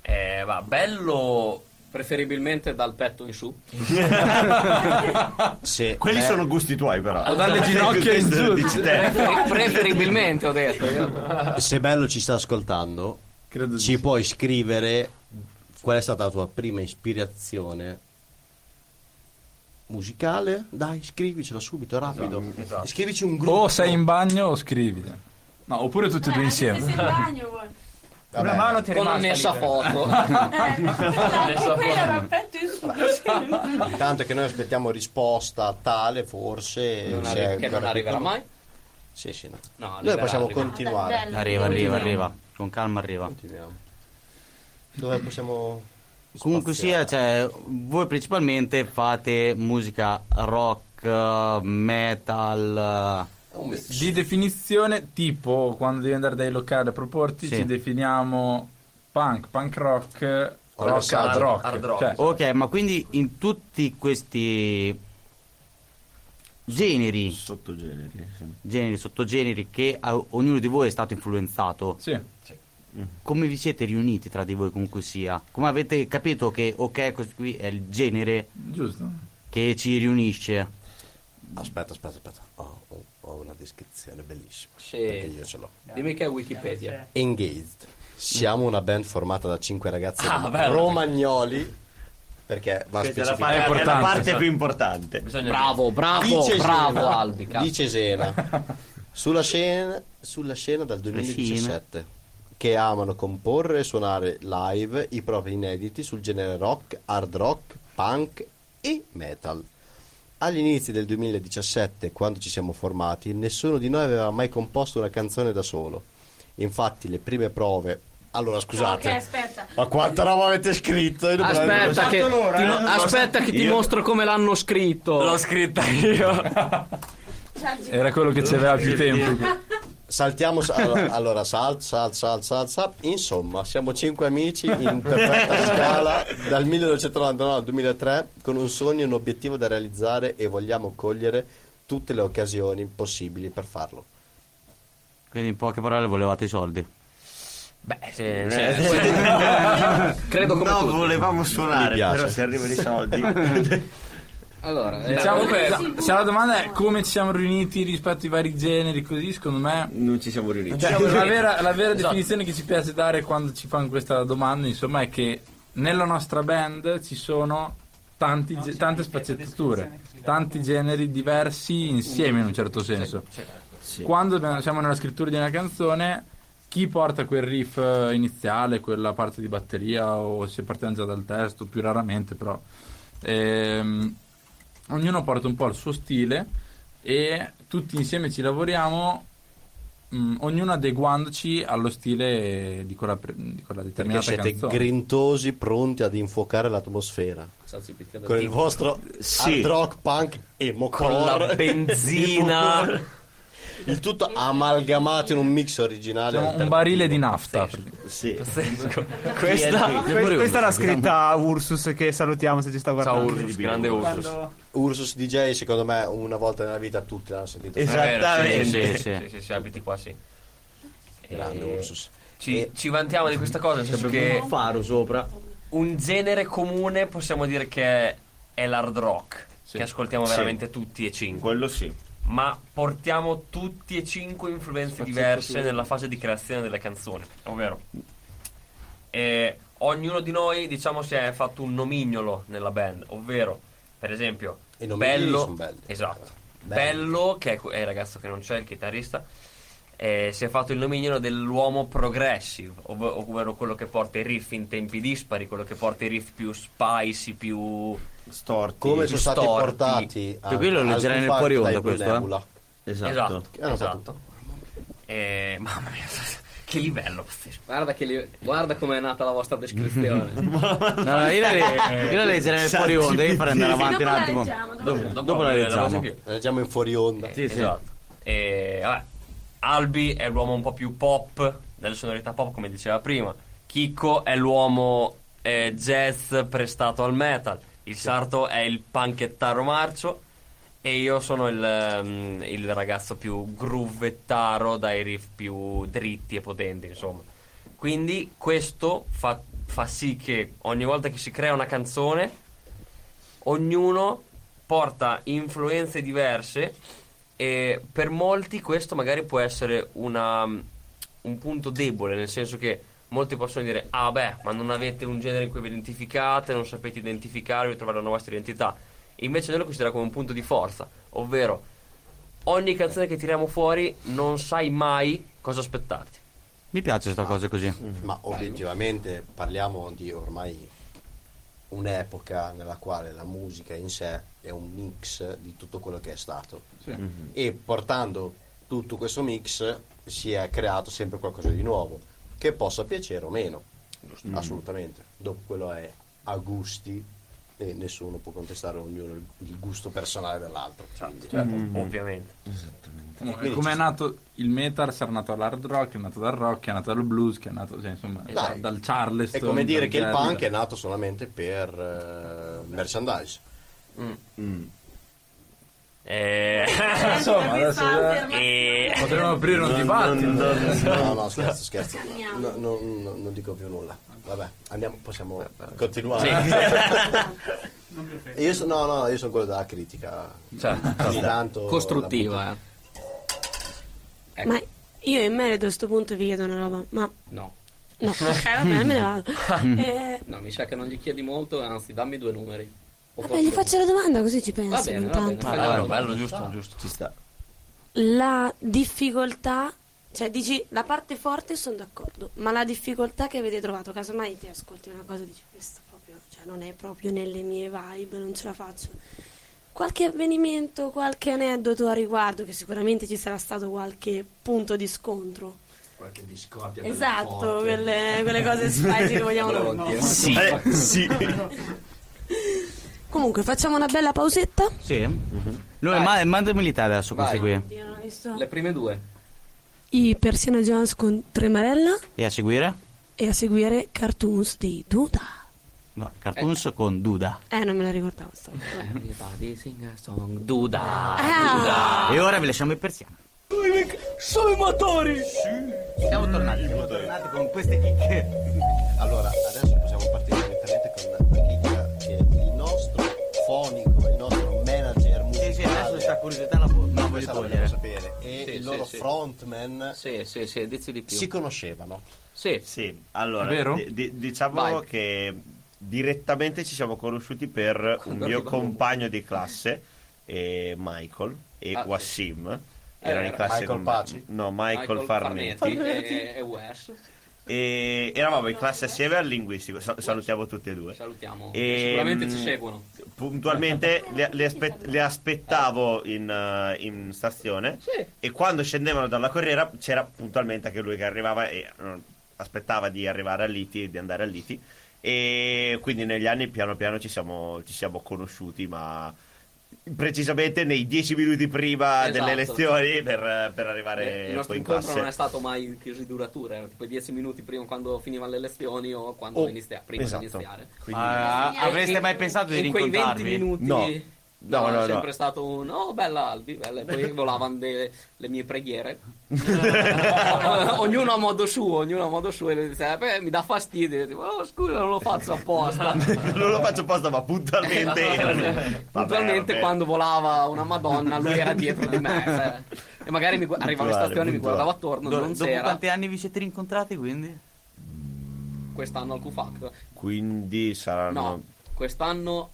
Eh, va, bello.
Preferibilmente dal petto
(laughs)
in su.
Se
Quelli sono gusti tuoi però.
O
(laughs)
dalle ginocchia in giù.
Dici te.
Pre- (laughs) preferibilmente ho detto. io.
Se Bello ci sta ascoltando,
Credo di
ci puoi scrivere qual è stata la tua prima ispirazione musicale? Dai, scrivicela subito, rapido. Scrivici un gruppo.
O sei in bagno o scrivi. No, oppure tutti e due
Eh, se sei
insieme.
in bagno vuoi.
Una mano ti è
Con
rimasta
annessa
libera.
(laughs)
(laughs)
foto.
Eh, quello era un petto in su.
Tanto che noi aspettiamo risposta tale, forse.
Non arri-
se è
che non
ancora
arriverà
piccolo.
mai.
Sì, sì, no.
No,
Noi
arriverà,
possiamo
arriverà.
continuare.
Bello.
Arriva, arriva, arriva. Con calma arriva.
Continuiamo. Dove possiamo.
Comunque sia, cioè,
spaziare?
voi principalmente fate musica rock, eh, metal.
Di definizione, tipo quando devi andare dai locali a proporti,
Sì.
ci definiamo punk, punk rock,
O
rock,
messaggio,
hard rock.
hard rock.
Cioè,
eh. Ok, ma quindi in tutti questi generi,
Sottogeneri. sì.
generi, sottogeneri che a- ognuno di voi è stato influenzato,
sì.
come vi siete riuniti tra di voi comunque sia? Come avete capito che ok, questo qui è il genere
Giusto.
che ci riunisce?
Aspetta, aspetta, aspetta. oh, Ho, ho- ho una descrizione bellissima.
Sì.
Perché io ce l'ho.
Dimmi che è Wikipedia.
Engaged. Siamo una band formata da cinque ragazzi
Ah,
rom-
bello.
romagnoli. Perché va
Questa è la, parte-
specificato.
è la
importante,
parte
cioè.
più importante.
Bisogna
Bravo,
Di
bravo,
Cesena.
bravo Albi. cazzo.
Di Cesena. Sulla scena, sulla scena dal 2017. Che amano comporre e suonare live i propri inediti sul genere rock, hard rock, punk e metal. Agli inizi del 2017, quando ci siamo formati, nessuno di noi aveva mai composto una canzone da solo. Infatti, le prime prove. Allora,
Ok,
scusate.
aspetta. Esatto,
Ma quanta roba avete scritto? Io non me l'avevo-
Aspetta che,
eh.
ti,
eh.
aspetta che ti mostro come l'hanno scritto.
L'ho scritta io.
Giorgi,
Cioè, Era quello che c'aveva più tempo.
Saltiamo, sa-
(laughs)
allora, allora sal, sal, sal, sal, sal. Insomma, siamo cinque amici in perfetta scala dal 1999 al 2003 con un sogno e un obiettivo da realizzare e vogliamo cogliere tutte le occasioni possibili per farlo.
Quindi in poche parole volevate i soldi.
Sì,
Credo come
Eh, no,
tutti.
volevamo
Mi
Ah,
suonare,
piace.
però se arrivano i soldi.
(laughs) Allora, eh,
Diciamo
Eh,
che
sì.
se la domanda è come ci siamo riuniti rispetto ai vari generi, così secondo me.
non ci siamo riuniti.
Cioè, la vera,
Esatto.
la vera definizione che ci piace dare quando ci fanno questa domanda, insomma, è che nella nostra band ci sono tanti ge- tante sfaccettature, tanti generi diversi insieme in un certo senso.
Sì.
Quando abbiamo- siamo nella scrittura di una canzone, chi porta quel riff eh, iniziale, quella parte di batteria, o se partiamo già dal testo, più raramente, però Ehm, ognuno porta un po' il suo stile e tutti insieme ci lavoriamo, mh, Mm, ognuno adeguandoci allo stile di quella, pre- di quella
Perché
determinata
siete
canzone.
grintosi, pronti ad infuocare l'atmosfera. Con il vostro
Sì.
hard rock punk emo
Con
(laughs)
la
core.
benzina.
Emo core. Il tutto amalgamato in un mix originale.
Siamo un
alternativo.
barile di nafta.
Sì.
Questa,
Sì,
que- questa è la
diciamo.
scritta a Ursus che salutiamo se ci sta
Ciao
guardando.
Ursus, grande Ursus.
Quando-
Ursus DJ, secondo me, una volta nella vita tutti l'hanno sentito.
Esatto.
fare.
Sì,
Esattamente.
sì,
Sì,
sì,
sì.
sì, sì, abiti qua, sì.
Grande
Eh,
Ursus.
Ci,
E-
ci vantiamo di questa cosa, nel senso che
Un faro sopra.
un genere comune possiamo dire che è l'hard rock, che ascoltiamo
Sì.
veramente tutti e cinque.
Quello sì.
ma portiamo tutti e cinque influenze diverse nella fase di creazione delle canzoni, ovvero eh, ognuno di noi diciamo si è fatto un nomignolo nella band, ovvero per esempio
I nomignoli
Bello,
son belli.
esatto,
Belli.
Bello che è que- è il ragazzo che non c'è, il chitarrista, eh, si è fatto il nomignolo dell'uomo progressive, ov- ovvero quello che porta i riff in tempi dispari, quello che porta i riff più spicy, più...
Storti.
Come sono stati
storti.
portati a,
Per quello lo
al
leggerai nel
Foo
fuori onda,
Fighters
questo,
dai Blue
eh?
Nebula.
Esatto,
Che hanno fatto?
esatto. Eh, mamma mia, (laughs) che livello pazzesco.
Guarda, che li- guarda com'è nata la vostra
(laughs)
descrizione.
No, no, io la, le- io la leggerei nel fuori onda, io farei andare avanti
Dopo
un
la
attimo.
leggiamo, dopo la
Dopo,
leggiamo.
dopo la leggiamo.
più.
La leggiamo Eh, in fuori onda.
Sì, sì.
Esatto. E, vabbè, Albi è l'uomo un po' più pop, delle sonorità pop, come diceva prima. Chicco è l'uomo eh, jazz prestato al metal. Il sarto è il panchettaro marcio. E io sono il, ehm, il ragazzo più groovettaro dai riff più dritti e potenti, insomma. Quindi questo fa, fa sì che ogni volta che si crea una canzone, ognuno porta influenze diverse e per molti questo magari può essere una- un punto debole, nel senso che molti possono dire ah beh, ma non avete un genere in cui vi identificate, non sapete identificarvi, trovare la vostra identità. Invece noi lo consideriamo come un punto di forza, ovvero ogni canzone che tiriamo fuori non sai mai cosa aspettarti.
Mi piace questa cosa così.
Ma obiettivamente parliamo di ormai un'epoca nella quale la musica in sé è un mix di tutto quello che è stato. E portando tutto questo mix si è creato sempre qualcosa di nuovo, che possa piacere o meno, assolutamente. Dopo quello è a gusti e nessuno può contestare ognuno il- il gusto personale dell'altro.
Certo.
quindi.
Ovviamente.
Mm.
Esatto.
Comunque, Come è nato il metal, sarà nato dall'hard rock, è nato dal rock, è nato dal blues, che è nato cioè, insomma,
Dai.
dal Charleston.
È come dire
dal
che il
jazz.
punk è nato solamente per eh, merchandise.
Eh,
(laughs)
Questa
Insomma, adesso- eh.
affermazione.
e-
Potremmo aprire un dibattito.
No, no, scherzo, scherzo. No, no, no, non dico più nulla. Vabbè, andiamo, possiamo continuare. (laughs) Io so- no, no, io sono quello della critica.
Certo.
Ogni tanto la
Costruttiva, eh. Ecco.
Ma io in merito a sto punto vi chiedo una roba, ma
No.
no,
(laughs)
ok, va bene, me ne vado. Eh,
No, mi sa che non gli chiedi molto, anzi, dammi due numeri. O
vabbè,
forse-
gli faccio la domanda così ci penso
Va bene, va bene.
intanto.
fai la
Bello,
roba.
Ah, bello, giusto, giusto.
Ci sta.
La difficoltà, cioè dici la parte forte sono d'accordo, ma la difficoltà che avete trovato, casomai ti ascolti una cosa e dici questo proprio, cioè non è proprio nelle mie vibe, non ce la faccio. Qualche avvenimento, qualche aneddoto a riguardo, che sicuramente ci sarà stato qualche punto di scontro.
Qualche discordia.
Esatto, quelle, quelle
(laughs)
cose spicy che vogliamo noi.
Sì.
Eh, sì.
(laughs) Comunque, facciamo una bella pausetta.
Sì. Lui è ma- mando militare adesso questi qui.
Io non ho visto.
Le prime due.
I Persiana Jones con Tremarella
E a seguire?
e a seguire Cartoons di Duda.
No, cartoons con Duda.
Eh, non me la ricordavo. sta-
Everybody sing a song. Duda.
Ah,
E ora vi lasciamo in persiana. Siamo tornati, siamo tornati con queste chicche.
Allora, adesso possiamo partire direttamente con la critica che il nostro fonico, il nostro manager musicale.
Sì, sì, adesso sta curiosità la vo- no, voglio
questa la vogliamo
togliere.
sapere. E
Sì,
il
sì,
loro
sì.
frontman
Sì, sì, sì, dici di più.
si conoscevano. eh,
Sì.
Sì, allora,
Vero?
di- di- diciamo
Vai.
che direttamente ci siamo conosciuti per un
Quando
mio
arrivavo.
compagno di classe, eh, Michael e
Ah, sì. Eh,
Wassim. Erano in
era
classe
Michael
con me.
Paci?
No, Michael, Farnetti.
E, e Wes.
E eravamo in classe assieme al linguistico. Sa- salutiamo tutti e due.
Salutiamo.
E,
Sicuramente ci
mm,
seguono.
Puntualmente le, le aspe- le aspettavo in, eh, in stazione e quando scendevano dalla corriera c'era puntualmente anche lui che arrivava e eh, aspettava di arrivare a Liti e di andare a Liti. E quindi negli anni piano piano ci siamo, ci siamo conosciuti, ma precisamente nei dieci minuti prima
Esatto.
delle elezioni per, per arrivare
Eh, il nostro
poi in
incontro
classe.
non è stato mai così duraturo, erano tipo i 10 minuti prima quando finivano le lezioni o quando
Oh,
inizia- prima
esatto.
di iniziare.
Quindi-
Ah, avreste
In-
mai pensato di
in quei 20
rincontrarvi?
minuti
No.
No,
No, no,
è
no.
sempre stato un oh bella Albi, bella", e poi volavano de- le mie preghiere. ognuno a modo suo, ognuno a modo suo e dice, "Beh, mi dà fastidio, Dico, "Oh, scusa non lo faccio apposta.
(laughs) non lo faccio apposta, ma
(laughs) Eh,
puntualmente. Vabbè,
Esatto. Puntualmente
vabbè.
quando volava una Madonna, lui era dietro
(laughs)
di me. cioè. E magari mi gu- arrivavo in
Puntuale,
stazione, mi
puntuale.
guardavo attorno,
Do-
non
dopo
c'era.
quanti anni vi siete rincontrati quindi?
Quest'anno al QFAC.
Quindi saranno.
No, quest'anno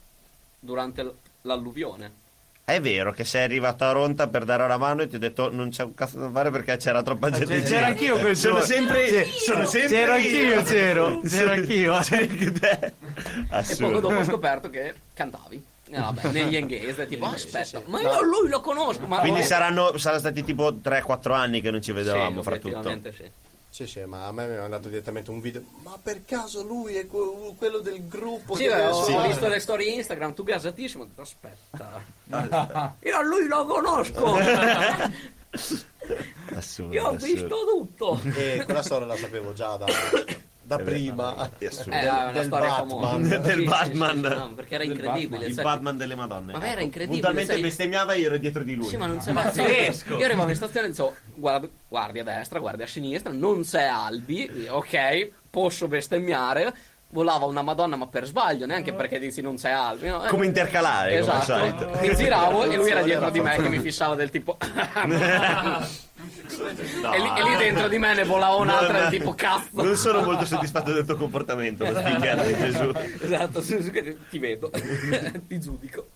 durante l- l'alluvione.
È vero che sei arrivato a Ronta per dare una mano e ti ho detto non c'è un cazzo da fare perché c'era troppa gente. in giro."
C'era anch'io quel
Sono
giorno.
sempre.
C'ero
Sono
anch'io.
sempre
C'ero
io.
anch'io, c'ero. C'ero
(laughs)
anch'io.
C'eri anche te.
E poco
Assurdo.
dopo
(laughs)
ho scoperto che cantavi. Eh, vabbè, negli Enghese, tipo, aspetta, ma io
No.
lui lo conosco, ma
Quindi
Eh,
saranno, saranno stati tipo 3-4 anni che non ci vedevamo, fra tutto.
obiettivamente sì.
Sì, sì, ma a me mi hanno mandato direttamente un video. Ma per caso lui è que- quello del gruppo?
Sì,
che
beh,
deve
ho
suonare?"
visto le storie Instagram, tu gasatissimo, ho detto, Ah. aspetta. Io a lui lo conosco.
Assurdo.
Io ho
assurdo.
visto tutto.
E Eh, quella storia la sapevo già da, da
Eh,
prima.
assurdo.
Eh, è una
del
storia
Batman.
famosa.
Del
Sì, sì,
Batman.
sì, no, perché era
Del
incredibile,
Batman. Il
sai.
Batman delle Madonne.
Ma era
Ecco.
incredibile,
Puntualmente
sai.
bestemmiava e io ero dietro di lui. Ah,
Sì, ma non c'è mai Io arrivavo in stazione e dicevo, guarda- guardi a destra, guardi a sinistra, non c'è Albi, ok, posso bestemmiare. Volava una Madonna, ma per sbaglio, neanche perché dici non c'è Albi. no? Eh,
Come intercalare, come al
Esatto.
solito. esatto.
mi giravo e lui era dietro di me che mi fissava del tipo...
(laughs)
(laughs) e, lì, e lì dentro di me ne volava un'altra del tipo cazzo.
Non sono molto soddisfatto del tuo comportamento, lo spinghiano di Gesù.
Esatto, sì, sì, che ti vedo, (laughs) ti giudico.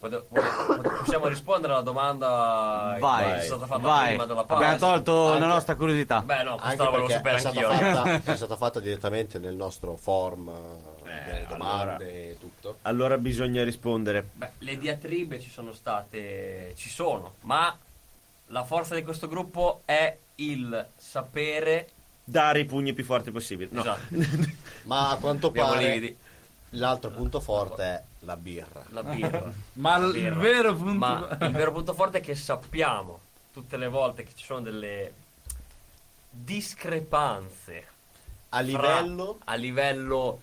Vado- vado- Possiamo rispondere alla domanda che è
Vai,
stata fatta
vai.
prima della
Abbiamo
pausa?
tolto la nostra curiosità.
Beh, no, questa
Anche
la volevo
perché
sapere
è stata,
anch'io.
(laughs)
fatta, è stata fatta direttamente nel nostro form eh, delle domande
allora.
e tutto.
Allora bisogna rispondere.
Beh, le diatribe ci sono state, ci sono, ma la forza di questo gruppo è il sapere.
Dare i pugni più forti possibili. No.
Esatto,
Ma a quanto
abbiamo
pare
lividi.
l'altro punto forte è la birra.
La birra.
(laughs) Ma
La
il
birra.
vero punto- (laughs)
Ma il vero punto forte è che sappiamo tutte le volte che ci sono delle discrepanze
A livello...
fra- a livello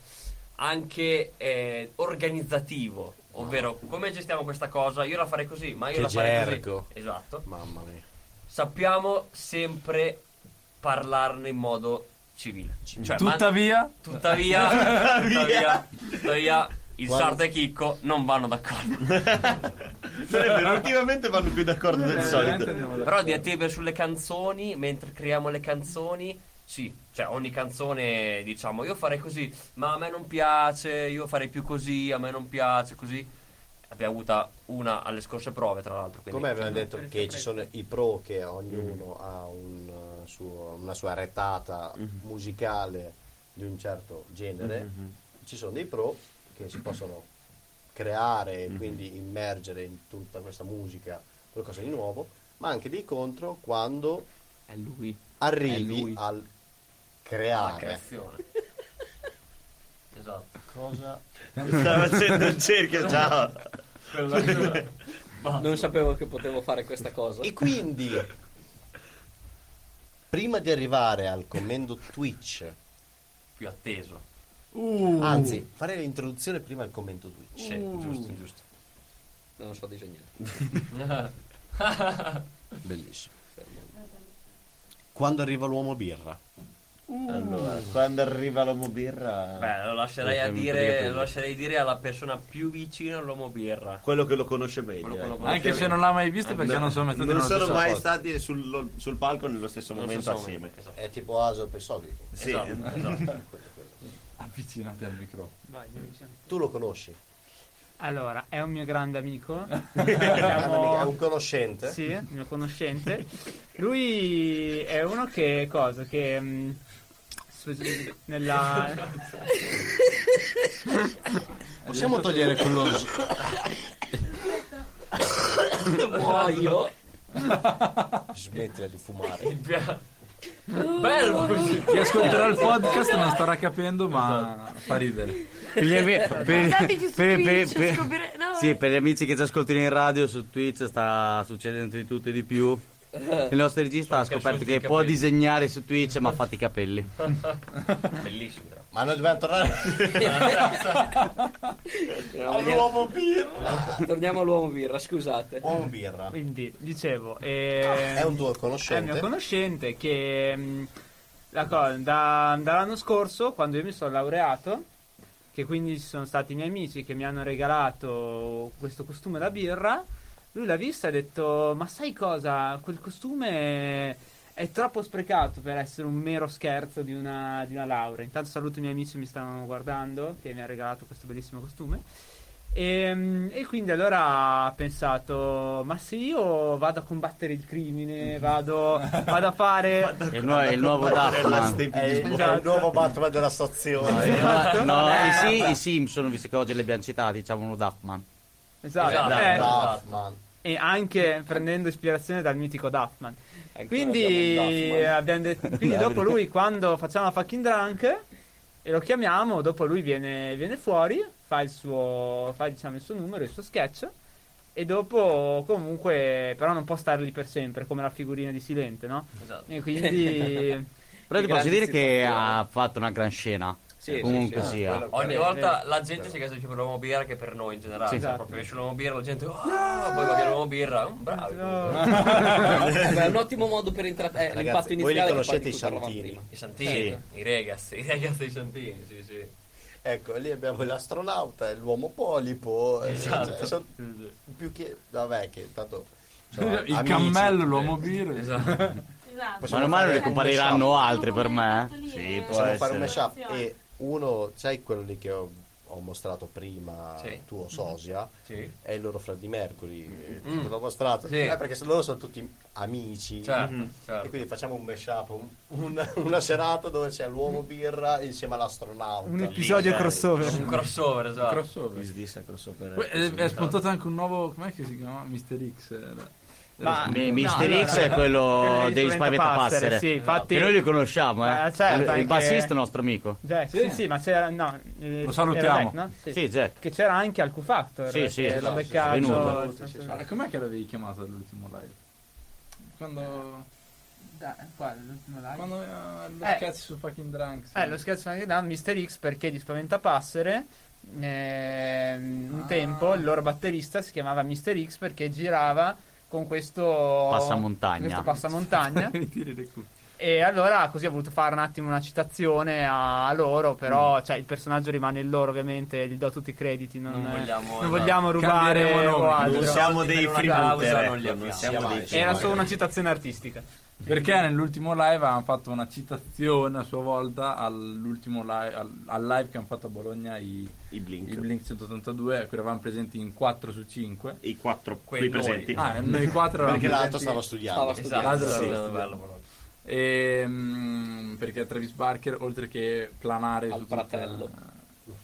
anche eh, organizzativo, ovvero come gestiamo questa cosa, io la farei così, ma io
Che
la farei
gergo.
così. Esatto.
Mamma mia.
Sappiamo sempre parlarne in modo civile. Cioè, ma-
(laughs)
Tuttavia, (laughs)
tuttavia, tuttavia, tuttavia, il sardo e Chicco non vanno d'accordo.
Non è vero, ultimamente vanno più d'accordo
Eh,
Eh,
del solito.
Però diatribe sulle canzoni, mentre creiamo le canzoni, sì, cioè ogni canzone diciamo io farei così, ma a me non piace, io farei più così, a me non piace, così. Abbiamo avuta una alle scorse prove, tra l'altro. quindi-
Come abbiamo detto che ci sono i pro che
Mm.
ognuno ha un, eh, suo- una sua retata
Mm-hmm.
musicale di un certo genere, ci sono dei pro che si possono creare
Mm-hmm.
e quindi immergere in tutta questa musica qualcosa di nuovo, ma anche dei contro quando
È lui. È
arrivi
lui.
al
la
creare.
(laughs)
creazione. esatto.
Cosa?
Stava facendo il cerchio, ciao.
Ah.
Non sapevo che potevo fare questa cosa.
E quindi, prima di arrivare al commendo Twitch,
Più atteso.
Uh.
Uh. anzi, farei l'introduzione prima al commento Twitch.
Sì, giusto, giusto.
Non so disegnare.
(laughs)
Bellissimo. Quando arriva l'uomo birra.
Uh.
Allora, quando arriva l'uomo birra...
Beh, lo lascerei, a dire, lo lascerei dire alla persona più vicina all'uomo birra.
Quello che lo conosce meglio.
Quello che lo
ecco.
conosce
anche se non l'ha mai visto perché non sono mai stato
Non
nello
sono
stesso
mai
posto.
stati sul, sul palco nello stesso
Nello
momento
stesso
assieme.
momento, esatto.
È tipo Aso per soldi.
Sì.
Esatto,
(laughs)
esatto.
Avvicinati al microfono.
Tu
(laughs)
lo conosci?
Allora, è un mio grande (laughs) amico.
È
Siamo-
un conoscente?
Sì, il mio conoscente. Lui è uno che cosa? Che mh, mm, (laughs) Nella...
Possiamo togliere quello.
Muoio.
Smettila di fumare.
Uh.
Bello così.
Uh. Chi ascolterà
(laughs)
il podcast non starà capendo, ma
Esatto.
fa ridere.
Per gli ami- per-
Guardatevi su
per-
Twitch,
per- per-
scoprire- no,
Sì,
eh.
per gli amici che ci ascoltano in radio, su Twitch sta succedendo di tutto e di più. Il nostro regista ha scoperto
cresciuti
che
i
può
capelli.
disegnare su Twitch ma ha fatto i capelli.
Bellissimo. Ma noi dobbiamo tornare
All'uomo birra. Torniamo all'uomo birra,
(coughs)
scusate.
Uomo birra.
Quindi, dicevo, eh,
È un tuo
È
conoscente?
un mio conoscente che mh, la cosa, da- dall'anno scorso, quando io mi sono laureato, che quindi ci sono stati i miei amici che mi hanno regalato questo costume da birra, lui l'ha vista e ha detto, ma sai cosa, quel costume è troppo sprecato per essere un mero scherzo di una, di una laurea. Intanto saluto i miei amici che mi stanno guardando, che mi ha regalato questo bellissimo costume. Ehm, E, quindi allora ha pensato: Ma se io vado a combattere il
Mm-hmm.
crimine, vado, vado a
(laughs)
fare. Eh, esatto.
È il, nuovo- è il nuovo Batman.
È il, è il nuovo Batman della stazione.
No, no, i, si- i Simpson, visto che oggi li abbiamo citati, diciamo Duffman.
Esatto,
Esatto,
eh,
Batman.
E anche prendendo ispirazione dal mitico Duffman. Quindi,
abbiamo un Duffman.
abbiamo detto,
(laughs)
quindi dopo lui, quando facciamo la fucking drunk e lo chiamiamo, dopo lui viene, viene fuori, fa, il suo, fa diciamo, il suo numero, il suo sketch. E dopo, comunque, però non può stare lì per sempre, come la figurina di Silente, no?
Esatto.
E quindi.
(laughs) Però ti posso
Eh. grandi
dire
situazioni.
che ha fatto una gran scena. Comunque sia.
Ogni volta la gente si casa più per l'uomo birra che per noi in generale.
Sì.
Cioè,
esatto.
proprio esce l'uomo birra, la gente. Ah, poi va bene l'uomo birra. Mm, Bravo. (laughs)
È un ottimo modo per entrare.
Ragazzi, voi
l'impatto
li
iniziale
conoscete i
Santini?
I Santini, i Regas, i Regas dei Santini, sì, sì.
Ecco, lì abbiamo l'astronauta, e l'uomo polipo. eh,
Esatto.
cioè, son- più che. Vabbè, che cioè, tanto.
Il cammello, l'uomo birra.
Esatto.
Ma ormai ne compariranno altri per me. eh? Sì, può
Possiamo fare un
essere.
mashup e uno, sai quello lì che ho, ho mostrato prima, tuo sosia, è il loro Freddy Mercury,
Mm.
te l'ho mostrato,
Sì.
Eh, perché loro sono tutti amici,
Certo,
Mhm. e quindi facciamo un mashup, un- un- una serata dove c'è l'uomo birra insieme all'astronauta.
Un episodio
Lì,
crossover.
cioè,
Un crossover,
esatto.
Is this a crossover?
Poi eh, È, è spuntato anche un nuovo. Com'è che si chiama? Mister X. eh, era-
Ma-
era-
Mi- Mister X è quello dei spaventapassere.
Sì, infatti-
Che noi li conosciamo, eh.
Eh, certo,
il, il
anche-
bassista è il nostro amico.
Jack, sì,
Sì.
sì, ma c'era. No, eh,
Lo salutiamo.
era Jack, no? sì.
Sì, Jack.
Che c'era anche al eh, Q-Factor.
Sì, sì,
Eh,
che
esatto,
l'ho
sì,
beccato.
sì,
Ah, com'è che l'avevi chiamato all'ultimo live? Quando. Quando eh, lo
Eh.
scherzi su fucking drunk.
Eh, lo scherzo anche da Mr. X perché di Spaventapassere. ehm, un tempo
Ah.
il loro batterista si chiamava Mr. X perché girava con questo
Passamontagna.
(laughs)
questo passamontagna
scherzo.
E allora così ho voluto fare un attimo una citazione a a loro, però
Mm.
cioè, il personaggio rimane il loro ovviamente, gli do tutti i crediti, non,
Non vogliamo-
non vogliamo rubare
Cambieremo
o
nome.
altro.
eh, Non siamo
Per
dei
una
freebooter,
causa
ecco,
non li
non
abbiamo.
siamo dei
Era
freebooter.
solo una citazione artistica.
Perché nell'ultimo live hanno fatto una citazione a sua volta all'ultimo live, al, al live che hanno fatto a Bologna i,
Blink.
i Blink 182, a cui eravamo presenti in 4 su 5.
I 4
qui
presenti.
Ah, noi 4 eravamo
Perché l'altro
presenti-
stava studiando.
Esatto,
Stava
l'altro
studiando,
stava
sì.
studiando. Ehm, perché Travis Barker, oltre che planare su tutta-
fratello.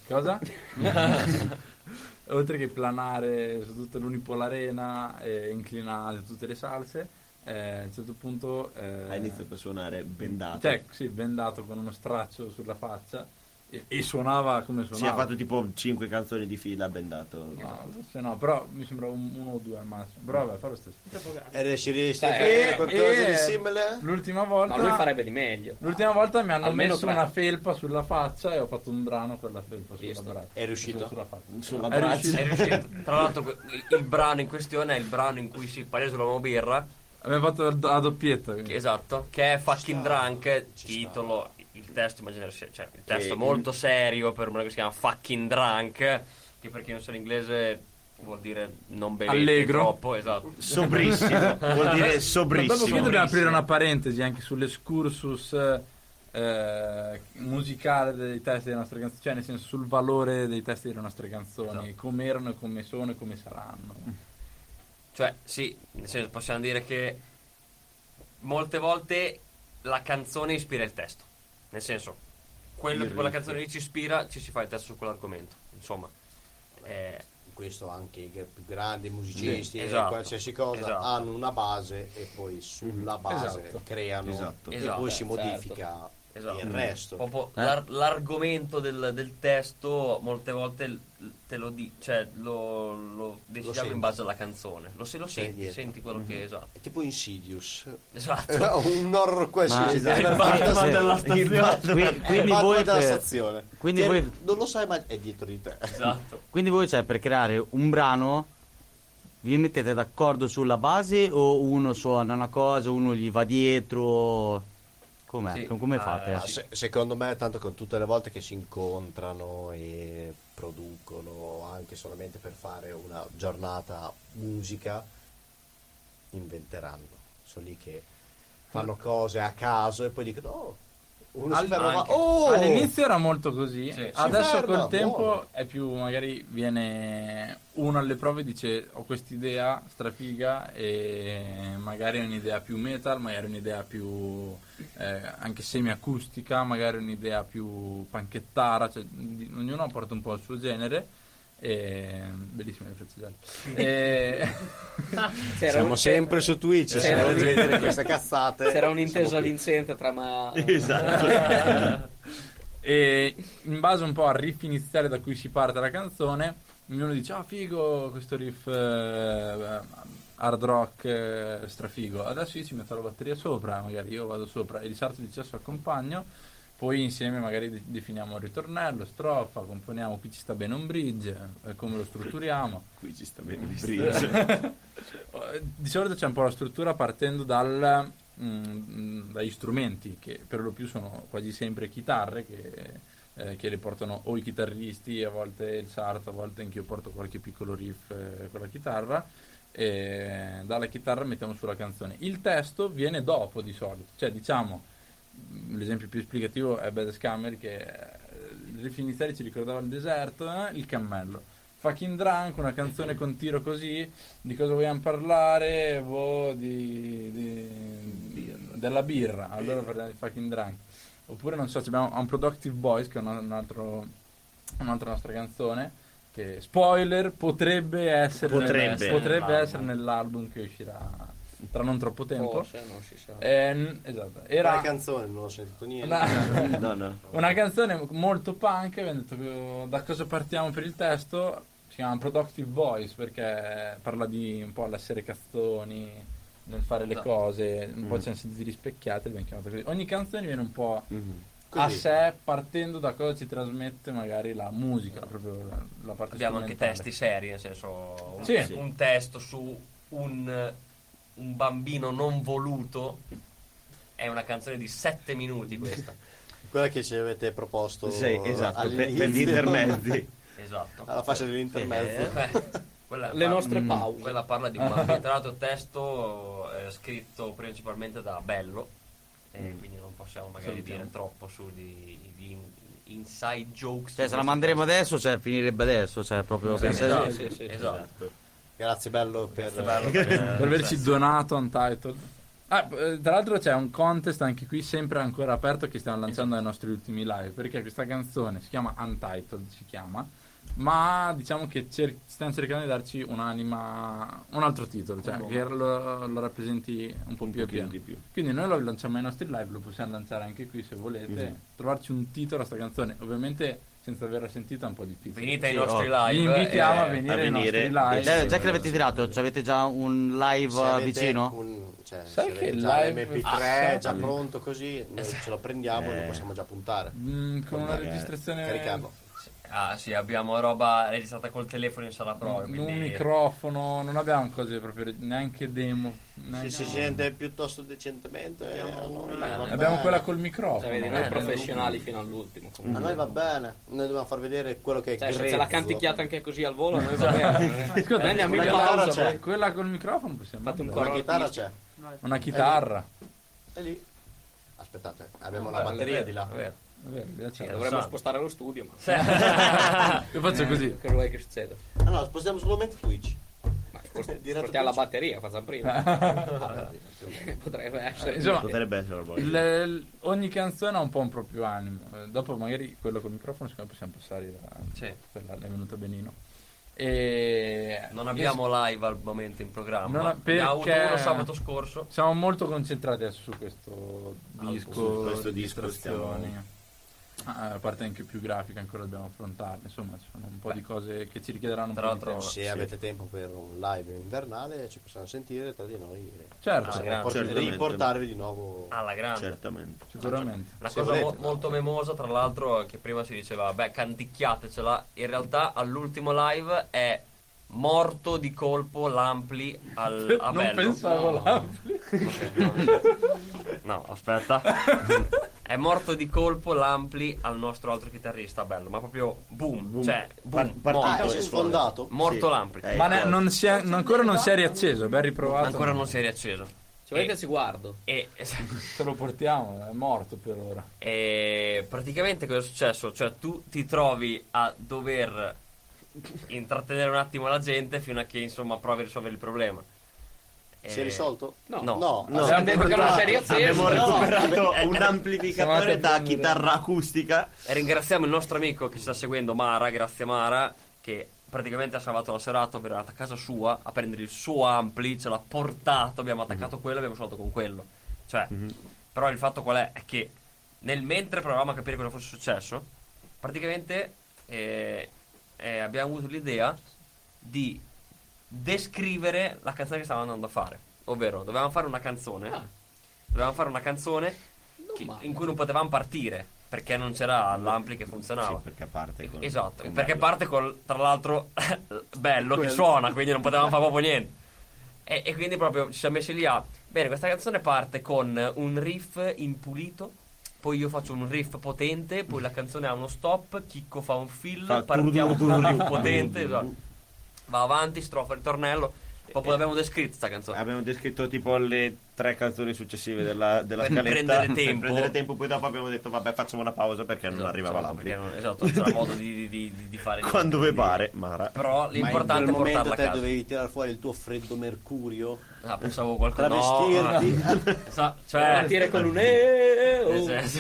Cosa? (laughs) oltre che planare su tutta l'unipolarena e inclinare su tutte le salse, eh, a un certo punto... eh,
Ha iniziato a suonare bendato.
cioè, sì, bendato con uno straccio sulla faccia e, e suonava come
Si è
suonava.
fatto tipo 5 canzoni di fila bendato.
No, forse no, però mi sembra un- uno o due al massimo. Però vabbè, fa lo stesso.
Eh,
E riusciresti a
Eh,
fare qualcosa
eh,
di simile?
L'ultima volta...
Ma lui farebbe di meglio.
L'ultima volta mi hanno
Almeno
messo
tre.
una felpa sulla faccia e ho fatto un brano con la felpa sulla
Visto.
braccia.
È riuscito?
Sulla faccia.
Sulla
È
braccia.
riuscito.
È riuscito. Tra l'altro, que- il, il brano in questione è il brano in cui si palesa l'uomo birra.
Abbiamo fatto la do- la doppietta. quindi.
Che- Esatto, che è Fucking Drunk, titolo, il testo, immagino sia- cioè, il testo
Che-
molto serio per uno che si chiama Fucking Drunk, che per chi non sa l'inglese vuol dire non bevete
Allegro.
troppo, esatto.
(laughs)
Sobrissimo, vuol dire sobrissimo.
Ma dopo qui dobbiamo aprire una parentesi anche sull'escursus eh, musicale dei testi delle nostre canzoni, cioè nel senso sul valore dei testi delle nostre canzoni, come erano, come sono e come saranno.
Cioè, sì, nel senso possiamo dire che molte volte la canzone ispira il testo. Nel senso, quello,
Irrite.
quella canzone lì ci ispira, ci si fa il testo su quell'argomento. Insomma, eh,
questo anche i più grandi musicisti
Sì,
e
esatto,
eh, qualsiasi cosa
esatto.
hanno una base e poi sulla base
Esatto.
creano
Esatto.
e
Esatto,
poi si
certo.
modifica
Esatto.
il resto. Eh?
Proprio
Eh?
l'ar- l'argomento del, del testo molte volte l- te lo, di- cioè, lo, lo decidiamo
senti.
in base alla canzone. Lo, se lo
Sei
senti,
dietro.
senti quello
Mm-hmm.
che esatto.
È tipo Insidious.
Esatto.
Era (laughs) Eh, un horror cioè, qualsiasi.
Ma-
Era
il Batman
fantasy-
della stazione.
il Batman-
Quindi- quindi
il Batman
voi
della
per-
stazione.
quindi
Che
voi-
Non lo sai, ma è dietro di te.
Esatto.
Quindi voi, cioè, per creare un brano, vi mettete d'accordo sulla base o uno suona una cosa, uno gli va dietro? Com'è? Com- Come fate? Eh,
Ah, se- secondo me, tanto con tutte le volte che si incontrano e producono anche solamente per fare una giornata musica, inventeranno. Sono lì che fanno cose a caso e poi dicono: Oh, uno si
Al-
ferma, ma-
anche.
"Oh!"
All'inizio era molto così,
Sì.
adesso
Si ferma,
col tempo
buono.
è più magari viene uno alle prove e dice ho quest'idea strafiga e magari è un'idea più metal, magari è un'idea più eh, anche semiacustica, magari è un'idea più panchettara, cioè, di- ognuno porta un po' il suo genere. E... Bellissime le
(laughs)
prezzeggiate. E...
C'era Siamo un- sempre su Twitch, c'era se un- volete vedere queste
cazzate.
C'era un inteso all'insente
(laughs)
tra ma...
Esatto.
Esatto.
e in base un po' al riff iniziale da cui si parte la canzone, ognuno dice: Ah, figo questo riff eh, hard rock eh, strafigo. Adesso io ci metto la batteria sopra, magari io vado sopra e Lisardo dice al suo compagno. Poi insieme magari de- definiamo il ritornello, strofa, componiamo qui ci sta bene un bridge, eh, come lo strutturiamo.
Qui ci sta bene un bridge.
Eh, di solito c'è un po' la struttura partendo dal, mm, dagli strumenti, che per lo più sono quasi sempre chitarre che, eh, che le portano o i chitarristi, a volte il sarto, a volte anch'io porto qualche piccolo riff eh, con la chitarra. E dalla chitarra mettiamo sulla canzone. Il testo viene dopo di solito, cioè diciamo l'esempio più esplicativo è Bad Scammer che eh, il riff iniziale ci ricordava il deserto, eh, il cammello. Fucking Drunk, una canzone con tiro così, di cosa vogliamo parlare? Boh, di, di- della birra, allora parliamo di Fucking Drunk. Oppure non so, abbiamo Unproductive Boys che è un, un altro, un'altra nostra canzone che, spoiler, potrebbe essere,
Potrebbe.
potrebbe essere nell'album che uscirà tra non troppo tempo.
Forse, non si sa.
Ehm, esatto.
Era
Era
la canzone, non ho sentito niente.
(laughs)
una, una canzone molto punk. Abbiamo detto da cosa partiamo per il testo. Si chiama Productive Voice perché parla di un po' l'essere cazzoni nel fare le
No.
cose. Un po'
Mm.
ci siamo sentiti rispecchiati. L'abbiamo chiamata così. Ogni canzone viene un po'
Così.
a sé partendo da cosa ci trasmette magari la musica, proprio la, la parte
Abbiamo anche
strumentale.
testi seri, nel senso un,
Sì.
un testo su un, un bambino non voluto è una canzone di 7 minuti questa.
Quella che ci avete proposto
Sì, esatto, per- per gli
all'inizio.
intermezzi.
Esatto.
Alla fascia degli intermezzi.
Eh, quella
Le nostre
mm,
pause.
Quella parla di un
(laughs)
bambino, tra l'altro testo eh, scritto principalmente da Bello, e quindi non possiamo magari
Salutiamo.
dire troppo su di, di in- inside jokes.
Cioè, se la manderemo adesso, cioè, finirebbe adesso, cioè, proprio...
Sì,
pensate-
esatto, sì, sì, esatto.
Grazie bello per, (laughs)
per averci donato Untitled. Ah, eh, tra l'altro c'è un contest anche qui sempre ancora aperto che stiamo lanciando ai nostri ultimi live perché questa canzone si chiama Untitled, si chiama, ma diciamo che cer- stiamo cercando di darci un'anima, un altro titolo, cioè
Un po'.
che lo, lo rappresenti un po' più, a pieno.
pochino di più.
Quindi noi lo lanciamo ai nostri live, lo possiamo lanciare anche qui se volete,
Mhm.
trovarci un titolo a sta canzone, ovviamente senza averla sentita è un po' difficile.
Venite ai
Sì,
nostri
oh.
live,
Vi invitiamo
eh,
a venire,
a venire.
ai nostri live.
Eh, Già, già che l'avete tirato, cioè, avete già un live
Se avete
vicino?
un- cioè,
Sai
se
che
avete
il
già
live-
l'MP3
Ah,
già
sì.
pronto così, noi ce lo prendiamo e lo
Eh.
possiamo già puntare.
Mm, con una
Magari
registrazione
Caricarlo.
Ah sì, abbiamo roba registrata col telefono in sala prove,
un
quindi
microfono, non abbiamo cose proprio, neanche demo.
Se
neanche-
si sente piuttosto decentemente, eh, a noi va
Abbiamo
bene.
quella col microfono.
Cioè, vedi,
Eh,
noi professionali fino all'ultimo.
A
comunque.
noi va bene, noi dobbiamo far vedere quello che è
Cioè, se
grezzo.
ce la canticchiata anche così al volo, a noi va bene.
Scusa,
Noi andiamo in
quella
pausa.
chitarra c'è.
poi.
Quella col microfono possiamo
Fate un
andare.
coro
chitarra
artistico.
c'è.
Una chitarra.
E lì. Aspettate, abbiamo
Ah,
la
beh,
batteria
vero,
di là.
vero.
Vero, vero,
Sì,
c'è.
Eh, dovremmo spostare lo studio, ma... (laughs)
Sì.
Io faccio così.
Che vuoi che succeda?
Allora, spostiamo solamente Twitch.
Ma port-
Diretto
portiamo la
principale.
batteria, facciamo prima.
(laughs)
(laughs) Potrebbe eh. essere.
Eh, Insomma,
Potrebbe essere una buona
il- il- ogni canzone ha un po' un proprio animo. Eh, Dopo magari quello col microfono, secondo me possiamo passare la, quella è venuta benino. E
Non abbiamo live al momento in programma.
Non ha-
Ne ha avuto
perché
uno sabato scorso.
Siamo molto concentrati adesso su questo disco,
su questo
di
disco
distrazioni.
stiamo-
Ah, la parte anche più grafica ancora dobbiamo affrontarla. Insomma, ci sono un po' di cose che ci richiederanno un
Tra
po' di
l'altro,
tempo.
se
Sì.
avete tempo per un live invernale, ci possiamo sentire tra di noi. e-
Certo.
Ah,
Certo.
posso
Certamente.
riportarvi di nuovo
alla grande.
Certo.
Certamente.
Sicuramente.
La
Se
cosa
volete,
mo- molto memosa, tra l'altro, è che prima si diceva, beh, canticchiatecela. In realtà, all'ultimo live è morto di colpo l'ampli
(laughs)
al, a
Non
Bello.
pensavo
No.
all'ampli.
Ok, no. No, aspetta. (laughs) È morto di colpo l'ampli al nostro altro chitarrista, bello, ma proprio boom, cioè boom,
Par- partito
morto.
e Ah, sfondato.
Morto
Sì.
l'ampli.
Eh,
Ma ne- non si è- non- ancora non si è riacceso, ben riprovato.
Ancora non si è riacceso.
Ci
Eh,
volete ci guardo.
(laughs)
E,
Te lo portiamo, è morto per ora.
E praticamente cosa è successo? Cioè, tu ti trovi a dover intrattenere un attimo la gente fino a che insomma provi a risolvere il problema. Eh,
Si è risolto?
No,
No. No.
no.
Abbiamo detto che era una serie accesa.
Abbiamo
No.
recuperato
Eh, eh,
un
eh,
amplificatore da chitarra acustica.
E ringraziamo il nostro amico che ci sta seguendo, Mara, grazie Mara, che praticamente ha salvato la serata, ovvero è andata a casa sua a prendere il suo ampli, ce l'ha portato, abbiamo attaccato quello e abbiamo suonato con quello. Cioè, però il fatto qual è? È che nel mentre provavamo a capire cosa fosse successo, praticamente eh, eh, abbiamo avuto l'idea di descrivere la canzone che stavamo andando a fare. Ovvero, dovevamo fare una canzone. Dovevamo fare una canzone che- in cui non potevamo partire perché non c'era l'ampli che funzionava.
perché parte con-
esatto,
con
perché
bello.
parte col, tra l'altro, (laughs) bello che
Quello.
suona, quindi non potevamo fare proprio niente. E, e quindi proprio ci siamo messi lì a... Bene, questa canzone parte con un riff impulito, poi io faccio un riff potente, poi la canzone ha uno stop, Chicco fa un fill,
Fa
partiamo
turru,
con un
turru,
riff potente,
turru.
esatto. va avanti, strofa, ritornello. Proprio l'abbiamo descritto questa canzone.
Abbiamo descritto tipo le tre canzoni successive della, della
Per
scaletta
prendere
per
tempo.
prendere tempo, poi dopo abbiamo detto vabbè facciamo una pausa perché non arrivava
esatto,
l'ampli.
perché non- esatto, non c'era modo di, di- di-
(laughs)
di fare niente.
Quando vi pare, Mara.
Però l'importante
Ma
è
in quel momento
portarla a
te
casa.
dovevi tirare fuori il tuo freddo mercurio.
Ah, pensavo qualcosa.
(laughs) Travestirti.
No. (laughs) Sa- cioè,
Partire con un oh".
Eh, sì, sì.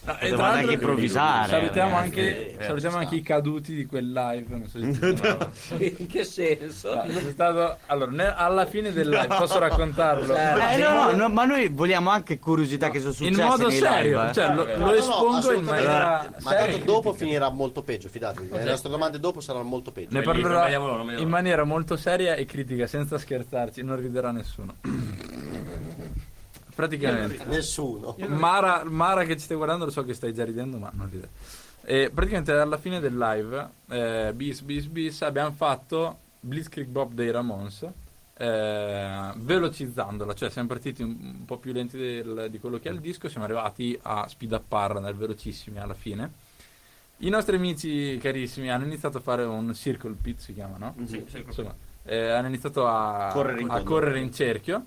No, e
Potevamo
tra l'altro-
anche improvvisare,
Salutiamo,
ragazzi.
anche,
Eh,
salutiamo anche i caduti di quel live. Non so se
(laughs) In che senso?
Ah, c'è stato- allora, ne- alla fine del live, posso raccontarlo?
Certo.
Eh, no, no, no, ma noi vogliamo anche curiosità che sono
In
successe
modo
nei
serio,
live, eh.
cioè, lo-
No, no, no, assolutamente.
Ah,
maniera
Ma tanto
seria.
dopo finirà molto peggio, fidatevi. Le
Ok.
nostre domande dopo saranno molto peggio.
Ne parlerà in maniera molto seria e critica, senza scherzarci, non riderà nessuno. (clears throat) Praticamente.
Nessuno.
Mara, Mara che ci stai guardando, lo so che stai già ridendo, ma non ridere. E praticamente alla fine del live, eh, bis bis bis, abbiamo fatto Blitzkrieg Bob dei Ramones, eh, velocizzandola, cioè siamo partiti un, un po' più lenti del- di quello che è il disco, siamo arrivati a speed up andare velocissimi alla fine. I nostri amici carissimi hanno iniziato a fare un circle pit, si chiama, no?
Sì, circle pit.
Insomma, eh, hanno iniziato a
Correre in
a
tondo.
correre in cerchio.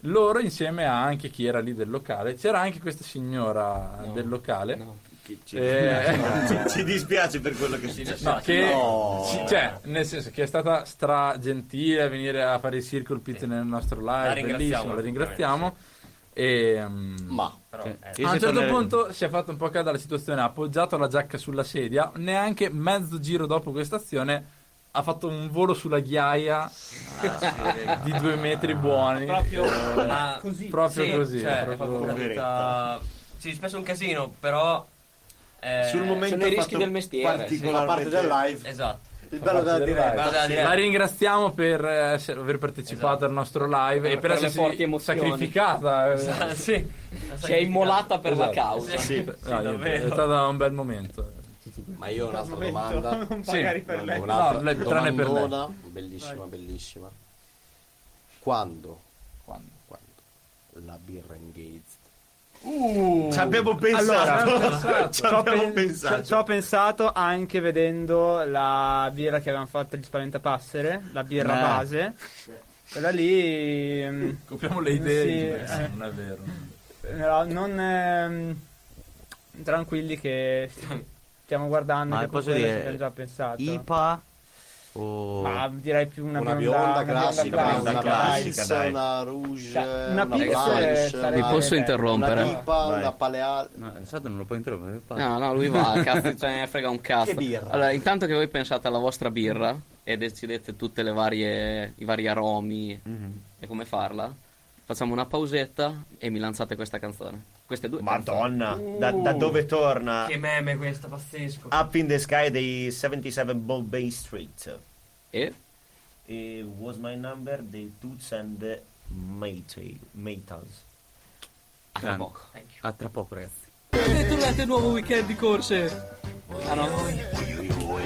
Loro insieme a anche chi era lì del locale, c'era anche questa signora del locale.
Ci, (laughs)
Eh,
(laughs)
ci- ci dispiace per quello che si
No, che ci- cioè, nel senso che è stata stra gentile a venire a fare il circle pit nel nostro
La
live,
ringraziamo,
bellissimo, la ringraziamo. E, mm,
Ma
però,
sì.
eh.
a un
Io se
certo
tornerei-
punto si è fatto un po' cadere la situazione, ha appoggiato la giacca sulla sedia, neanche mezzo giro dopo questa azione ha fatto un volo sulla ghiaia di due metri buoni.
Ah, Proprio,
Eh,
ah,
proprio
sì,
così.
cioè,
proprio-
proprio una vita- Sì, spesso un casino, però. eh,
Sul momento
sono i rischi del mestiere, sì.
Particolarmente- Fa parte del live.
Esatto.
Il bello della
Eh,
diretta.
bello della
Sì,
diretta.
La ringraziamo per eh, essere- aver partecipato al nostro live e
Esatto. Per-
per
per le forti
essersi
emozioni.
sacrificata. eh.
Esatto, sì.
Si è immolata per la
Esatto.
causa.
Sì, no,
sì,
niente,
davvero.
è stato un bel momento.
Ma io ho
(laughs)
un'altra domanda.
Sì.
No, no,
No,
un'altra
le- tranne per lei.
domandona, bellissima, bellissima. Quando?
Quando?
La birra engaged.
Uh.
Ci
(laughs)
abbiamo pensato. (laughs)
Uh. Ci
Ci
ho
abbiamo
pen-
pensato.
ci ho pensato anche vedendo la birra che avevamo fatto gli spaventapassere, la birra
Beh.
base. Quella lì... ehm,
Copriamo le idee.
sì,
eh,
eh,
Non è vero.
no, non... ehm, tranquilli che stiamo guardando
Ma
che
posso
quello
dire-
ci abbiamo già pensato.
IPA O...
Ma direi più una,
Una bionda
bionda,
classica,
bionda
una
classica,
pizza,
dai.
una rouge,
Cioè,
una blanche,
Vi posso interrompere?
Una pipa,
Vai.
una paleale.
No, Sado non lo puoi interrompere.
No, no,
(laughs)
lui
(laughs)
va, cazzo, cioè, ce ne frega un cazzo.
Che birra?
Allora, intanto che voi pensate alla vostra birra e decidete tutte le varie, i vari aromi
Mhm.
e come farla, facciamo una pausetta e mi lanzate questa canzone. Queste due.
Madonna,
canzoni.
da, da dove torna?
Che meme questa, pazzesco.
Ah,
Up in the Sky dei 77 Bombay Street.
E?
E was my number dei Toots and the Maytals. Maytals.
A Ah, tra poco. A tra poco, ragazzi.
Bentornati al nuovo weekend di corse. Ah no?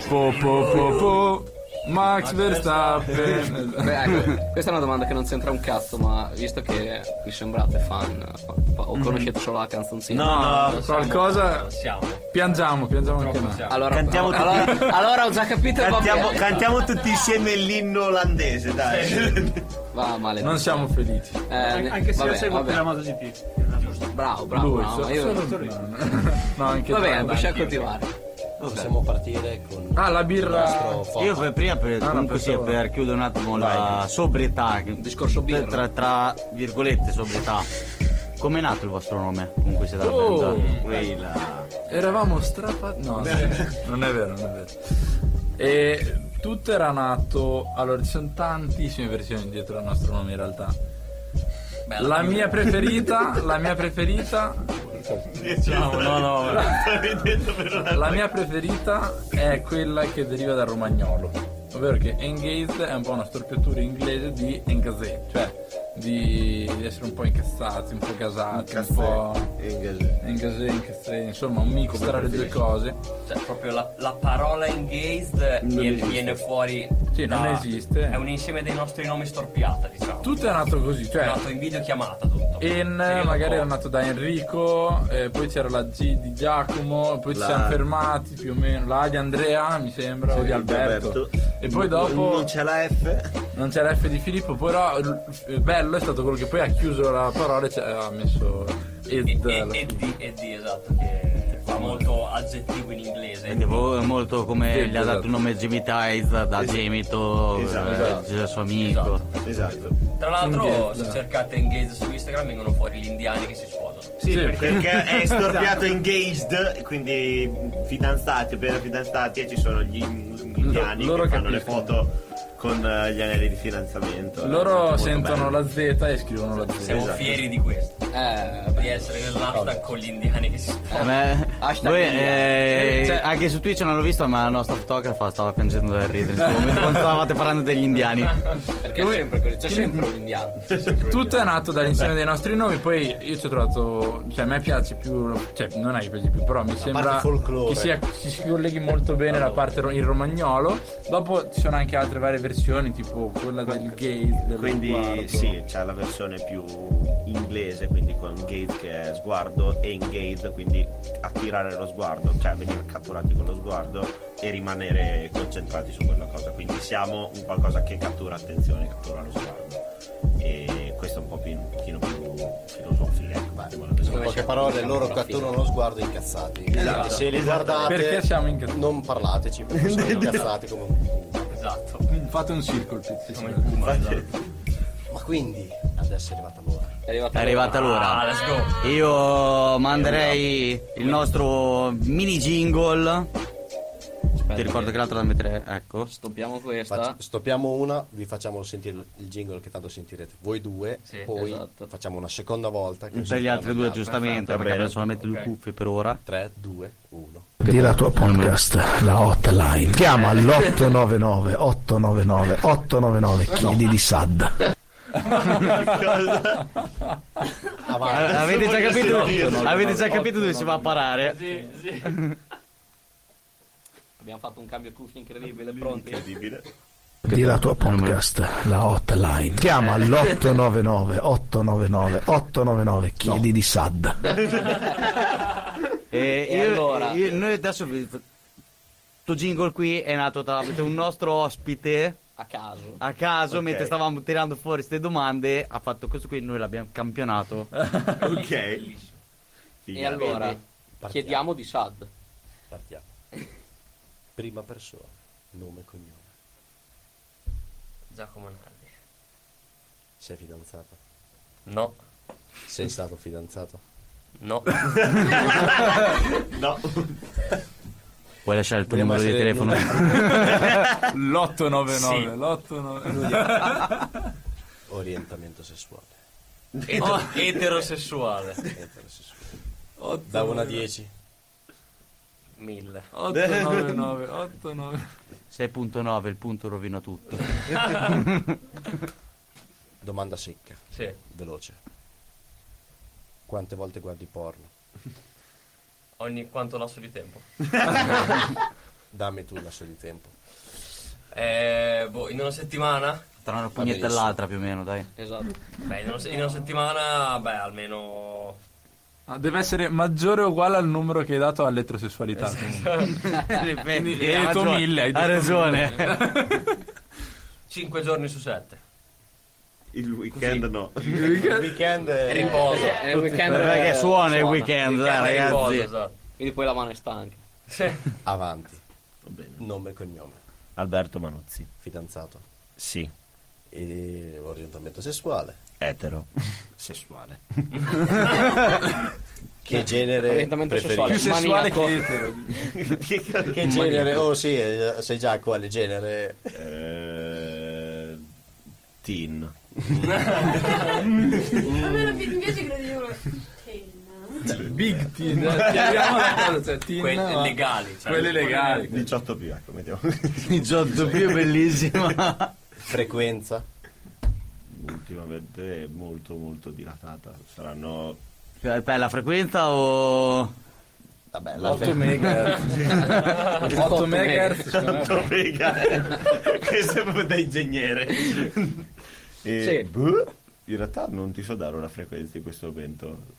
Po, po, po, po. Max Verstappen.
Beh, ecco, questa è una domanda che non c'entra un cazzo, ma visto che vi sembrate fan eh, o
Mhm.
conoscete solo la canzoncina.
No,
Lo siamo-
qualcosa.
Siamo.
Piangiamo, piangiamo anche noi.
Allora,
Cantiamo
allora,
tutti-
allora ho già capito il
Cantiamo,
vabbè.
cantiamo tutti insieme l'inno olandese, dai.
Va male.
Non siamo felici.
Eh, ne-
Anche se
vabbè,
io seguo
vabbè.
più la MotoGP.
Oh,
Bravo, bravo.
Lui,
bravo,
so-
io-
sono No, anche
Va bene,
Trump,
possiamo
anche io.
continuare.
Possiamo partire con
Ah, la birra.
Io per prima per,
Ah, no,
comunque sia
pensavo-
per chiudere un attimo la sobrietà, che-
discorso birra.
tra, tra virgolette sobrietà. Come è nato il vostro nome? Comunque siete alla
Oh.
band?
Eravamo strafatti. No, non è vero, non è vero. E tutto era nato. Allora, ci sono tantissime versioni dietro al nostro nome in realtà.
Bella
La
birra.
mia (laughs) preferita, la mia preferita. No, no, no. La mia preferita è quella che deriva dal romagnolo. Ovvero che engaged è un po' una storpiatura inglese di engazé, cioè di, di essere un po' incazzati, un po' gasati, un po'. Engazé, incazzé, insomma, un mix tra le due cose.
Cioè, proprio la, la parola engaged
Non
viene,
esiste.
viene fuori.
Sì, non esiste.
È un insieme dei nostri nomi storpiata, diciamo.
Tutto è nato così,
È
cioè.
nato in videochiamata tutto.
En
Sì, io
magari
dopo-
era nato da Enrico, eh, poi c'era la G di Giacomo, poi ci
La-
siamo fermati più o meno, la A di Andrea mi sembra, o di Alberto. E poi dopo
Non c'è la F.
non c'era F di Filippo, però il il bello è stato quello che poi ha chiuso la parola e ci ha messo ed.
E,
alla
e, e,
fine.
di, e di, esatto, che fa molto aggettivo in inglese.
Quindi vo- è molto come
Sì,
gli ha dato
esatto.
il nome Jimmy Tice da Gemito,
Esatto,
eh, il suo amico.
Esatto.
Tra l'altro,
Engaged.
se cercate engaged su Instagram, vengono fuori gli indiani che si sposano.
Sì, Esatto. perché (laughs) è
Esatto.
storpiato engaged, quindi fidanzati, per fidanzati e ci sono gli indiani
Loro
che fanno le
capiscono.
foto con eh, gli anelli di fidanzamento.
Loro
Molto
sentono
bello.
la Z e scrivono la Z.
Siamo
Esatto.
fieri di questo.
Eh,
Di essere nell'hashtag con gli indiani che
Eh.
si sposano.
Beh,
Hashtag
voi,
India.
Cioè,
eh, anche su Twitch non l'ho visto, ma la nostra fotografa stava piangendo dal ridere in questo momento quando stavate parlando degli indiani.
perché è sempre così, c'è sempre un indiano.
Tutto è nato dall'insieme dei nostri nomi, poi io ci ho trovato. Cioè, a me piace più. Cioè, non è che piace più, però mi sembra
parte folklore.
che sia, si si colleghi molto bene la parte ro- in romagnolo. Dopo ci sono anche altre varie versioni, tipo quella del gay. Del
Quindi
guardo. (laughs)
sì, c'è la versione più inglese, quindi con gaze che è sguardo e engage, quindi attirare lo sguardo, cioè venire catturati con lo sguardo e rimanere concentrati su quella cosa. Quindi siamo un qualcosa che cattura attenzione, cattura lo sguardo. E questo è un po' più, un pochino più filosofico. ecco, diciamo così.
In poche parole, loro catturano lo sguardo incazzati.
Esatto.
Se li guardate,
Perché siamo incazzati?
non parlateci, perché sono
(laughs)
incazzati come un culo.
Esatto.
Fate un circolo, pezzi.
Come il Puma. esatto.
Ma quindi, adesso è arrivata l'ora.
È arrivata
È arrivata
Ah,
l'ora.
let's go.
Io manderei il nostro mini jingle. Ti ricordo che l'altro da mettere. Ecco.
Stoppiamo
Facci-
questa.
stoppiamo una, vi facciamo sentire il jingle che tanto sentirete voi due,
Sì,
poi
esatto.
facciamo una seconda volta. che
Per gli
sentiamo
altri due, giustamente, perché
bene.
adesso solamente due
Ok.
cuffie per ora.
3, 2, 1.
Di la tua podcast, la hotline. Chiama all'899 899 899 chiedi di Sad.
Ah,
Eh, avete già capito,
Sì.
avete già capito dove si va a parare?
Sì, sì.
(laughs) Abbiamo fatto un cambio cuffie incredibile, pronti?
Incredibile.
Di la tua podcast, la hotline. Chiama
Eh.
all'899 899 899 chiedi di Sad.
E
E
io-
allora?
io- noi adesso vi- questo jingle qui è nato tramite un nostro ospite
A caso.
a caso
Ok.
mentre stavamo tirando fuori queste domande ha fatto questo qui noi l'abbiamo campionato
ok.
E allora, chiediamo di Sad.
Partiamo. Prima persona, nome e cognome.
Giacomo Nardi.
Sei fidanzato?
No.
Sei stato fidanzato?
No.
(laughs) no.
Puoi lasciare il tuo
Vogliamo
numero di
essere-
telefono.
L'899.
Sì.
L'899.
(laughs) Orientamento sessuale.
Etero- eterosessuale.
Otto,
Da 1 a
nove.
10.
1000.
(laughs)
899. 899.
6.9, il punto rovina tutto. (laughs)
Domanda secca.
Sì.
Veloce. Quante volte guardi porno?
Ogni quanto lasso di tempo.
Dammi tu un lasso di tempo.
Eh, boh, in una settimana?
Tra una pugnetta e
Vabbè,
l'altra più o meno, dai.
(laughs) Esatto. Beh, in una, in una settimana, beh,
(laughs)
almeno...
Ah, Deve essere maggiore o uguale al numero che hai dato all'eterosessualità.
Esatto.
Quindi, hai
Ripeto, ha
detto
ragione.
1000.
Ha ragione.
(laughs)
5 giorni su 7.
Il weekend no.
weekend è
riposo.
Eh, il weekend
Perché
è-
suona il weekend, dai,
è
ragazzi.
riposo, esatto. Quindi poi la mano è stanca.
Avanti. Nome e cognome.
Alberto Manuzzi.
Fidanzato.
Sì.
E orientamento sessuale.
Etero. (laughs) Sessuale.
(laughs) Che genere
Orientamento
preferisci?
sessuale, Più
che etero. (laughs) che genere? Oh sì, eh, sai già quale genere?
Eh, Teen.
Almeno fi- invece credevo.
Big Tin.
cioè,
Quelli legali, cioè,
Quelli legali.
18 più, ecco,
(laughs)
mettiamo.
18 più è bellissimo.
Frequenza.
Ultimamente è molto molto dilatata. Saranno
Cioè, beh, la frequenza o...
Vabbè,
la Otto megahertz.
8 megahertz.
8 megahertz. Questo è proprio da ingegnere. E, boh, in realtà non ti so dare una frequenza in questo momento.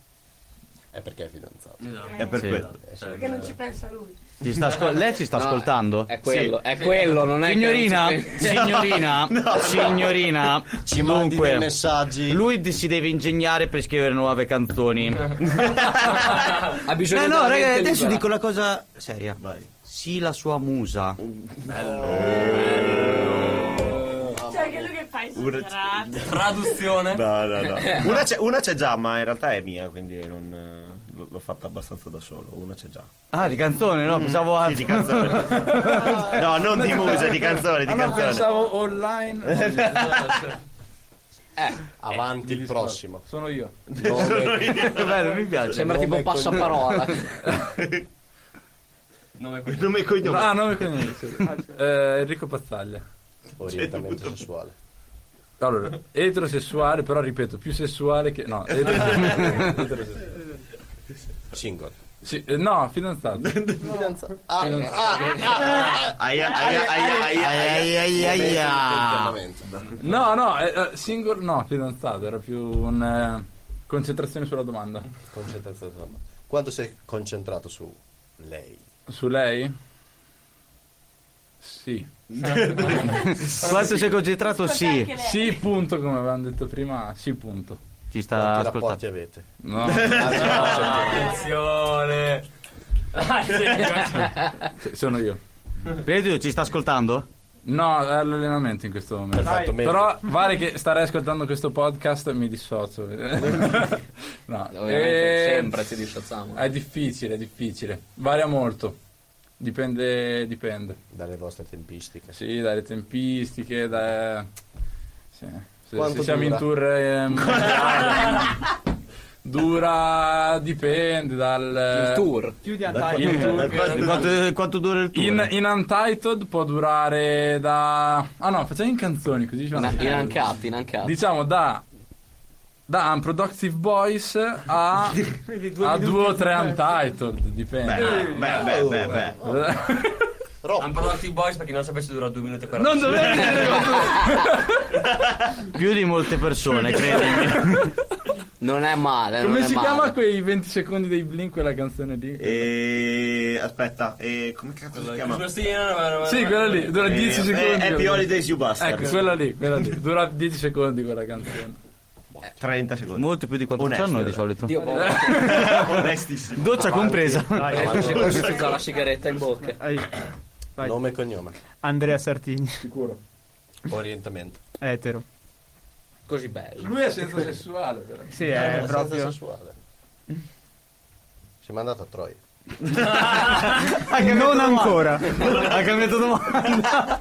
È perché è fidanzato. Eh,
È per
Sì.
quello.
Cioè,
Perché non ci pensa lui.
Ci sta ascol- lei ci sta
No,
ascoltando?
è quello, è quello, non è che
signorina,
non ci-
signorina,
No.
signorina.
Ci mandi
dunque,
dei messaggi.
Lui di- si deve ingegnare per scrivere nuove canzoni.
Ah.
Ha bisogno
no, no,
della
raga,
mente
adesso
libera.
dico la cosa seria. Sì, la sua musa.
Cioè, che lui che fa il
Una-
superato.
Traduzione.
No, no, no. Una c'è, una c'è già, ma in realtà è mia, quindi non, eh, l'ho- l'ho fatta abbastanza da solo. Una c'è già.
Ah, di canzone, no? Pensavo altro.
Di canzone. No,
(laughs)
non di musa, di canzone, di
Ah, no,
canzone.
pensavo online.
Eh.
Eh, Avanti il prossimo.
Sono io.
(laughs)
Bello, mi piace.
Sembra tipo
Nome e
passaparola.
(laughs)
Nome
Il nome e cognome.
Ah, no, che non eh, Enrico Pazzaglia.
Orientamento sessuale.
Allora, eterosessuale, però ripeto, più sessuale che... No, eterosessuale. eterosessuale.
(laughs) Single.
Sì, eh, no, fidanzato.
Fidanzato. Ah,
ah. Aia, aia, aia, aia, aia.
No, no, eh, eh, single no, fidanzato, era più un... eh, concentrazione sulla domanda.
Concentrazione. Quanto sei concentrato su lei?
Su lei? Sì.
Quanto sei concentrato? Sì.
Sì, punto, come avevamo detto prima, sì, punto.
Ci sta
Quanti rapporti
ascoltando.
avete? (laughs) Ah,
No.
Attenzione. Ah, sì.
Sì, sono io.
Vedi, ci sta ascoltando?
No, all'allenamento in questo momento.
Esatto,
Perfetto, meglio.
Però vale che starei ascoltando questo podcast e mi
(laughs)
dissocio. no,
Ovviamente
eh,
sempre ci dissociamo.
È difficile, è difficile. Varia molto. Dipende, dipende.
Dalle vostre tempistiche.
Sì, dalle tempistiche, da... sì. Se,
Quanto
se siamo in
dura?
tour eh,
(laughs)
mondiale, dura, dipende dal...
Il tour.
Il tour.
Quanto, quanto dura il tuo?
In, in Untitled può durare da... Ah no, facciamo in canzoni così ci vanno.
Inancato, inancato.
Diciamo da... Da Unproductive Boys a, a due o tre Untitled, dipende.
Beh, beh, beh, beh,
(laughs)
beh.
Hanno parlato i boys perché non sapesse dura 2 minuti e 40.
Non dovevi
(laughs)
(laughs) Più di molte persone, credimi.
Non è
Eh,
male, non
Come
è
si
male.
chiama quei 20 secondi dei Blink quella canzone lì?
Eh, E... Aspetta, e... come cazzo si chiama?
Sì, quella lì, dura
Eh,
10
eh,
secondi.
Happy Holidays You Bastard.
Ecco, quella lì, quella lì. Dura 10 secondi quella canzone.
30 secondi.
Molto più di quanto
Onesto,
c'hanno di
dai.
solito.
(laughs)
Dio, povero.
Onestissimo.
Doccia compresa.
Vai,
Eh,
vai.
si consulta la sigaretta in bocca.
Nome e cognome.
Andrea Sartini.
Orientamento.
Etero.
Così bello.
Lui è senza sessuale, però.
Sì, è
abbastanza
(laughs)
proprio-
sessuale. Siamo andati a (laughs) Troia.
non
domanda.
ancora. ha cambiato domanda.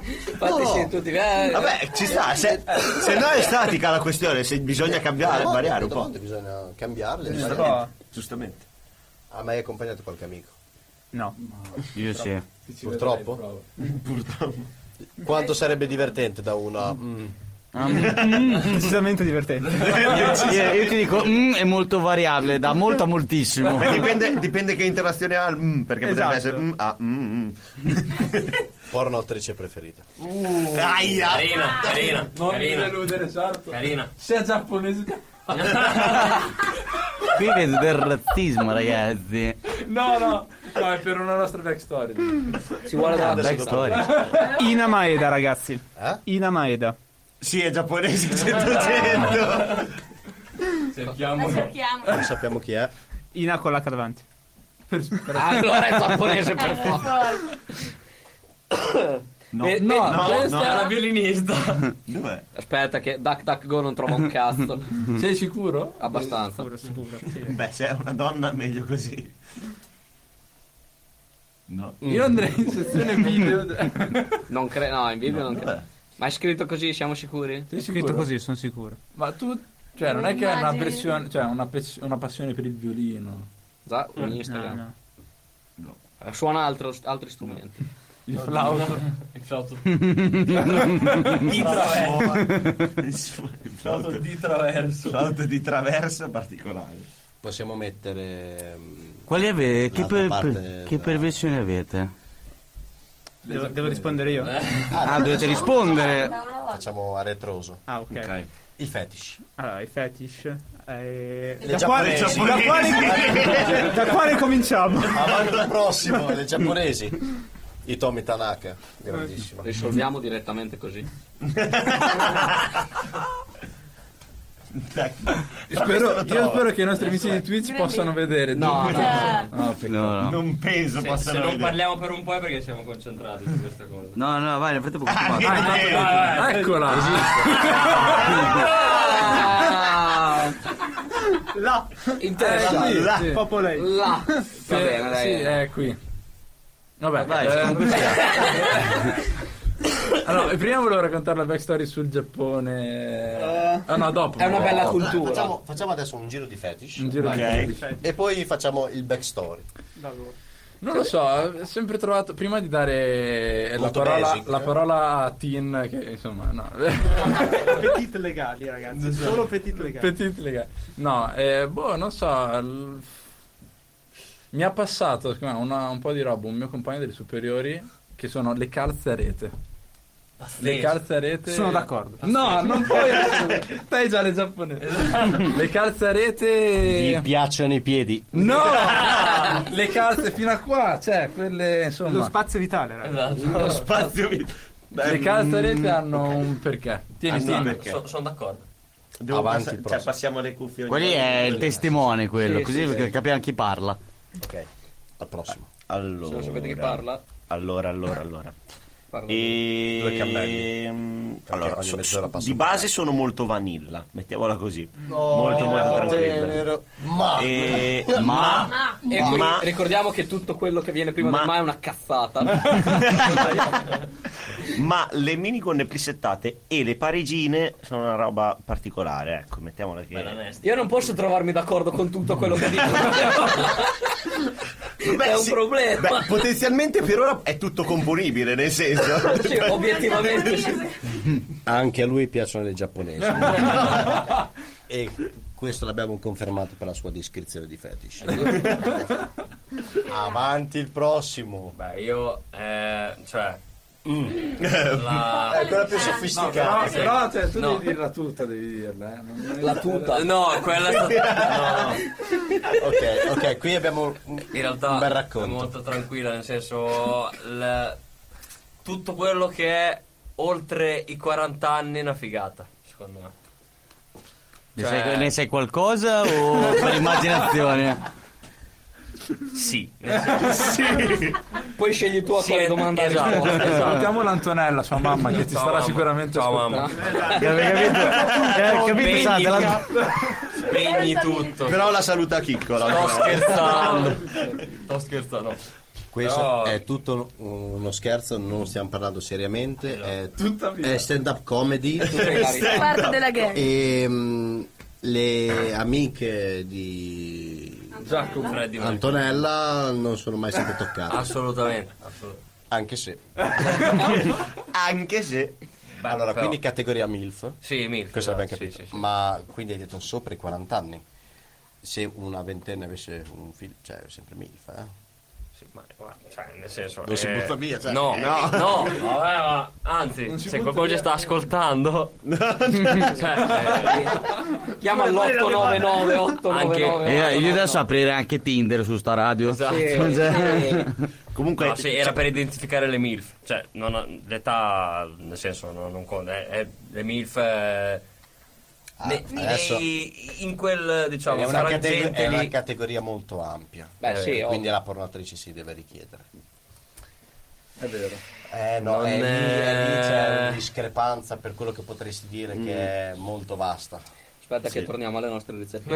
Infatti siete tutti eh,
Vabbè, ci sta, se, se no è statica la questione, se bisogna cambiare,
No,
variare un
le
po'.
domande Bisogna cambiarle.
Giustamente.
variare.
Giustamente.
Ah, ma hai accompagnato qualche amico?
No.
Io sì.
Purtroppo? Quanto sarebbe divertente da una...
Ah,
Mm, decisamente (laughs)
oh, mm.
divertente.
Io, io ti dico, mm, è molto variabile, da molto a moltissimo.
Beh, dipende, dipende che interazione ha, il mm, perché potrebbe
Esatto.
essere mm, ah, mm, mm.
(laughs) Porno attrice preferita.
Aia.
Carina, carina,
Non
carina.
mi deludere, Sarto.
Carina.
Sia giapponese che-
Qui vedo del razzismo, ragazzi.
No, no. No, è per una nostra backstory.
Ci vuole della Adesso Eh? backstory. Ina Maeda, ragazzi. Ina Maeda.
Sì, è giapponese 100.
Cerchiamo.
cerchiamo.
Non sappiamo chi è.
Ina con l'H davanti.
Ah,
Allora è
(laughs)
giapponese per forza.
No,
Eh,
no,
eh,
no,
questa
no.
è una violinista.
Dov'è?
Aspetta che DuckDuckGo non trova un cazzo.
Sei sicuro?
Abbastanza.
Beh, se è una donna meglio così. No.
Mm.
Io andrei in
(laughs)
sezione video.
Non credo, no, in video
No,
non credo. Ma è scritto così, siamo sicuri?
Sì, sicuro.
così, sono sicuro.
Ma tu, cioè, non è che hai una
Immagini.
pressione, cioè, una, pes- una passione per il violino.
Già, un Instagram. Eh, Suona altro- altri strumenti.
Il
(laughs)
flauto.
(laughs)
Il flauto.
di
Diciamo
traverso.
Flauto di traverso.
Flauto di traverso particolare.
Possiamo mettere... mm,
Quali avete? Che, per-
L'altra
per-
parte
che
da-
perversioni avete?
Devo, devo rispondere
Eh.
io.
Ah, dovete rispondere.
Facciamo a retroso.
Ah, ok.
I fetish.
Allora, i fetish. eh,
Le
da, quale, da,
giapponesi. (laughs)
quale, da quale cominciamo?
Avanti al prossimo, le giapponesi. I Tommy Tanaka, grandissimo.
Risolviamo direttamente così.
Spero-
lo
io
trovo.
spero che i nostri amici di Twitch possano vedere.
No,
Dunque-
no.
No,
No, no.
Non penso
Se, se
possano
non
vedere.
parliamo per un po' è perché siamo concentrati su questa cosa.
No, no, vai, nel frattempo
Ah,
continuate.
(laughs)
niente.
vai, vai, vai.
Eccola!
Ah!
Là.
Interessante.
sì,
là.
sì.
Proprio lei.
Là. Va
Eh,
bene, dai.
Sì, è qui. Vabbè,
Vai,
eh,
con
allora, prima volevo raccontare la backstory sul Giappone. Ah, no, dopo.
Eh, È una bella
Dai,
cultura.
Facciamo, facciamo adesso un giro di fetish.
Un giro di
Ok.
fetish.
E poi facciamo il backstory.
Non lo so, ho sempre trovato. Prima di dare la
Molto
parola,
basic,
la
eh.
parola a Tin, che insomma, no.
Petit legali, ragazzi. Solo petit legali.
Petit legal. No, eh, boh, non so. l- Mi ha passato secondo me, una- un po' di roba un mio compagno delle superiori che sono le calze a rete. Le calze a rete.
Sono d'accordo.
No, non puoi. essere- Stai già le giapponesi.
(laughs)
Le calze a
Eh.
rete.
piacciono i piedi.
No! Le calze fino a qua, cioè quelle
Lo
insomma.
spazio vitale, ragazzi.
Lo spazio vi- Beh,
Le calze a rete hanno un perché. Tieni,
Hanno Ah, un
tieni.
perché.
So- sono d'accordo.
Devo
Avanti,
passa-
il
cioè,
prossimo.
passiamo le
(laughs)
cuffie. ogni
Quelli
volta.
è il testimone quello,
Sì,
così
sì,
perché
sì.
capiamo chi parla.
Ok, al prossimo.
Allora.
Se non sapete chi parla,
Allora, allora, allora.
parla.
E...
Due cammelli.
Perché Ehm, Allora,
ogni
so-
mezz'ora
so-
passa
di
un
base sono molto vanilla, mettiamola così. molto molto tranquilla.
Eh, Ma
E...
Ma
E qui
Ma-
ricordiamo che tutto quello che viene prima
Ma-
del ma è
(laughs)
una cazzata.
Ma le minigonne plissettate e le paregine sono una roba particolare, ecco, mettiamola che...
Io non posso trovarmi d'accordo con tutto quello che dico.
(laughs) Beh,
È un
sì.
problema.
Beh, potenzialmente per ora è tutto componibile, nel senso...
Sì, obiettivamente sì.
Anche a lui piacciono le giapponesi. (laughs) e questo l'abbiamo confermato per la sua descrizione di fetish. Avanti il prossimo. Mm.
Beh, io, eh, cioè,
Ehm, È ancora più sofisticato.
Eh, Però cioè, tu
No.
devi dirla tutta, devi dirla. eh. Non-
la tuta. No, quella è stata...
(laughs)
No,
ok, ok, qui abbiamo un,
in realtà
un bel
è
racconto.
molto tranquilla, nel senso, il- tutto quello che è oltre i 40 anni è una figata, secondo me. cioè-
ne sai, ne sai qualcosa o per immaginazione?
(laughs) Sì.
Sì.
Poi scegli tu a quale domanda
Esatto,
rispondere.
Salutiamo l'Antonella, sua mamma, che ti
Ciao,
starà
mamma.
sicuramente
Ciao,
ascoltando.
mamma.
Eh, avete capito? Eh, avete capito?
Spegni
Sate, la-
Spegni tutto.
Però la saluta Chiccola.
Sto
però.
scherzando. Sto scherzando.
Questo
Però-
è tutto uno scherzo, non stiamo parlando seriamente,
(laughs)
è,
Tuttavia.
è stand-up comedy.
Parte della gang.
E mm, le amiche di
Giacomo Freddi.
Antonella non sono mai state toccate,
Assolutamente. assolutamente.
anche se.
Anche se.
allora,
però-
quindi categoria MILF.
Sì, MILF,
Questo abbiamo
sì,
capito.
sì, sì.
Ma quindi hai detto sopra i 40 anni. Se una ventenne avesse un figlio, cioè è sempre MILF, eh?
Sì, ma guarda, cioè, nel senso.
Non si
eh,
butta via, cioè.
No,
Eh,
no,
(laughs)
no. vabbè, ma anzi, se qualcuno ci sta
(laughs)
ascoltando, cioè, eh,
Chiama l'899 899.
Anche-
Eh, io adesso aprire anche Tinder su sta radio.
Esatto.
Cioè- (laughs)
Comunque,
No, sì, era per identificare le MILF, cioè non ha- l'età nel senso non, non conta, è- è- le MILF eh, ne-
Ah, adesso-
nei- in quel diciamo
è, una categ- è
frangente
una
lì.
categoria molto ampia. Eh,
Beh, sì, ovvio.
quindi la pornatrice si deve richiedere.
È vero.
Eh no,
Non
è lì, è lì
è-
c'è una discrepanza per quello che potresti dire che è molto vasta.
Aspetta che
Sì.
torniamo alle nostre ricette.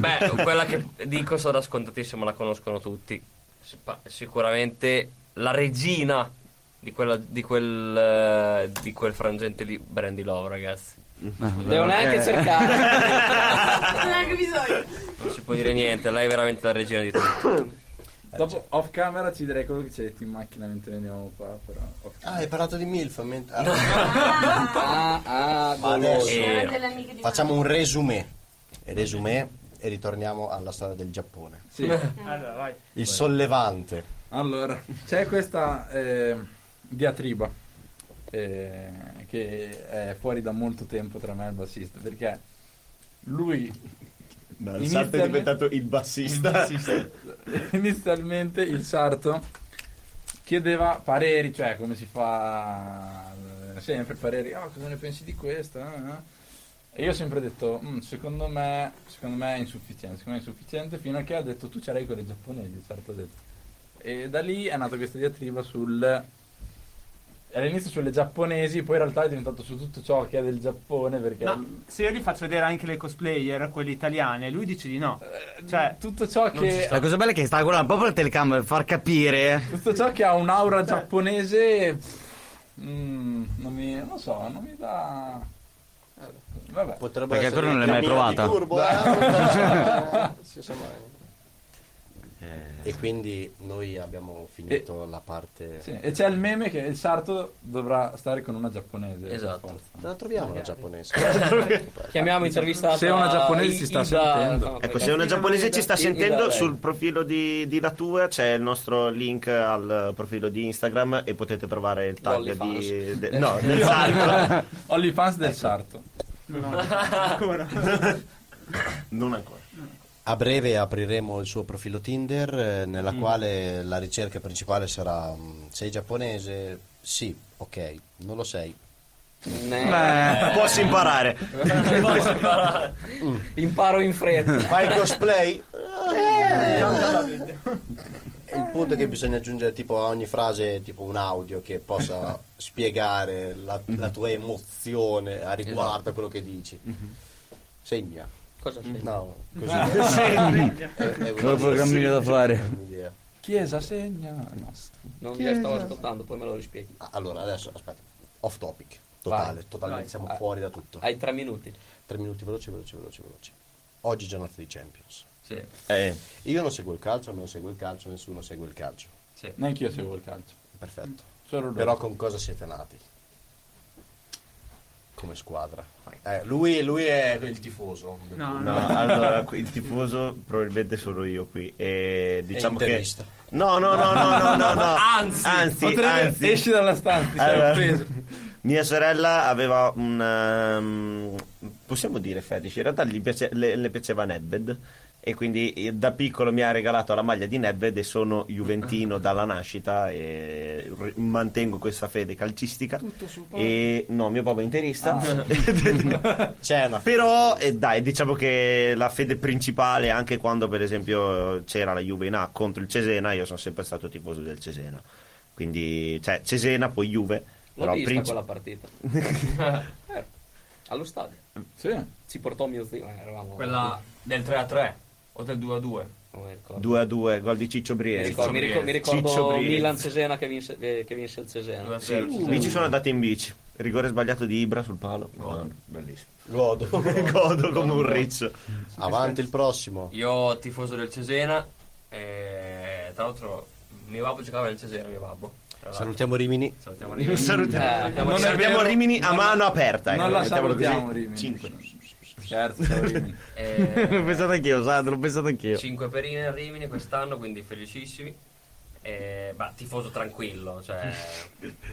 (laughs) Beh, quella che dico sarà scontatissima, la conoscono tutti. Si- pa- Sicuramente la regina di, quella- di quel, eh, di quel frangente lì, Brandy Love, ragazzi.
Mm-hmm.
Devo neanche cercare.
(laughs)
Non ho neanche bisogno.
Non si può dire niente, lei è veramente la regina di tutto.
(coughs)
Dopo off camera ti direi quello che c'è detto in macchina mentre veniamo qua, però off
Ah, hai parlato di MILF
(laughs)
mentre...
Ah, ah,
Ma
goloso.
adesso-
Era delle amiche di
Facciamo un resumé. Resumé e ritorniamo alla storia del Giappone.
Sì.
Allora, vai.
Il sollevante.
Allora, (laughs) c'è questa eh, diatriba eh, che è fuori da molto tempo tra me e il bassista, perché lui
No, il
Inizialmente-
sarto è diventato il bassista.
(laughs) inizialmente il sarto chiedeva pareri, cioè come si fa eh, sempre pareri, ah cosa ne pensi di questo? eh, eh?" E io ho sempre detto, "Mm, secondo, me, secondo me è insufficiente, secondo me è insufficiente, fino a che ha detto tu c'erai con i giapponesi, il sarto ha detto. E da lì è nata questa diatriba sul... eh, All'inizio sulle giapponesi, poi in realtà è diventato su tutto ciò che è del Giappone, perché
No, se io gli faccio vedere anche le cosplayer, quelle italiane, lui dice di no. Cioè,
tutto ciò che...
La cosa bella è che sta guardando proprio la telecamera per far capire. (laughs)
Tutto ciò che ha un'aura giapponese. pff, mm, non mi. non so, non mi dà. Vabbè.
Potrebbe
Perché
essere
ancora non
il
l'hai mai
cammino di
provata.
Curvo, eh? Si sa mai. E quindi noi abbiamo finito la parte...
Sì, E c'è il meme che il sarto dovrà stare con una giapponese. per
Esatto.
forza.
Non la troviamo la giapponese.
(laughs) Chiamiamo intervistata.
Se una giapponese ci sta
Ida-
sentendo.
Ecco, se una giapponese ci sta
Ida-
sentendo
Ida-
sul profilo di, di Latua c'è il nostro link al profilo di Instagram e potete trovare il tag
L'OnlyFans.
di, de- no, del sarto.
OnlyFans del sarto.
(laughs) Eh. Non ancora.
A breve apriremo il suo profilo Tinder eh, nella quale la ricerca principale sarà mm, sei giapponese? Sì, ok, non lo sei.
Ne- (laughs)
Posso imparare.
Imparo in fretta.
Fai il cosplay?
Eh.
Il punto è che bisogna aggiungere tipo a ogni frase tipo un audio che
(laughs)
possa spiegare la, la
Mhm.
tua emozione a riguardo a quello che dici. Segna.
Esatto. Mhm. Cosa Ah, sei?
No,
(laughs)
Eh,
(laughs)
Che
così.
programmino da fare.
Un'idea.
Chiesa segna. No.
Non mi stavo ascoltando, poi me lo rispieghi.
Ah, Allora, adesso aspetta. Off topic. Totale, totalmente
Vai.
siamo
Ah.
fuori da tutto.
Hai tre minuti.
Tre minuti veloci, veloci, veloci, veloci. Oggi giornata di Champions.
Sì,
Eh,
Io non seguo il calcio, non seguo il calcio, nessuno segue il calcio.
sì.
Neanche io seguo il calcio.
Perfetto.
Solo lui.
Però con cosa siete nati? Come squadra. Eh, lui, lui è il tifoso.
No,
no, allora, qui- il tifoso probabilmente sono io qui. E diciamo che...
interista.
No, no, no, no, no,
(laughs)
no, no.
Ah,
Anzi,
anzi,
Potrebbe-
anzi.
Esci dalla stanza, cioè, ti
Eh,
Allora,
sei offeso.
(laughs) Mia sorella aveva un ehm, possiamo dire fetish, in realtà gli piace- le, le piaceva Nedved e quindi eh, da piccolo mi ha regalato la maglia di Nedved e sono juventino dalla nascita e r- mantengo questa fede calcistica e no mio papà è interista (laughs)
c'è una
però eh, dai diciamo che la fede principale anche quando per esempio c'era la Juve in A contro il Cesena io sono sempre stato tifoso del Cesena quindi cioè Cesena poi Juve
L'ho
però
vista
princi-
quella partita.
(laughs)
Eh, allo stadio.
Sì.
Ci portò mio zio. eh, eravamo-
Quella del 3 a 3 o del 2 a 2.
Non mi ricordo.
2 a 2 gol di Ciccio Brieri
Mi ricordo, mi ricordo, mi
Ciccio
ricordo
Brieri.
Milan Cesena che vinse, eh, che vinse il Cesena.
Sì, lì ci sono andati in bici rigore sbagliato di Ibra sul palo Madonna, (laughs) bellissimo
godo
godo come un riccio
avanti il prossimo
Io tifoso del Cesena, e tra l'altro mio babbo giocava nel Cesena, mio babbo. Tra l'altro.
salutiamo Rimini
Salutiamo Rimini.
Salutiamo.
Eh,
Non abbiamo
vero-
Rimini a
non-
mano aperta, ecco,
Non la
mettiamolo così.
salutiamo Rimini.
Cinque.
Certo, Rimini.
l'ho pensato anch'io, Sandro, l'ho pensato anch'io.
5 Eh, perine a Rimini quest'anno, quindi felicissimi. Eh, bah, tifoso tranquillo, cioè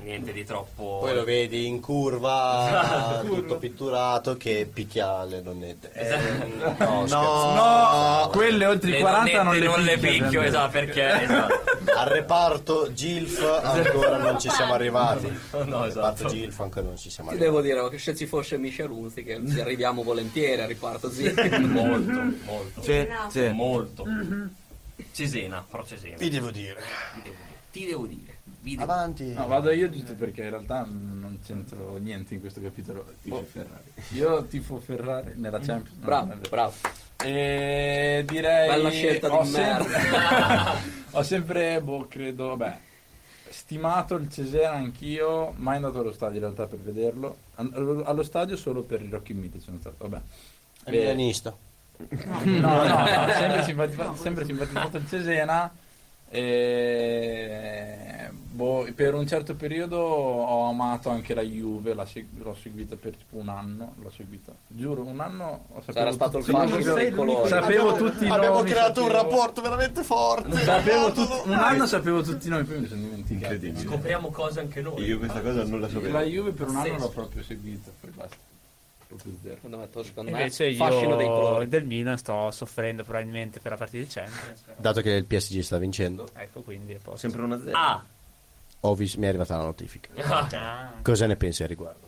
niente di troppo.
poi lo vedi in
(laughs)
Esatto.
curva Ah, tutto pitturato che picchia le donnette Eh, no, scherzo.
quelle oltre i 40 non le, picchia,
picchio,
Sandro.
esatto, perché esatto.
al reparto GILF ancora non ci siamo arrivati
no, esatto.
al reparto GILF ancora non ci siamo
Ti
arrivati
devo dire ma che se ci fosse Michel Unzi che ci arriviamo volentieri al riparto zio.
molto, molto.
Sì, sì.
Molto.
Mm-hmm.
Cesena, pro Cesena.
Vi devo dire.
Ti devo dire. Vi devo-
avanti
No, vado io giusto perché in realtà non c'entro niente in questo capitolo. Tifo Ferrari. Io tifo Ferrari nella Champions. no,
Oh. Bravo,
vabbè.
bravo.
E direi...
Bella scelta di
ho
merda.
sempre- (laughs) ho sempre, boh, credo, vabbè, stimato il Cesena anch'io, mai andato allo stadio in realtà per vederlo. An- allo- Allo stadio solo per il Rock in Mite sono stato, vabbè.
è
Eh,
milanista
No, no,
(laughs)
(laughs) no, sempre simpatizzato, sempre simpatizzato il Cesena. E... boh, per un certo periodo ho amato anche la Juve, la seg- l'ho seguita per tipo un anno, l'ho seguita, giuro, un anno ho saputo
C'era stato il
tutti-
fascino
sapevo-
dei colori.
Sapevo
Abbiamo-
tutti i
abbiamo
nomi,
creato un
sapevo-
rapporto veramente forte
Sapevo tutti- un anno sapevo tutti i nomi, poi mi sono dimenticato.
Scopriamo cose anche noi.
Io questa cosa non la sapevo.
La Juve per un anno
Pazzesco.
l'ho proprio seguita, poi basta. Proprio zero.
Invece
fascino dei
io
colori.
del Milan sto soffrendo probabilmente per la partita di Champions.
dato che il PSG sta vincendo
Ecco quindi è posto.
Sempre una zero.
Ah,
ho vis- mi è arrivata la
(laughs)
notifica cosa ne pensi al riguardo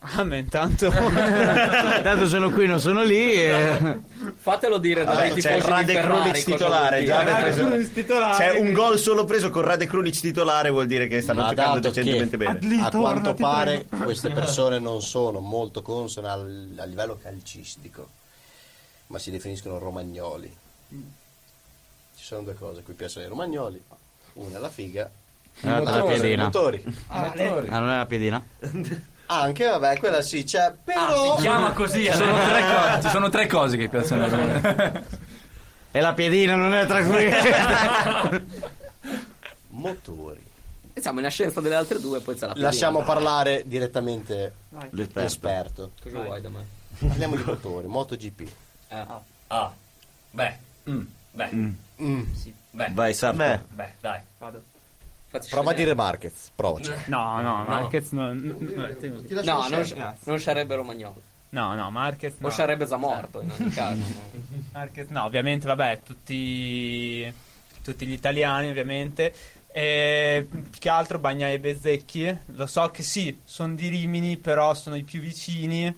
Ah, ma intanto (laughs)
Tanto sono qui, non sono lì. E...
Fatelo dire da
Allora,
dai
Ah, c'è
tifosi di
Rade
Ferrari
Krunic
cosa
titolare.
vuol
già
dire.
avete preso-
titolare.
C'è un gol solo preso con Rade Krunic titolare, vuol dire che stanno
Ma
giocando
dato che-
decentemente bene.
a quanto pare queste persone non sono molto consone al- a livello calcistico, ma si definiscono romagnoli. Ci sono due cose a cui piacciono i romagnoli, una è la figa,
Ah, la
l'altra sono i
piedina.
motori.
Ah, non è la piedina?
Anche vabbè, quella sì c'è,
Ah,
però
si chiama così. eh.
Ci sono, tre cose,
(laughs)
ci sono tre cose che piacciono a me.
E la piedina non (laughs) è tra
(laughs) Eh,
quelle.
motori.
E (laughs) Siamo in ascenza delle altre due, poi sarà
Lasciamo parlare direttamente l'esperto.
Cosa vuoi da me?
Parliamo di motori, MotoGP.
Ah.
Ah, beh, beh,
Mm.
beh,
Vai, Sarto.
beh, dai.
Vado.
Facci
Prova a
scegliere.
dire Marquez, provaci.
No, no, Marquez non-
No, non, non sarebbe Romagnolo.
No, no, Marquez no.
Non sarebbe Zamorto in ogni caso. no.
(laughs) Marquez no, ovviamente, vabbè, tutti, tutti gli italiani, ovviamente. E più che altro Bagna e Bezzecchi. Lo so che sì, sono di Rimini, però sono i più vicini.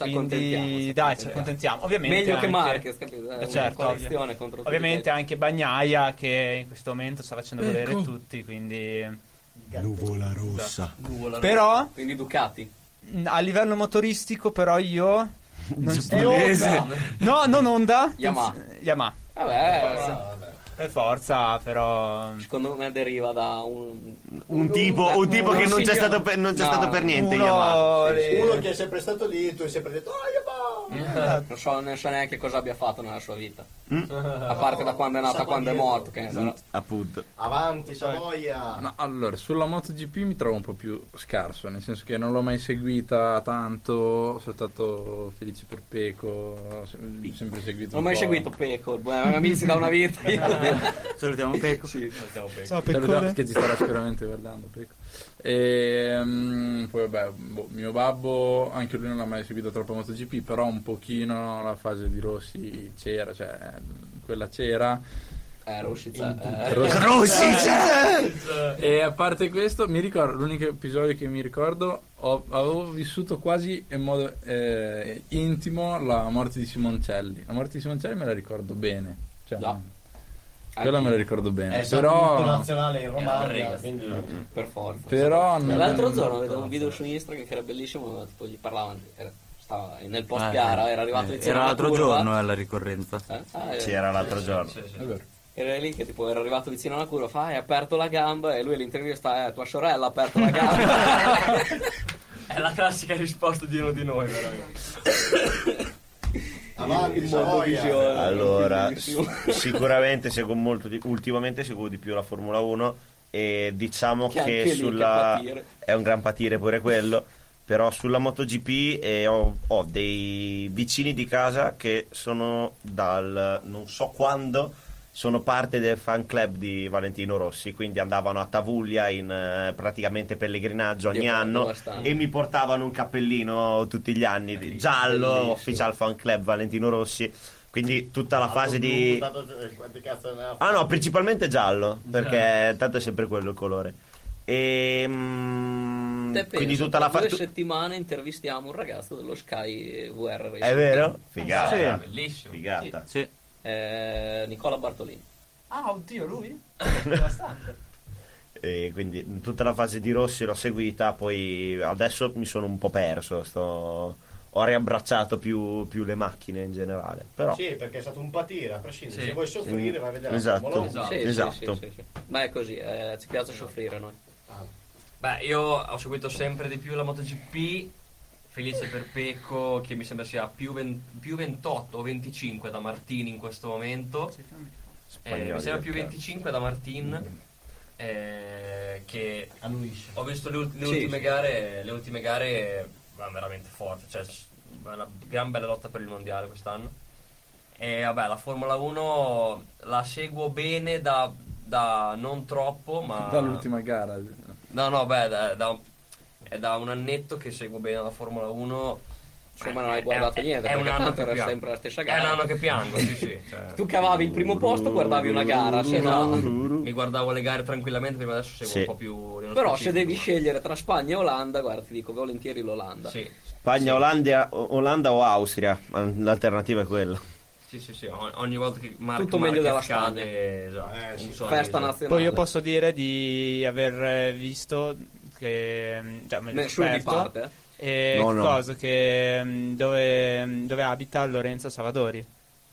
accontentiamo, ci
Quindi dai, ci accontentiamo. Ovviamente
Meglio che
anche-
Marquez, capito? È
Eh,
una
certo,
coalizione
ovvia-
contro tutti
ovviamente
quelli.
anche Bagnaia che in questo momento sta facendo vedere tutti, quindi
Ecco.
Esatto.
Nuvola rossa.
Nuvola.
Però
Quindi Ducati.
mh, a livello motoristico però io non
Giapponese.
No, non
Eh,
Honda,
Yamaha.
Yamaha.
Vabbè, eh,
Per forza, però
secondo me deriva da un...
mm. Un tipo, un tipo che non
signor-
c'è stato per, non c'è
No,
stato per niente.
uno-
Yamaha.
le-
Uno che è sempre stato lì, tu hai sempre detto, ah, io boh". vado".
(laughs)
Non so, non so neanche cosa abbia fatto nella sua vita. A parte da quando è nato a quando è Mm, morto. Che ne so.
Appunto.
Avanti, Savoia.
No, allora, sulla MotoGP mi trovo un po' più scarso, nel senso che non l'ho mai seguita tanto, sono stato felice per Peco, ho se- sempre seguito
Non ho
un
mai
po'. (laughs)
seguito Peco, buoni amici da una vita. Io-
Salutiamo Pecco.
Ciao, Salutiamo che ci starà sicuramente guardando. Pecco. E, mm, poi vabbè, boh, mio babbo, anche lui non ha mai seguito troppo MotoGP, però un pochino la fase di Rossi c'era, cioè quella c'era.
Eh, Rossi c'è. eh.
Rossi-
Rossi
(laughs) E a parte questo, mi ricordo, l'unico episodio che mi ricordo, ho- avevo vissuto quasi in modo eh, intimo la morte di Simoncelli. La morte di Simoncelli me la ricordo bene. Cioè, Quella me la ricordo bene.
È stato
però...
tutto nazionale in Romagna,
Eh,
quindi
per forza.
Però non-
L'altro giorno vedevo un video su Instagram che era bellissimo, tipo gli parlavano, era- stava nel post
Ah,
gara, era
Eh,
arrivato
Era
in zona
l'altro
curva,
giorno eh, la ricorrenza.
Ah, eh.
È vero.
Era lì che tipo era arrivato vicino alla curva, fa, "Ah, hai aperto la gamba e lui all'intervista, eh, tua sorella ha aperto la gamba.
È la classica risposta di uno di noi, veramente.
Ah,
Avanti,
Il mondo
Savoia.
visione.
(laughs)
Allora, s- sicuramente seguo molto di, ultimamente seguo di più la Formula 1 e diciamo
Che
che,
anche lì,
sulla
che patire.
è un gran patire pure quello, però sulla MotoGP eh, ho, ho dei vicini di casa che sono dal non so quando sono parte del fan club di Valentino Rossi, quindi andavano a Tavuglia in eh, praticamente pellegrinaggio ogni
Dietro la
anno
tua stanza.
e mi portavano un cappellino tutti gli anni di- giallo,
bellissimo. Ah,
official fan club Valentino Rossi. Quindi tutta la fase di.
eh, Quanti cazzo ne ha
Ah no, principalmente giallo, perché tanto è sempre quello il colore. E. mm, (laughs)
Te
quindi
penso,
tutta
tra
la fase.
due settimane intervistiamo un ragazzo dello Sky VR. Racing.
È vero? Figata.
Sì.
Bellissimo. Figata.
Eh, Nicola Bartolini.
Ah, oddio, lui?
E Eh, quindi tutta la fase di Rossi l'ho seguita, poi adesso mi sono un po' perso. Sto... Ho riabbracciato più, più le macchine in generale. Però.
Sì, perché è stato un patire, a prescindere.
Sì.
Se vuoi soffrire,
Sì.
vai a vedere
Esatto.
la Formula 1.
Esatto.
Sì, sì,
Esatto.
sì, sì, sì. Ma è così, eh, ci piace soffrire a noi.
Beh, io ho seguito sempre di più la MotoGP. Felice per Pecco, che mi sembra sia più, 20 più 28 o 25 da Martini in questo momento. Eh, mi
Spagnoli,
sembra più
perché-
25 da Martin. eh, che ho visto le, ult- le
Sì,
ultime
sì.
gare, le ultime gare ma veramente forti. Cioè, s- una gran bella lotta per il mondiale quest'anno. E vabbè, la Formula 1 la seguo bene da, da non troppo, ma.
Dall'ultima gara.
No, no, beh, da- da- è da un annetto che seguo bene la Formula 1.
Insomma, non hai guardato niente,
È un
perché
anno
tanto
che
era
piango.
sempre la stessa
È un
gara.
anno che piango, sì, sì.
(laughs)
cioè.
Tu cavavi il primo posto, guardavi una gara, se no...
Mi guardavo le gare tranquillamente, prima adesso seguo
Sì.
un po' più. nello
Però se
specifico.
devi scegliere tra Spagna e Olanda, guarda, ti dico volentieri l'Olanda.
Sì,
Spagna, Olanda, Olanda o Austria? Ma L'alternativa è quella.
sì, sì, sì, o- ogni volta che Marco
Tutto meglio della
scade, esatto, un sorriso.
Poi eh, io posso dire di aver eh, visto che mm, cioè, me l'ho
Nessuno di
scoperto,
parte, eh?
eh,
No, no.
cosa che, mm, dove, dove abita Lorenzo Savadori,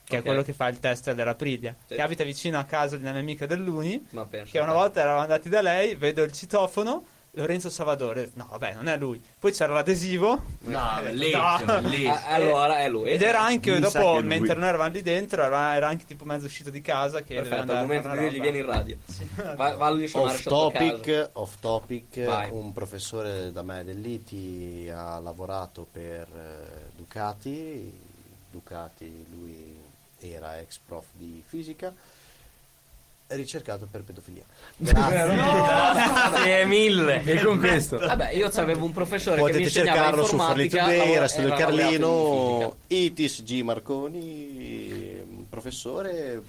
che
Ok.
è quello che fa il test della Priglia,
Sì.
che abita vicino a casa di una mia amica dell'Uni,
Ma penso.
che una volta eravamo andati da lei, vedo il citofono, Lorenzo Savadori, no vabbè non è lui, poi c'era l'adesivo,
No,
Eh,
bellissimo,
no. (laughs) Eh,
bellissimo. Ah, allora è lui.
Ed era anche
Mi sa che
dopo,
è lui.
mentre noi eravamo lì dentro, era, era anche tipo mezzo uscito di casa che doveva
Perfetto,
andare
al
a
momento
fare
di
una
gli
roba.
viene in radio. (laughs)
Certo.
Va, va lì a suonare
Off
sotto casa.
topic, off topic,
Vai.
un professore da me dell'ITI ha lavorato per eh, Ducati, Ducati lui era ex prof di fisica, è ricercato per pedofilia. (laughs)
(laughs)
Grazie.
Grazie mille.
E con questo.
Vabbè, io avevo un professore che mi
Potete
insegnava
cercarlo su Forlì
informatica. eh,
Today,
lavora-
era studio
era laureato in fisica.
Carlino, ITIS G Marconi, un professore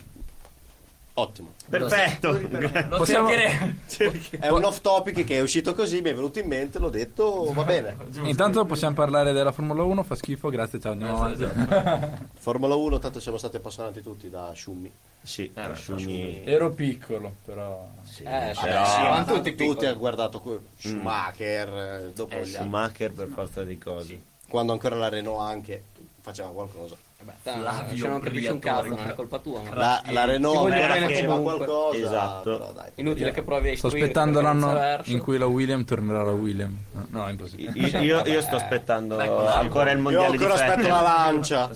ottimo.
Perfetto.
Lo
Possiamo-
È un off topic che è uscito così, mi è venuto in mente, l'ho detto, va bene.
Intanto possiamo parlare della Formula 1, fa schifo, grazie, ciao, andiamo avanti.
Formula 1, tanto siamo stati appassionati tutti da Sciummi.
Sì,
da
Sciummi.
Ero piccolo, però...
Eh, sì,
però-
sì, ma
Tutti
tutti,
piccoli.
tutti hanno guardato que- Schumacher, eh, dopo gli altri.
Schumacher per forza di cose.
quando ancora la Renault anche faceva qualcosa.
Dai, eh, se non capisci un cazzo, non è colpa tua. ma-
La- la
Ti
Renault
voglio
ancora
bene
faceva
comunque.
qualcosa,
Esatto.
però dai.
Inutile che provi a
Sto
istruirti,
aspettando
perché non
l'anno
saverso.
in cui la William tornerà la William. No, No, è
Io,
impossibile.
io- io sto aspettando
Dai, con
ancora il
Io
mondiale
ancora
di
aspetto
Vettel. (laughs)
la
lancia.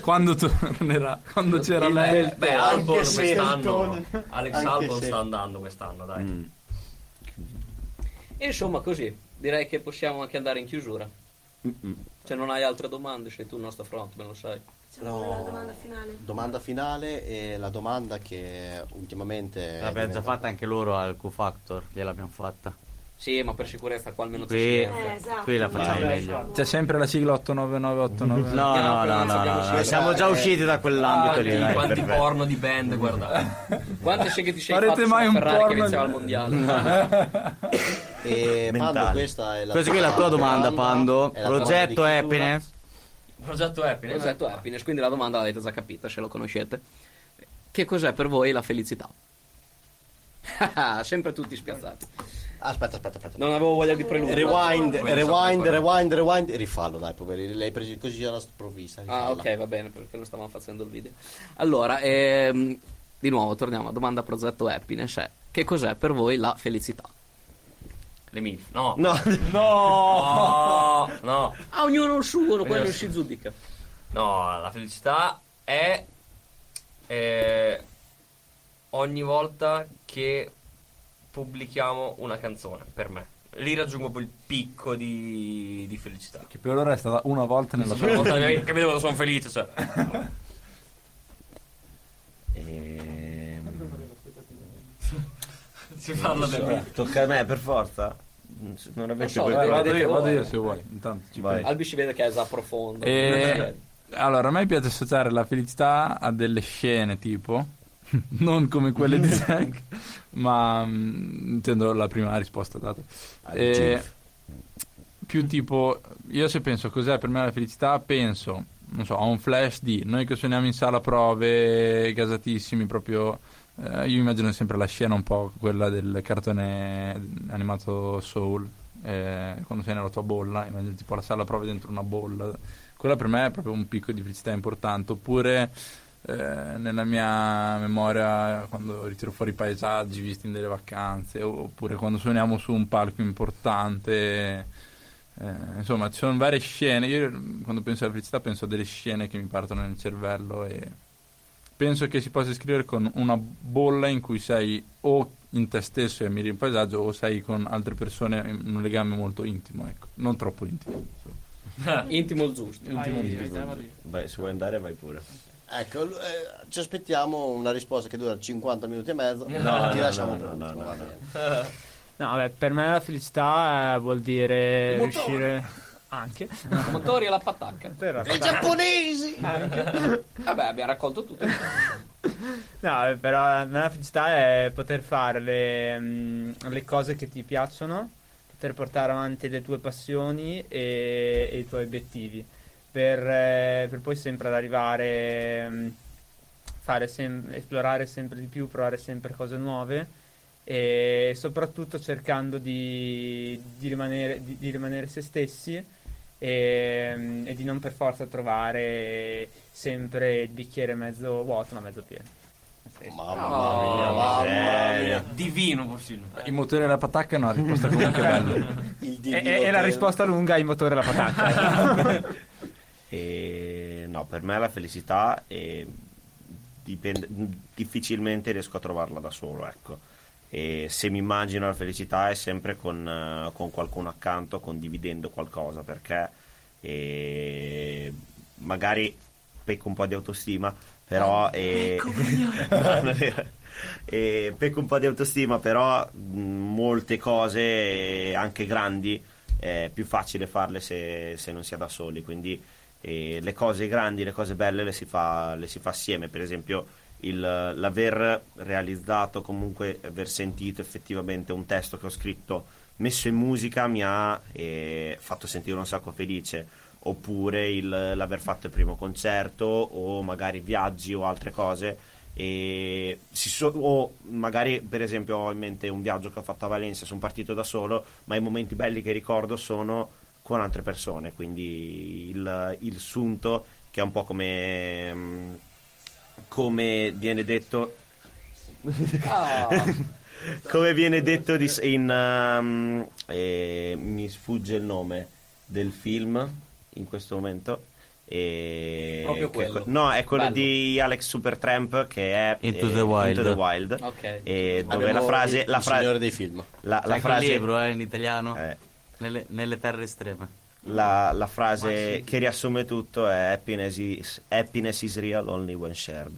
Quando tornerà, quando c'era
Il-
lei.
Beh, Albon quest'anno. Alex Albon sta andando quest'anno, dai.
Mm.
E insomma, così direi che possiamo anche andare in chiusura.
Mm-mm.
Se non hai altre domande, sei tu il nostro frontman, lo sai.
Facciamo
No.
la domanda finale.
Domanda finale e la domanda che ultimamente... è
L'abbiamo già
diventata-
fatta anche loro al Q-Factor, gliel'abbiamo fatta.
Sì, ma per sicurezza qua almeno
Qui,
c'è
qui la facciamo meglio.
C'è sempre la sigla 89989.
No, no, no, no, no, no, siamo
Eh,
già usciti da
Ah,
quell'ambito lì. dai.
Quanti porno di band, guardate.
Quante scelte ti sei
Farete
fatto
mai
sulla
un
Ferrari che
porno
iniziava
di-
il mondiale? (laughs)
E Pando,
Mentali.
questa è la
Questa qui è la tua domanda, Pando.
è la tua
Progetto
domanda di
Happiness.
Progetto Happiness.
Progetto eh. Happiness, quindi la domanda l'avete già capita, se lo conoscete. Che cos'è per voi la felicità? (laughs) Sempre tutti spiazzati.
Aspetta, aspetta, aspetta.
Non avevo voglia di preludio.
Rewind,
Quindi
rewind,
saprei
rewind, rewind. Rifallo, dai, poveri. L'hai preso così alla sprovvista.
quello. Ah,
rifalla.
ok, va bene, perché non stavamo facendo il video. Allora, ehm, di nuovo, torniamo a domanda progetto Happiness. è, Che cos'è per voi la felicità?
Le MILF.
(laughs)
No.
No.
No. No.
A ognuno il suo, quello
Ognuno il
si giudica.
No, la felicità è eh, ogni volta che pubblichiamo una canzone, per me. Lì raggiungo quel picco di, di felicità.
Che per ora è stata una volta nella (laughs) sua
Una volta mi hai capito quando sono felice,
(laughs)
cioè.
Ehm, Si
parla del me.
Tocca a me, per forza. Non avete
so,
quel-
dai,
Vado
Vedete
io,
voi.
vado io se vuoi. Intanto ci
Vai.
penso.
Albi si vede che è già profondo.
Eh.
E- allora, a me piace associare la felicità a delle scene tipo, non come quelle
(laughs)
di Zack, ma mm, intendo la prima risposta data. E-
GIF.
più tipo, io se penso cos'è per me la felicità, penso, non so, a un flash di noi che suoniamo in sala prove, gasatissimi, proprio... eh, io immagino sempre la scena un po' quella del cartone animato Soul, eh, quando sei nella tua bolla, immagino tipo la sala prove dentro una bolla. Quella per me è proprio un picco di felicità importante. Oppure eh, nella mia memoria quando ritiro fuori i paesaggi visti in delle vacanze, o- oppure quando suoniamo su un palco importante. Eh, insomma, ci sono varie scene. Io quando penso alla felicità penso a delle scene che mi partono nel cervello e penso che si possa scrivere con una bolla in cui sei o in te stesso e ammiri il paesaggio o sei con altre persone in un legame molto intimo, ecco. Non troppo intimo.
Intimo il giusto.
Intimo il giusto. Vai, se vuoi andare vai pure.
Ecco, l- eh, ci aspettiamo una risposta che dura 50 minuti e mezzo.
No,
Ti
no, no,
lasciamo
no,
tutto,
no,
va
no,
bene.
(laughs)
No, vabbè, per me la felicità eh, vuol dire
Il motore.
riuscire anche.
Motori e la patacca.
I
giapponesi!
(laughs)
Vabbè, abbiamo raccolto tutto.
No, eh, però la mia felicità è poter fare le, mm, le cose che ti piacciono, poter portare avanti le tue passioni e, e i tuoi obiettivi, per, eh, per poi sempre ad arrivare, mm, fare sem- esplorare sempre di più, provare sempre cose nuove e soprattutto cercando di, di rimanere, di- di rimanere se stessi e, mm, e di non per forza trovare sempre il bicchiere mezzo vuoto ma mezzo pieno.
Ah,
Oh,
Mamma mia, mamma mia.
Oh, Divino Borsino.
Il motore della patacca è una risposta comunque bella.
Il
E, e- e la risposta lunga è il motore della patata.
(laughs)
(laughs) E no, per me la felicità è- dipende- difficilmente riesco a trovarla da solo, ecco. E se mi immagino la felicità è sempre con, eh, con qualcuno accanto, condividendo qualcosa, perché eh, magari pecco un po' di autostima, però... eh, no, (laughs) non è- eh, pecco un po' di autostima, però mh, molte cose, eh, anche grandi, è più facile farle se, se non si è da soli, quindi eh, le cose grandi, le cose belle le si fa, le si fa assieme, per esempio il- l'aver realizzato, comunque aver sentito effettivamente un testo che ho scritto messo in musica mi ha eh, fatto sentire un sacco felice, oppure il- l'aver fatto il primo concerto o magari viaggi o altre cose. E si so- o magari per esempio ho in mente un viaggio che ho fatto a Valencia, sono partito da solo, ma i momenti belli che ricordo sono con altre persone, quindi il, il sunto che è un po' come, mm, come viene detto
Ah.
(laughs) come viene detto di- in um, eh, mi sfugge il nome del film in questo momento e
Proprio
che è
quello.
no è quello
Bello.
di Alex Supertramp che è
Into
eh,
the Wild.
Into the Wild,
Ok.
e dove
Abbiamo
la frase
il-
la
il
frase
signore
dei film
la, la
C'è anche
frase
il libro eh, in italiano. Nelle, nelle terre estreme.
la, la frase che riassume tutto è happiness is, happiness is real, only when shared.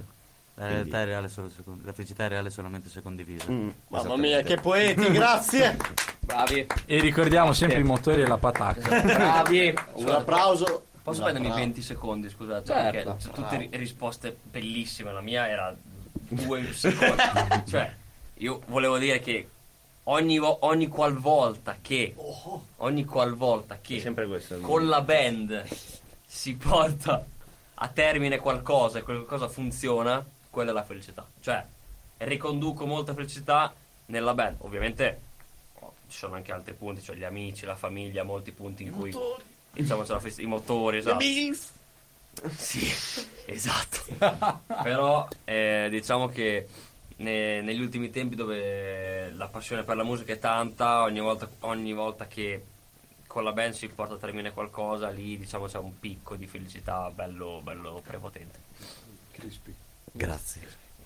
La
Quindi-
realtà è reale solo se con- la felicità è reale solamente se condivisa.
Mm,
Mamma mia, che poeti, grazie.
Bravi.
E ricordiamo sempre i motori e la patacca.
(laughs) Bravi.
Un applauso.
Posso
Un
prendermi
applauso.
20 secondi, scusate?
Certo.
Perché sono tutte ri-
Bravo.
risposte bellissime. La mia era due
(laughs)
secondi. cioè, io volevo dire che ogni, vo- ogni qualvolta che.
Oh.
Ogni qualvolta che. Con la band si porta a termine qualcosa e qualcosa funziona, quella è la felicità. Cioè, riconduco molta felicità nella band. Ovviamente oh, ci sono anche altri punti, cioè gli amici, la famiglia, molti punti in cui. Diciamo, c'è la festa- i motori, esatto. (laughs) Sì, esatto. Però eh, diciamo che ne- negli ultimi tempi dove la passione per la musica è tanta, ogni volta, ogni volta che con la band si porta a termine qualcosa, lì diciamo c'è un picco di felicità bello, bello prepotente.
Grazie.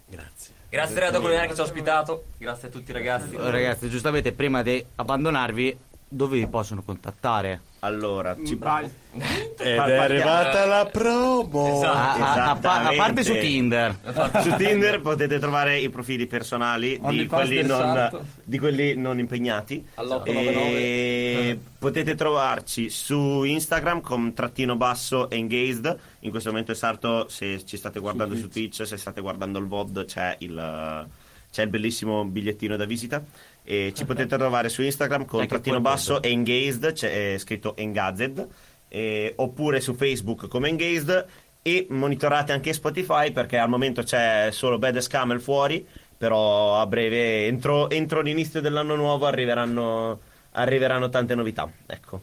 Grazie.
Grazie Renato Culinare che ci ha ospitato, grazie a tutti ragazzi.
Oh, Ragazzi, giustamente prima di abbandonarvi, dove vi possono contattare?
Allora, ci
Ed è arrivata la promo.
Esatto. A- a- a pa- a parte su Tinder.
su Tinder potete trovare i profili personali di
OnlyFans
quelli,
del
non,
sarto.
di quelli non impegnati e
899.
potete trovarci su Instagram con trattino basso engaged in questo momento è sarto se ci state guardando su Twitch se state guardando il VOD c'è il c'è il bellissimo bigliettino da visita e ci potete trovare su Instagram con
Anche
trattino
quel
basso engaged c'è è scritto engaged eh, oppure su Facebook come engaged e monitorate anche Spotify perché al momento c'è solo Bad Ass Camel fuori però a breve entro, entro l'inizio dell'anno nuovo arriveranno, arriveranno tante novità ecco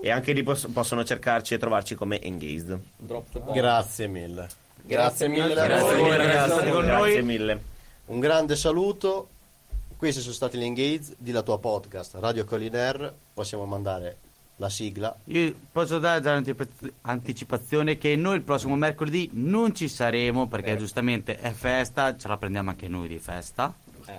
e anche lì pos- possono cercarci e trovarci come engaged
Grazie mille. Grazie mille
Grazie
a voi,
mille, ragazzi.
grazie
Con
Grazie
noi. mille.
Un grande saluto. Questi sono stati gli engage di la tua podcast Radio Colliner. Possiamo mandare la sigla.
Io posso dare già un'anticipa- anticipazione che noi il prossimo mercoledì non ci saremo perché giustamente è festa, ce la prendiamo anche noi di festa.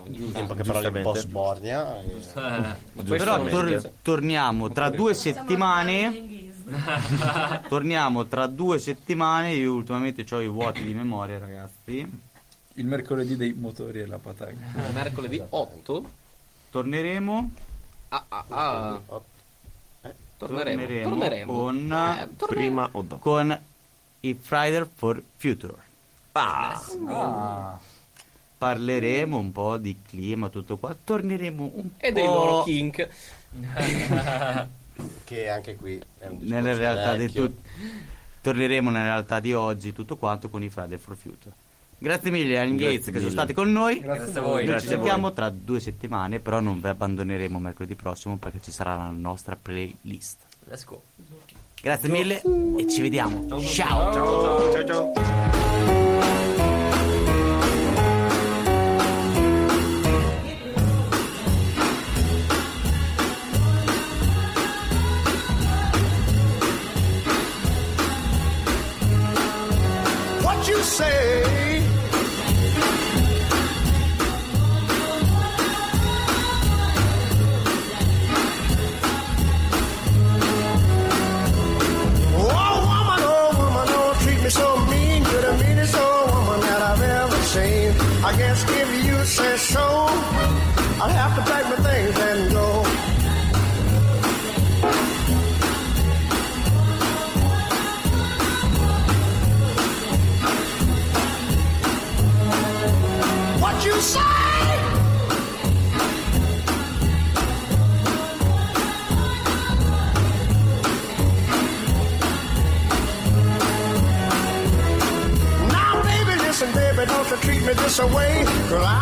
In poche parole un po' sbornia. eh.
Però tor- torniamo tra due settimane. (laughs) torniamo tra due settimane. Io ultimamente ho i vuoti di memoria, ragazzi.
Il mercoledì dei motori e la patacca.
Mercoledì 8.
Esatto. Torneremo.
Ah, ah, ah. Eh, Torneremo. Torneremo. Eh,
con,
prima o dopo
con i Friday for Future. Parleremo un po' di clima, tutto qua. Torneremo un
E
po'
dei loro kink.
(laughs) che anche qui è un discorso
nella realtà di
vecchio.
tut- Torneremo nella realtà di oggi, tutto quanto con i Friday for Future. Grazie mille agli
Grazie
Gates che sono
mille.
stati con noi.
Grazie a voi.
Noi
Grazie
ci
a voi.
sentiamo tra due settimane, però non vi abbandoneremo mercoledì prossimo perché ci sarà la nostra playlist.
Let's go.
Grazie mille e ci vediamo. Ciao.
Ciao, ciao,
ciao.
what you say. Oh, woman, oh, woman, oh, treat me so mean. You're the meanest old woman that I've ever seen. I guess if you say so, I'll have to pack my things and go. what you say. Now, baby, listen, baby, don't you treat me this away. Girl, I